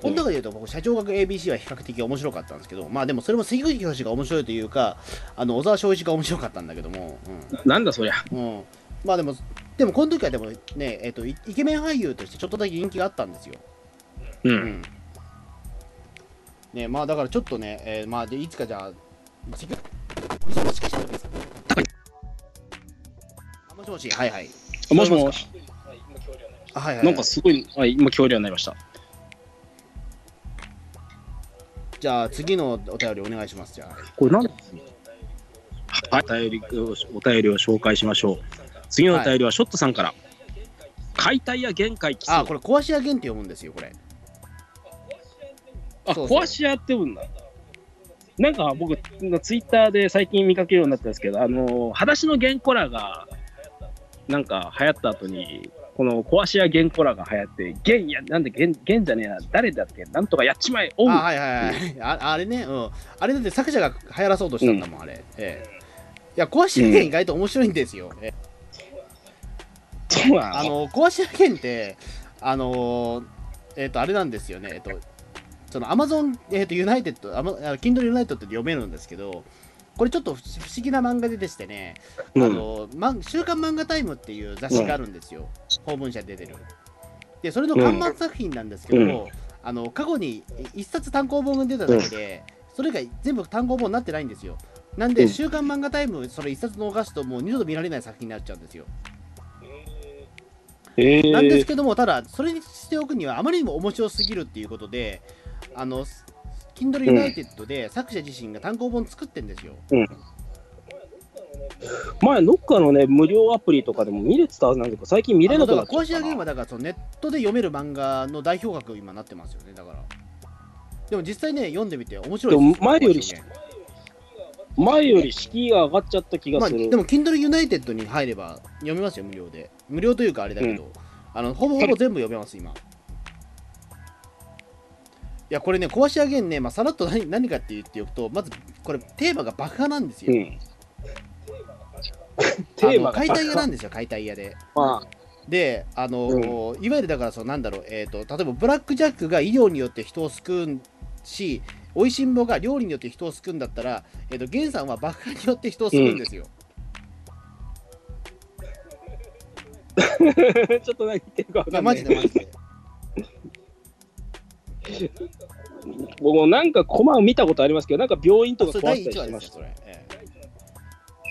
B: この中で言うと、僕、社長学 ABC は比較的面白かったんですけど、まあでも、それも関口宏が面白いというか、あの小沢昭一が面白かったんだけども、
C: なんだそりゃ。
B: うん、うん、まあでも、でも、この時はでもね、えっと、イイケメン俳優としてちょっとだけ人気があったんですよ。
C: う
B: う。んねまあだからちょっとね、えーまあでいつかじゃあ、まあ関口もしかしてですかあもしもし、はいはい。
C: あもしもし、
B: あはいはい、
C: なんかすごい、はい、今、恐竜になりました。
B: じゃあ次のお便りお願いします。じゃあ。
C: これ何ですかはい、お便りをお便りを紹介しましょう。次のお便りはショットさんから。解体や限界奇
B: あ、
C: 跡。
B: これ、壊し屋限って読むんですよ、これ。
C: あ、
B: そうそう
C: 壊し屋ってうんだ。なんか僕、ツイッターで最近見かけるようになったんですけど、あの、裸足のゲンコラが、なんか流行った後に、この壊し屋ゲンコラが流行って、ゲンや、なんでゲン、ゲンじゃねえな、誰だっけ、なんとかやっちまえ、おう
B: あ、はいはいはい。ああれね、うん。あれだって作者が流行らそうとしたんだもん、あれ。ええ。いや、壊し屋限意外と面白いんですよ。ええ
C: そうな
B: あ
C: の
B: の、壊し屋限って、あのー、えっ、と、あれなんですよね。えっ、と、その Amazon、えっ、と、ユナイテッド、アマあの Kindle ユナイテッドって読めるんですけど、これちょっと不思不思議な漫画ででしてね、あ
C: うん
B: の、ま、週刊漫画タイムっていう雑誌があるんですよ、法文社で出てる。で、それの看板作品なんですけども、あの過去に1冊単行本が出ただけで、それが全部単行本になってないんですよ。なん
C: う
B: で、
C: ん
B: 週刊漫画タイム、それ1冊逃すと、もう二度と見られない作品になっちゃうんですよ。
C: えー
B: なんですけども、ただ、それにしておくには、あまりにも面白すぎるっていうことで、あの、Kindle United で作者自身が単行本作ってんですよ。
C: 前、ノッカーのね、無料アプリとかでも見れてたはずなんですけど、最近見れなくなっちゃ
B: あのだから
C: っ
B: 壊し屋
C: た
B: ゲームはだからそのネットで読める漫画の代表格今なってますよねだからでも実際ね読んでみて面白いです
C: でも前より
B: 壊し屋ゲーム
C: 前より敷居が上がっちゃった気
B: ま
C: が
B: あ、
C: する。
B: でも Kindle United に入れば読めますよ無料で無料というかあれだけど、あのほぼほぼ全部読めます今いやこれね壊し屋ゲームね、まあ、さらっと何何かって言っておくとまずこれテーマが爆破なんですよ、
C: うん、テーマ
B: あの
C: が
B: 解体屋なんですよ解体屋で
C: まあ、
B: で、あのーいわゆるだからそのなんだろう、えー、と例えばブラック・ジャックが医療によって人を救うし、おいしんぼが料理によって人を救うんだったら、えー、とゲンさんは爆破によって人を救うんですよ。
C: ちょっと何言ってるか
B: いや
C: わかんな
B: マ
C: い。
B: ジでマジで。
C: 僕もなんかコマを見たことありますけど、なんか病院とか
B: それ
C: 壊
B: 第
C: したり
B: 1話
C: して
B: で
C: ま
B: よ、そ。れ。
C: すした
B: ええ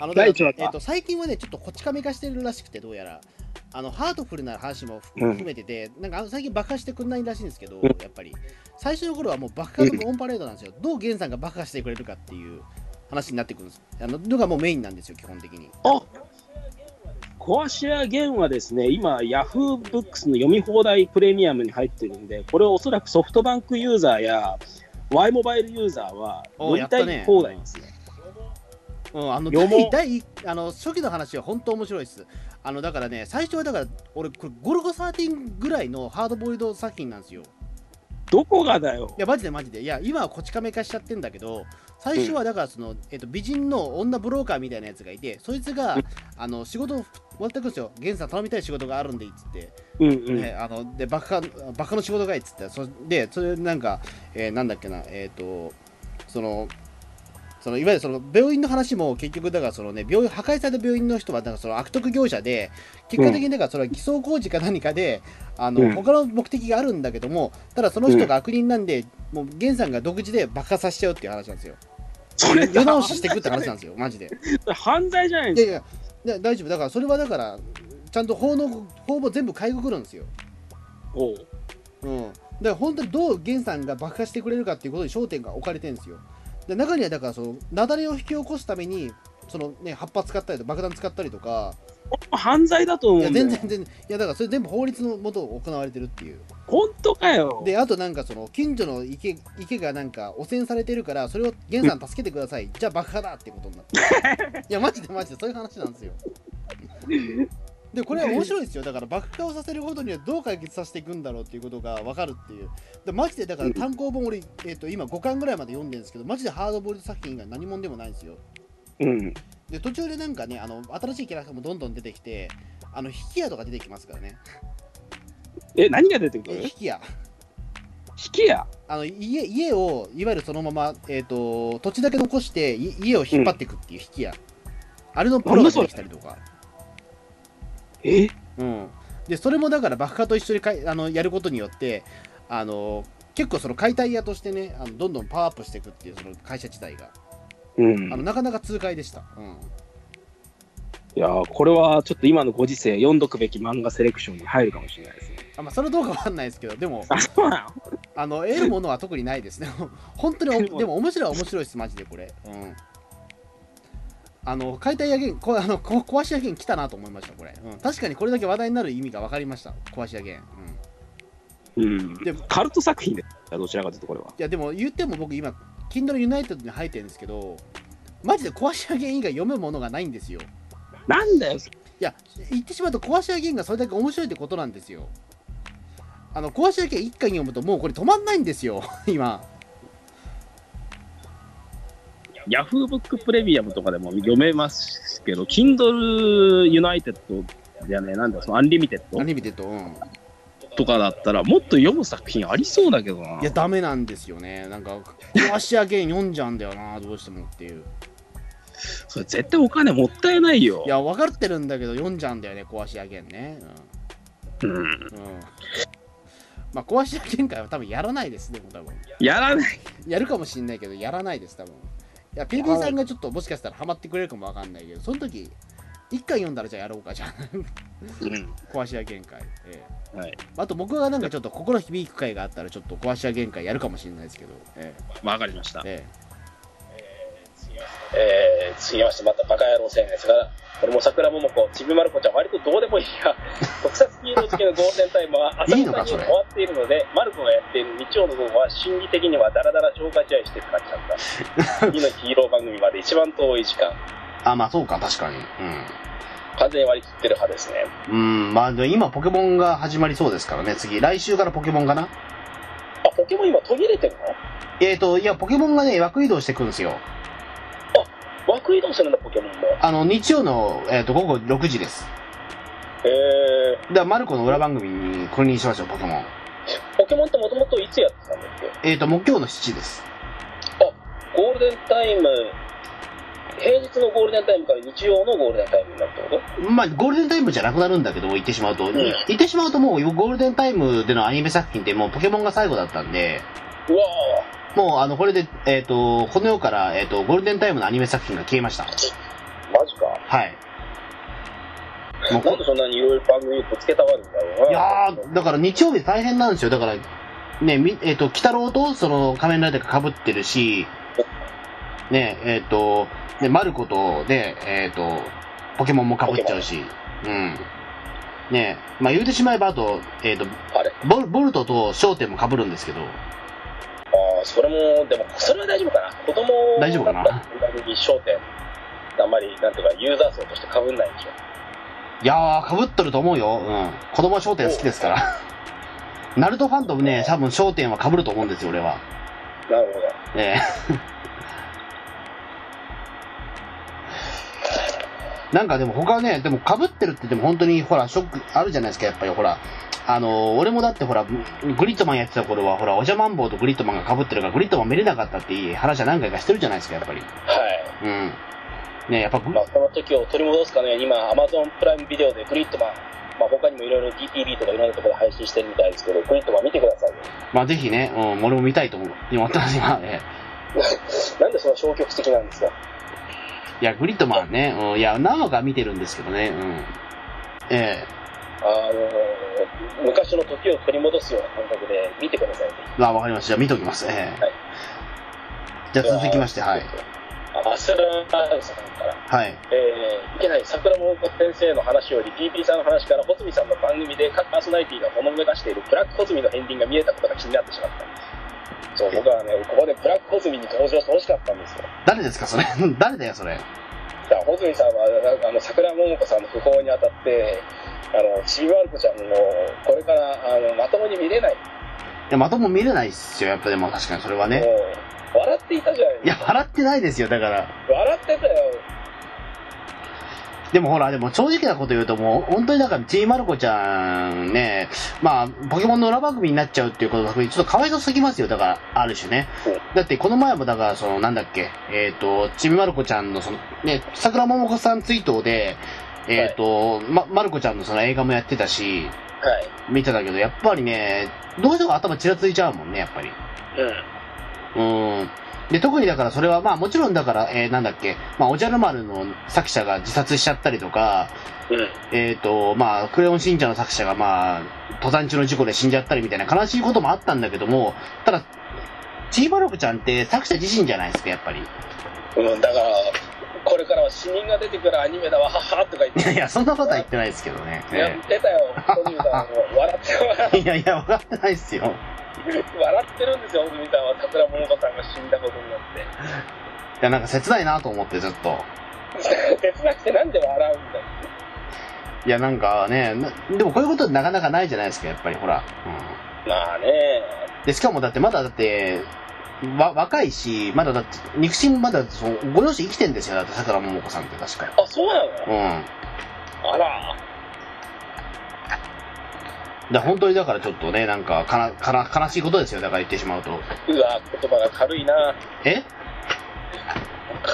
B: あの
C: 第
B: だ
C: 一
B: から
C: 話か
B: えー、と最近はね、ちょっとこち亀化してるらしくて、どうやら。あのハートフルな話も
C: うん
B: 含めてて、なんかあの最近爆破してくんないらしいんですけど、
C: ん
B: やっぱり最初の頃はもう爆破のオンパレードなんですよ、どうゲンさんが爆破してくれるかっていう話になってくるんです、あののがもうメインなんですよ、基本的に。
C: あ壊し屋ゲンはですね、今、ヤフーブックスの読み放題プレミアムに入ってるんで、これをおそらくソフトバンクユーザーや Y モバイルユーザーは
B: お
C: 乗りた
B: やったね
C: い放題ですね。
B: うん、あの
C: よも
B: 第第一あの初期の話は本当面白いです。あのだからね、最初はだから、俺、これ、ゴルゴ13ぐらいのハードボイルド作品なんですよ。
C: どこがだよ
B: い。や、マジでマジで。いや、今はこち亀化しちゃってんだけど、最初はだから、その、えっと、美人の女ブローカーみたいなやつがいて、そいつが、あの、仕事を持ってくんですよ。源さん頼みたい仕事があるんでいいっつって。
C: うんうん。
B: ね、あのでバカバカの仕事がいっつってそでそれなんか、えーなんだっけなえっ、とそのそのいわゆるその病院の話も結局だからそのね病院破壊された病院の人はなんかその悪徳業者で結果的にだからそれは偽装工事か何かで、あの
C: うん
B: 他の目的があるんだけどもただその人が悪人なんで、もう源さんが独自で爆破させちゃうっていう話なんですよ
C: それ
B: 世直ししてくって話なんですよマジで
C: 犯罪じゃない
B: い
C: で
B: や
C: す
B: いやだ大丈夫だからそれはだからちゃんと法の法も全部介護くるんですよ
C: か。おう
B: うん、だから本当にどう源さんが爆破してくれるかっていうことに焦点が置かれてるんですよ。で中にはだからその雪崩を引き起こすためにその、ね、葉っぱ使ったりとか爆弾使ったりとか
C: 犯罪だと
B: い
C: 思う
B: や
C: んだよ
B: 全然全然いやだからそれ全部法律のもと行われてるっていう
C: 本当かよ
B: であとなんかその近所の池池がなんか汚染されてるからそれを源さん助けてください、じゃあ爆破だってことになっていやマジでマジでそういう話なんですよでこれは面白いですよだから爆破をさせることにはどう解決させていくんだろうっていうことが分かるっていうでマジでだから単行本俺、えっと今5巻ぐらいまで読んでるんですけどマジでハードボイルド作品以外何もんでもないんですよ
C: うん
B: で途中でなんかねあの新しいキャラクターもどんどん出てきてあの引き屋とか出てきますからね、
C: え何が出てく
B: え
C: る
B: 引
C: 引
B: き屋
C: きや
B: あの家家をいわゆるそのまま、えー、と土地だけ残してい家を引っ張っていくっていう引き屋、あれのプロが出てきたりとか、
C: え
B: うん、でそれもだから爆破と一緒にかいあのやることによってあの結構その解体屋としてねあのどんどんパワーアップしていくっていうその会社自体が
D: うん
B: あのなかなか痛快でした、うん、
D: いやーこれはちょっと今のご時世読んどくべき漫画セレクションに入るかもしれないですね。
B: あまあそれはどうかわかんないですけどでも
D: あそうなの
B: あの得るものは特にないですね 本当に
D: 得るも
B: お
D: の
B: でも面白いは面白いですマジでこれ、うん、あの解体やげんこあのこ壊しやげん来たなと思いましたこれ、うん、確かにこれだけ話題になる意味が分かりました壊しやげん、うん
D: うん
B: でも
D: カルト作品ですどちらかというとこれは。
B: いやでも言っても僕今 Kindle United に入ってるんですけどマジで壊し上げ以外読むものがないんですよい
D: なんだよ
B: や言ってしまうと壊し上げがそれだけ面白いってことなんですよあの壊し上げ一回読むともうこれ止まんないんですよ 今
D: ヤフーブックプレミアムとかでも読めますけど、Kindle United じゃねえ、なんだよ、そのアンリミテッド
B: 何見てると、うん、
D: とかだったら、もっと読む作品ありそうだけどない
B: や。ダメなんですよねなんか壊し上げ読んじゃうんだよなどうしてもっていう
D: それ絶対お金もったいないよ。
B: いや分かってるんだけど読んじゃうんだよね壊し上げね
D: うん、
B: うん、うん、まあ壊し上げん会は多分やらないですねもう多分
D: やらない。
B: やるかもしんないけど、やらないです、多分。いや、ペーペーさんがちょっともしかしたらハマってくれるかもわかんないけど、その時、一回読んだ らじゃあやろうか、じゃあ。
D: うん
B: 壊し屋限界。ええ
D: はい
B: あと僕がなんかちょっと心響く会があったら、ちょっと壊し屋限界やるかもしれないですけど。え
D: わかりました
B: え。え
C: えー、次ましてまたバカ野郎青年ですが、これも桜桃子、ちびまる子ちゃん、割とどうでもいいが、 特撮ヒーロー事件のゴールデンタイムは朝
B: いい
C: 方
B: のか
C: に終
B: それ
C: わっているので、マルコがやっている日曜の午後は心理的にはダラダラ消化試合してる感じなんだ。 次のヒーロー番組まで一番遠い時間、
B: あ、まあそうか、確かに。
C: 完全に割り切ってる派ですね。
B: うん。うん、まあ今ポケモンが始まりそうですからね、次。来週からポケモンかな。
C: あ、ポケモン今途切れてるの
B: えっ、と、いや、ポケモンがね、枠移動してくるんですよ。
C: 枠移動するんだ、ポケモンも。
B: あの、日曜の、えー、と午後6時です。
C: え
B: だから、マルコの裏番組に君臨しましょう、ポケモン。
C: ー、ポケモンってもともといつやってたんだっけ
B: えっ、と、木曜の7時です。
C: ゴールデンタイム、平日のゴールデンタイムから日曜のゴールデンタイムになるってこと
B: まあ、ゴールデンタイムじゃなくなるんだけど、言ってしまうと。
C: ん
B: い言ってしまうともう、ゴールデンタイムでのアニメ作品ってもうポケモンが最後だったんで、
C: うわー。
B: もう、あの、これで、えっ、と、この世から、えっ、と、ゴールデンタイムのアニメ作品が消えました。
C: マジか。
B: はい。もう
C: なん
B: こ
C: でそんなにいろいろ番組をつけたがるんだろうな。
B: いやー、だから日曜日大変なんですよ。だから、ね、みえっ、と、鬼太郎と、その、仮面ライダーが被ってるし、ね、えっ、と、ね、マルコと、ね、えっ、と、ポケモンも被っちゃうし、うん。ねまあ言うてしまえば、あと、えっ、と、
C: あれ
B: ボルボルトと焦点も被るんですけど、
C: あーそれも、でも、それは大丈夫かな。子供
B: 大丈夫かな
C: だったら番組焦点、あんまり、なんていうか、ユーザー層として被んないでしょ。
B: いやー、被っとると思うよ。うん。子供は焦点好きですから。 ナルトファンともね、多分焦点は被ると思うんですよ、俺は。
C: なるほど。
B: え え。なんかでも他ね、でも被ってるって言っても本当にほら、ショックあるじゃないですか、やっぱりほら。あの、俺もだってほら、グリットマンやってた頃は、ほら、おじゃまんぼうとグリットマンが被ってるから、グリットマン見れなかったっていい話は何回かしてるじゃないですか、やっぱり。
C: はい。
B: うん。ねやっぱグ
C: まあ、この時を取り戻すかのように、今、アマゾンプライムビデオでグリットマン、まあ、他にもいろいろ DTV とかいろんなところで配信してるみたいですけど、グリットマン見てくださいよ。
B: まあぜひね、うん、俺も見たいと思う。今、私はね。
C: なんでその消極的なんですか。
B: いや、グリッドマンね、うん、いや、何話か見てるんですけどね、うん。ええ
C: あのー、昔の時を取り戻すような感覚で見てください、ね。
B: まあわかりました。じゃあ見ておきます。ええ
C: はい
B: じゃあ続きまして、はい。
C: あ。アスラーさんから、
B: はい。
C: えー、いけない桜桃子先生の話より PP さんの話から、穂積さんの番組で各パーソナリティがほのめかしているブラック穂積の片鱗が見えたことが気になってしまった。そう、僕はね、ここでブラック穂積に登場してほしかったんですよ。
B: 誰ですか、それ。 誰だよ、それ。
C: だから穂積さんは、あの、桜桃子さんの訃報にあたって、あの、ちびまる子ちゃんの、これから、あの、まともに見れない。
B: いや、まとも見れないっすよ。やっぱでも確かにそれは
C: も
B: ね。
C: う、笑っていたじゃない
B: い
C: で
B: や、
C: すか。
B: 払ってないですよ、だから。
C: 笑ってたよ。
B: でもほら、でも正直なこと言うともう、本当にだから、ちいまる子ちゃんね、まあ、ポケモンの裏番組になっちゃうっていうことが、ちょっとかわいそうすぎますよ、だから、ある種ね
C: うん。
B: だって、この前もだから、その、なんだっけ、えっ、と、ちびまる子ちゃんの、その、ね、桜桃子さんツイートで、えっ、と、ま、まる子ちゃんのその映画もやってたし、
C: はい。
B: 見てたけど、やっぱりね、どうしても頭ちらついちゃうもんね、やっぱり。
C: うん。
B: うん。で、特にだからそれは、まあもちろんだから、えーなんだっけ、まあおじゃる丸の作者が自殺しちゃったりとか、
C: うん。
B: えっ、と、まあ、クレヨンしんちゃんの作者が、まあ、登山中の事故で死んじゃったりみたいな悲しいこともあったんだけども、ただ、ちーばろくちゃんって作者自身じゃないですか、やっぱり。
C: うん、だから、これからは死人が出てくるアニメだわ、ははとか言っ
B: いやい
C: て、
B: や、そんなことは言ってないですけどね。
C: やってたよ、小泉さんはもう、笑って、笑
B: いやいや、分かってないっすよ。
C: 笑ってるんですよ、小泉さんは、桜桃子さんが死んだことになって。
B: いや、なんか切ないなと思って、ちょっと。
C: 切なくてなんで笑うんだよ
B: いや、なんかね、なでもこういうことなかなかないじゃないですか、やっぱり、ほら。
C: まあね
B: うん。で、しかもだって、まだだって、わ、若いし、まだだって、肉親まだ、その、ご両親生きてんですよ、だって、桜桃子さんって確か。
C: あそうなの
B: うん。
C: あら
B: だ本当にだからちょっとね、なんかかなかな、悲しいことですよ、だから言ってしまうと。
C: うわ言葉が軽いな
B: え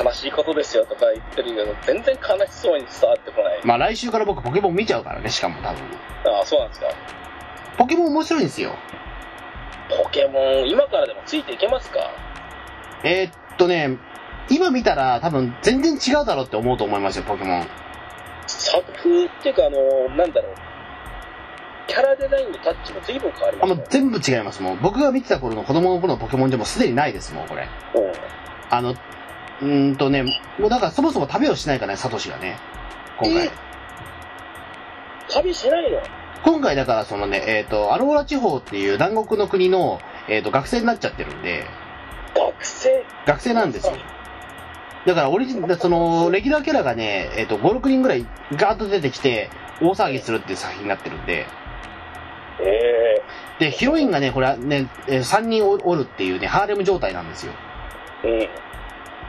C: 悲しいことですよとか言ってるけど全然悲しそうに伝わってこない
B: まあ来週から僕ポケモン見ちゃうからね、しかも多分。
C: あそうなんですか
B: ポケモン面白いんですよ。
C: ポケモン今からでもついていけますか
B: えーっとね、今見たら多分全然違うだろうって思うと思いますよ、ポケモン。
C: 作風っていうかあのなんだろうキャラデザインのタッチも随分変わりま
B: あ、
C: し
B: も
C: た
B: う
C: ね
B: 全部違います、もう。僕が見てた頃の子供の頃のポケモンじゃもうすでにないです、もうこれ。
C: うん
B: あの、うーんとね、もうだからそもそも食べをしないからね、サトシがね。今回
C: え。旅しないの
B: 今回だからそのね、えーっと、アローラ地方っていう南国の国の、えーっと、学生になっちゃってるんで、
C: 学生
B: 学生なんですよ。だから、オリジン、その、レギュラーキャラがね、えっ、と、5、6人ぐらいガーッと出てきて、大騒ぎするっていう作品になってるんで。
C: え
B: で、ヒロインがね、これはね、えー3人おおるっていうね、ハーレム状態なんですよ。
C: えうん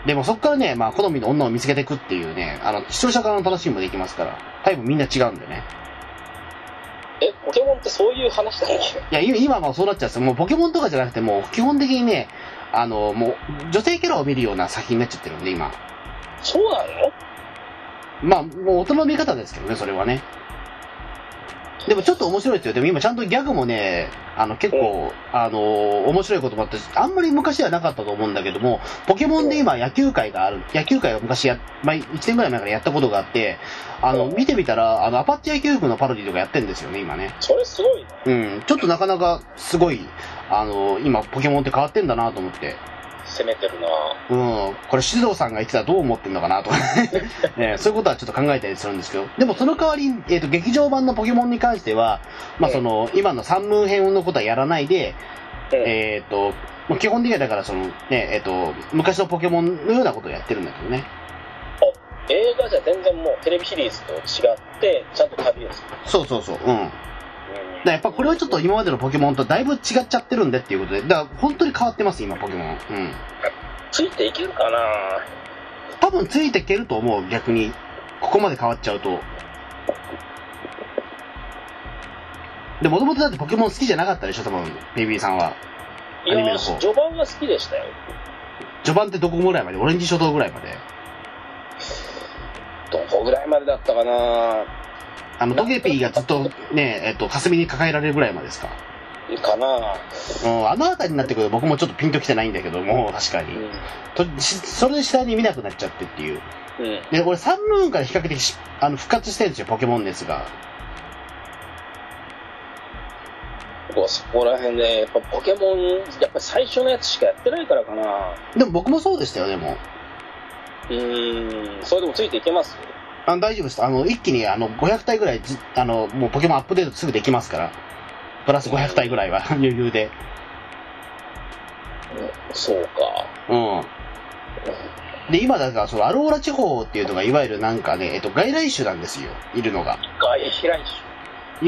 B: でもそっからね、まあ、好みの女を見つけていくっていうね、あの、視聴者側の楽しみもできますから、タイプみんな違うんでね。
C: えポケモンってそういう話だっ
B: いや、
C: け
B: 今今はもうそうなっちゃうんですよ。もうポケモンとかじゃなくて、もう基本的にね、あの、もう、女性キャラを見るような作品になっちゃってるんで、今。
C: そうなの
B: まあ、もう大人の見方ですけどね、それはね。でもちょっと面白いですよ。でも今ちゃんとギャグもね、あの結構、あの面白いこともあったし、あんまり昔ではなかったと思うんだけども、ポケモンで今野球界がある、野球界が昔や、まあ、1年ぐらい前からやったことがあって、あの、見てみたら、あの、アパッチ野球部のパロディとかやってんですよね、今ね。
C: それすごいな
B: うん。ちょっとなかなかすごい、あの今ポケモンって変わってんだなと思って。
C: 攻めてるな
B: うん、これ、獅童さんが言ってたらどう思ってんのかなとか ねね、そういうことはちょっと考えたりするんですけど、でもその代わり、えっと劇場版のポケモンに関しては、まあ、その今の三文編のことはやらないで、
C: うん
B: えっともう基本的にはだからその、ねえっと昔のポケモンのようなことをやってるんだけどね、
C: 映画じゃ全然もうテレビシリーズと違ってちゃんと旅をする、
B: そうそうそう、うん、だからやっぱこれはちょっと
C: うん
B: 今までのポケモンとだいぶ違っちゃってるんでっていうことで、だから本当に変わってます、今、ポケモン。うん
C: ついていけるかな
B: 多分ついていけると思う逆にここまで変わっちゃうとでもともとだってポケモン好きじゃなかったでしょ多分ベイビーさんはいアニメ
C: や
B: の方
C: 序盤は好きでしたよ
B: 序盤ってどこぐらいまでオレンジ初頭ぐらいまで
C: どこぐらいまでだったかな
B: あのトゲピーがずっとねえっと霞に抱えられるぐらいまでですか
C: かな、
B: うんあの辺りになってくると僕もちょっとピンときてないんだけども確か
C: う
B: に
C: ん
B: としそれで次第に見なくなっちゃってっていう
C: うん、
B: で俺サンムーンから比較的しあの復活してるんですよポケモンですが
C: こうそこら辺でやっぱポケモンやっぱ最初のやつしかやってないからかな
B: でも僕もそうでしたよでも
C: うーんそれでもついていけます
B: あの大丈夫です。あの、一気にあの、500体ぐらいじ、あの、もうポケモンアップデートすぐできますから。プラス500体ぐらいは 余裕で。
C: そうか
B: うん。で、今だから、その、アローラ地方っていうのが、いわゆるなんかね、えっと、外来種なんですよ。いるのが。
C: 外開いし
B: いわ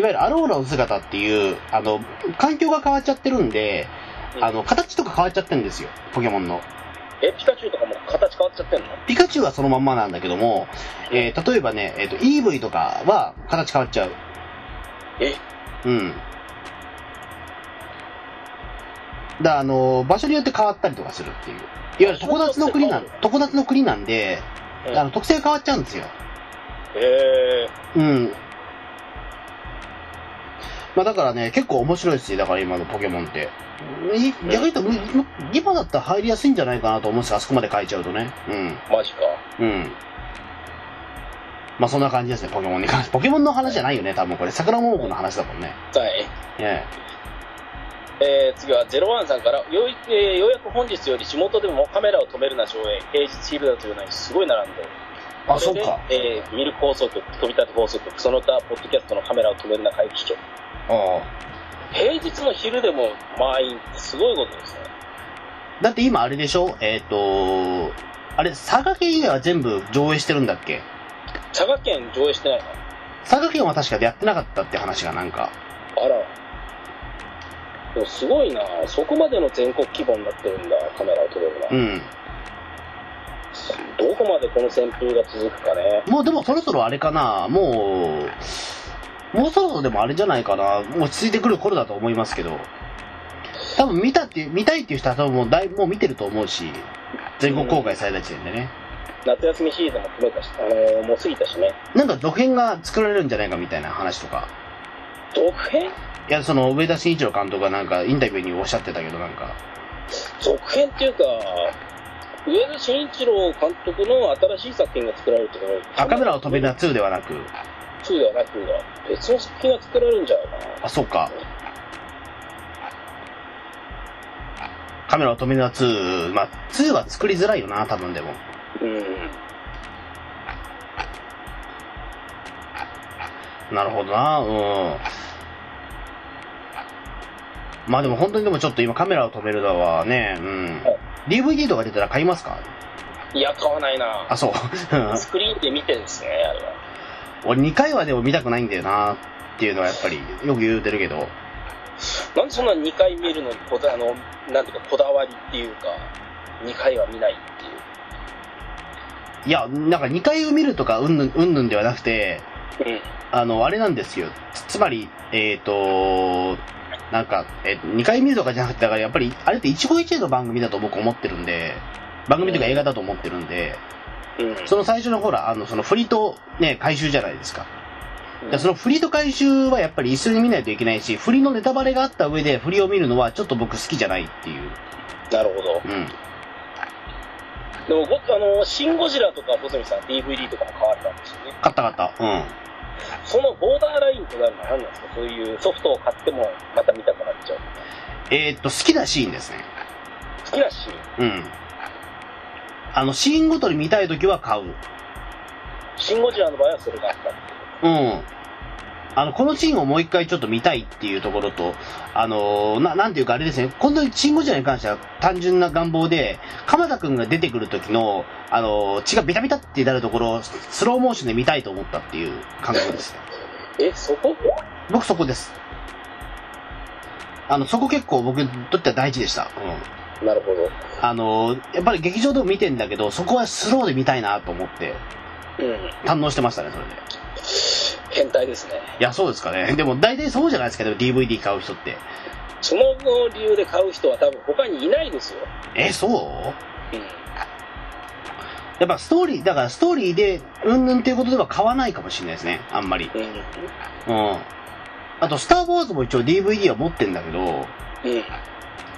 B: ゆるアローラの姿っていう、あの、環境が変わっちゃってるんで、あの、形とか変わっちゃってるんですよ。ポケモンの。
C: えピカチュウとかもう形変わっちゃってんの
B: ピカチュウはそのまんまなんだけども、えー例えばね、えっと、EV とかは形変わっちゃう。
C: え
B: うん。だあの、場所によって変わったりとかするっていう。いわゆる常夏の国なん、常夏の国なんで、
C: うん
B: あの、特性が変わっちゃうんですよ。
C: え
B: うん。まあだからね、結構面白いし、だから今のポケモンって。い逆に言うと、むむ今だったら入りやすいんじゃないかなと思うんですよあそこまで変えちゃうとね。
C: マジか。
B: うん。うん。まあそんな感じですね、ポケモンに関して。ポケモンの話じゃないよね、多分これ。桜桃子の話だもんね。
C: はい。
B: え
C: えー次は01さんからよう,、えーようやく本日より地元でもカメラを止めるな上映平日昼だというのにすごい並んで
B: え。あ、そっか。
C: れで、えーミルク放送局飛び立て放送局その他ポッドキャストのカメラを止めるな会議所
B: あ
C: 平日の昼でも満員ってすごいことですね
B: あ。だって今あれでしょえっ、とあれ、佐賀県以外は全部上映してるんだっけ
C: 佐賀県上映してないの
B: 佐賀県は確かやってなかったって話がなんか。
C: あらでもすごいなそこまでの全国規模になってるんだカメラを止めるな、
B: うん。
C: どこまでこの旋風が続くかね
B: もうでもそろそろあれかな、もう、もうそろそろでもあれじゃないかな、落ち着いてくる頃だと思いますけど、多分見たって、見たいっていう人は多分もうだいもう見てると思うし、全国公開された時点でね、
C: 夏休みシーズンも止めたし、あのーもう過ぎたしね
B: なんか続編が作られるんじゃないかみたいな話とか、
C: 続編
B: いや、その上田慎一郎監督がなんかインタビューにおっしゃってたけど、なんか、
C: 続編っていうか上田慎一郎監督の新しい作品が作られるってこと
B: あカメラを止める
C: な
B: な2ではなく、
C: 2ではなく別の作品が作られるんじゃないかな
B: あ、そうか。カメラを止めるな2、まあ、2は作りづらいよな、多分でも。
C: うん
B: なるほどな、うん。まあでも本当にでもちょっと今カメラを止めるだはね、うん。DVD とか出たら買いますか
C: いや買わないな
B: あ、そう。
C: スクリーンで見てですねあれは
B: 俺2回はでも見たくないんだよなっていうのはやっぱりよく言うてるけど。
C: なんでそんな2回見るのにこだあのなんていうかこだわりっていうか2回は見ないってい
B: いや、なんか2回を見るとかうんぬん、うんぬんではなくて、
C: ううん
B: あの、あれなんですよ。つつまり、えっ、と、なんか、え2回見るとかじゃなくて、だからやっぱり、あれって一期一会の番組だと僕思ってるんで、番組というか映画だと思ってるんで、
C: うん、
B: その最初のほら、あの、その振りとね、回収じゃないですか。でその振りと回収はやっぱり一緒に見ないといけないし、振りのネタバレがあった上で振りを見るのはちょっと僕好きじゃないっていう。
C: なるほど
B: うん。
C: でもごあの「シン・ゴジラ」とか細見さん DVD とかも買われたんですよね
B: 買った買った。うん。
C: そのボーダーラインとなるのは何なんですかそういうソフトを買ってもまた見たくなっちゃう
B: えーっと、好きなシーンですね。
C: 好きなシーン
B: うん。あの、シーンごとに見たいときは買う。
C: シン・ゴジラの場合はそれがあった
B: うん。あの、このシーンをもう一回ちょっと見たいっていうところと、あのーな、なんていうかあれですね、本当にシンゴジラに関しては単純な願望で、鎌田くんが出てくる時の、あのー血がビタビタってなるところをスローモーションで見たいと思ったっていう感覚ですね。
C: えそこ
B: 僕そこです。あの、そこ結構僕にとっては大事でした。うん。
C: なるほど
B: あのーやっぱり劇場でも見てんだけど、そこはスローで見たいなと思って、
C: うん
B: 堪能してましたね、それで。
C: 変態ですね
B: いや、そうですかね。 でも大体そうじゃないですか、でも DVD 買う人って。
C: その理由で買う人は多分他にいないですよ、
B: え、そう
C: うん、
B: やっぱストーリー、だからストーリーで、うんぬんっていうことでは買わないかもしれないですね、あんまり。
C: う
B: うん。あと、スター・ウォーズも一応 DVD は持ってんだけど、
C: ん、うん、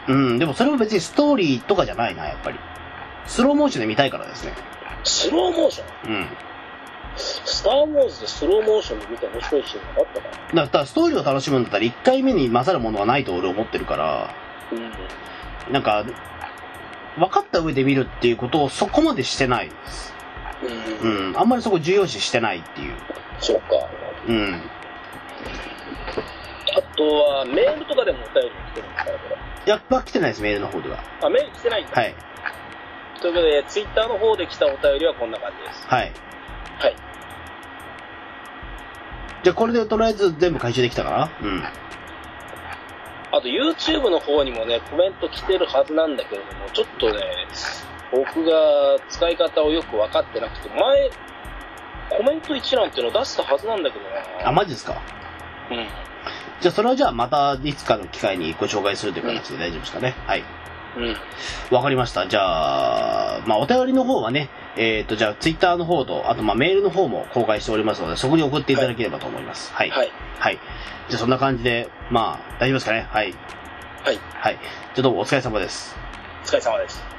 B: うん、でもそれも別にストーリーとかじゃないな、やっぱり。スローモーションで見たいからですね。
C: スローモーション
B: うん。
C: スター・ウォーズでスローモーションで見て面白いシーンがあったかな
B: だから、ストーリーを楽しむんだったら、1回目に勝るものはないと俺思ってるから、
C: うん
B: なんか、分かった上で見るっていうことをそこまでしてないです。
C: う、
B: うんん。あんまりそこ重要視してないっていう。
C: そうか
B: うん。
C: あとはメールとかでもお便り来てるんですからこれ
B: やっぱ来てないです、メールの方では。
C: あメール来てないんだ、
B: はい。
C: ということでツイッターの方で来たお便りはこんな感じです
B: はい。
C: はい
B: じゃあ、これでとりあえず全部回収できたかなうん。
C: あと YouTube の方にもね、コメント来てるはずなんだけれども、ちょっとね、僕が使い方をよく分かってなくて、前、コメント一覧っていうのを出したはずなんだけどな。
B: あ、マジですか
C: うん。
B: じゃあ、それはじゃあ、またいつかの機会にご紹介するという形で大丈夫ですかね。はい。
C: うん。
B: わかりました。じゃあ、まあ、お便りの方はね、えっ、と、じゃあ、ツイッターの方と、あと、まあ、メールの方も公開しておりますので、そこに送っていただければと思います。はい。
C: はい。
B: はい。じゃあ、そんな感じで、まあ、大丈夫ですかね。はい。
C: はい。
B: はい。じゃあ、どうもお疲れ様です。
C: お疲れ様です。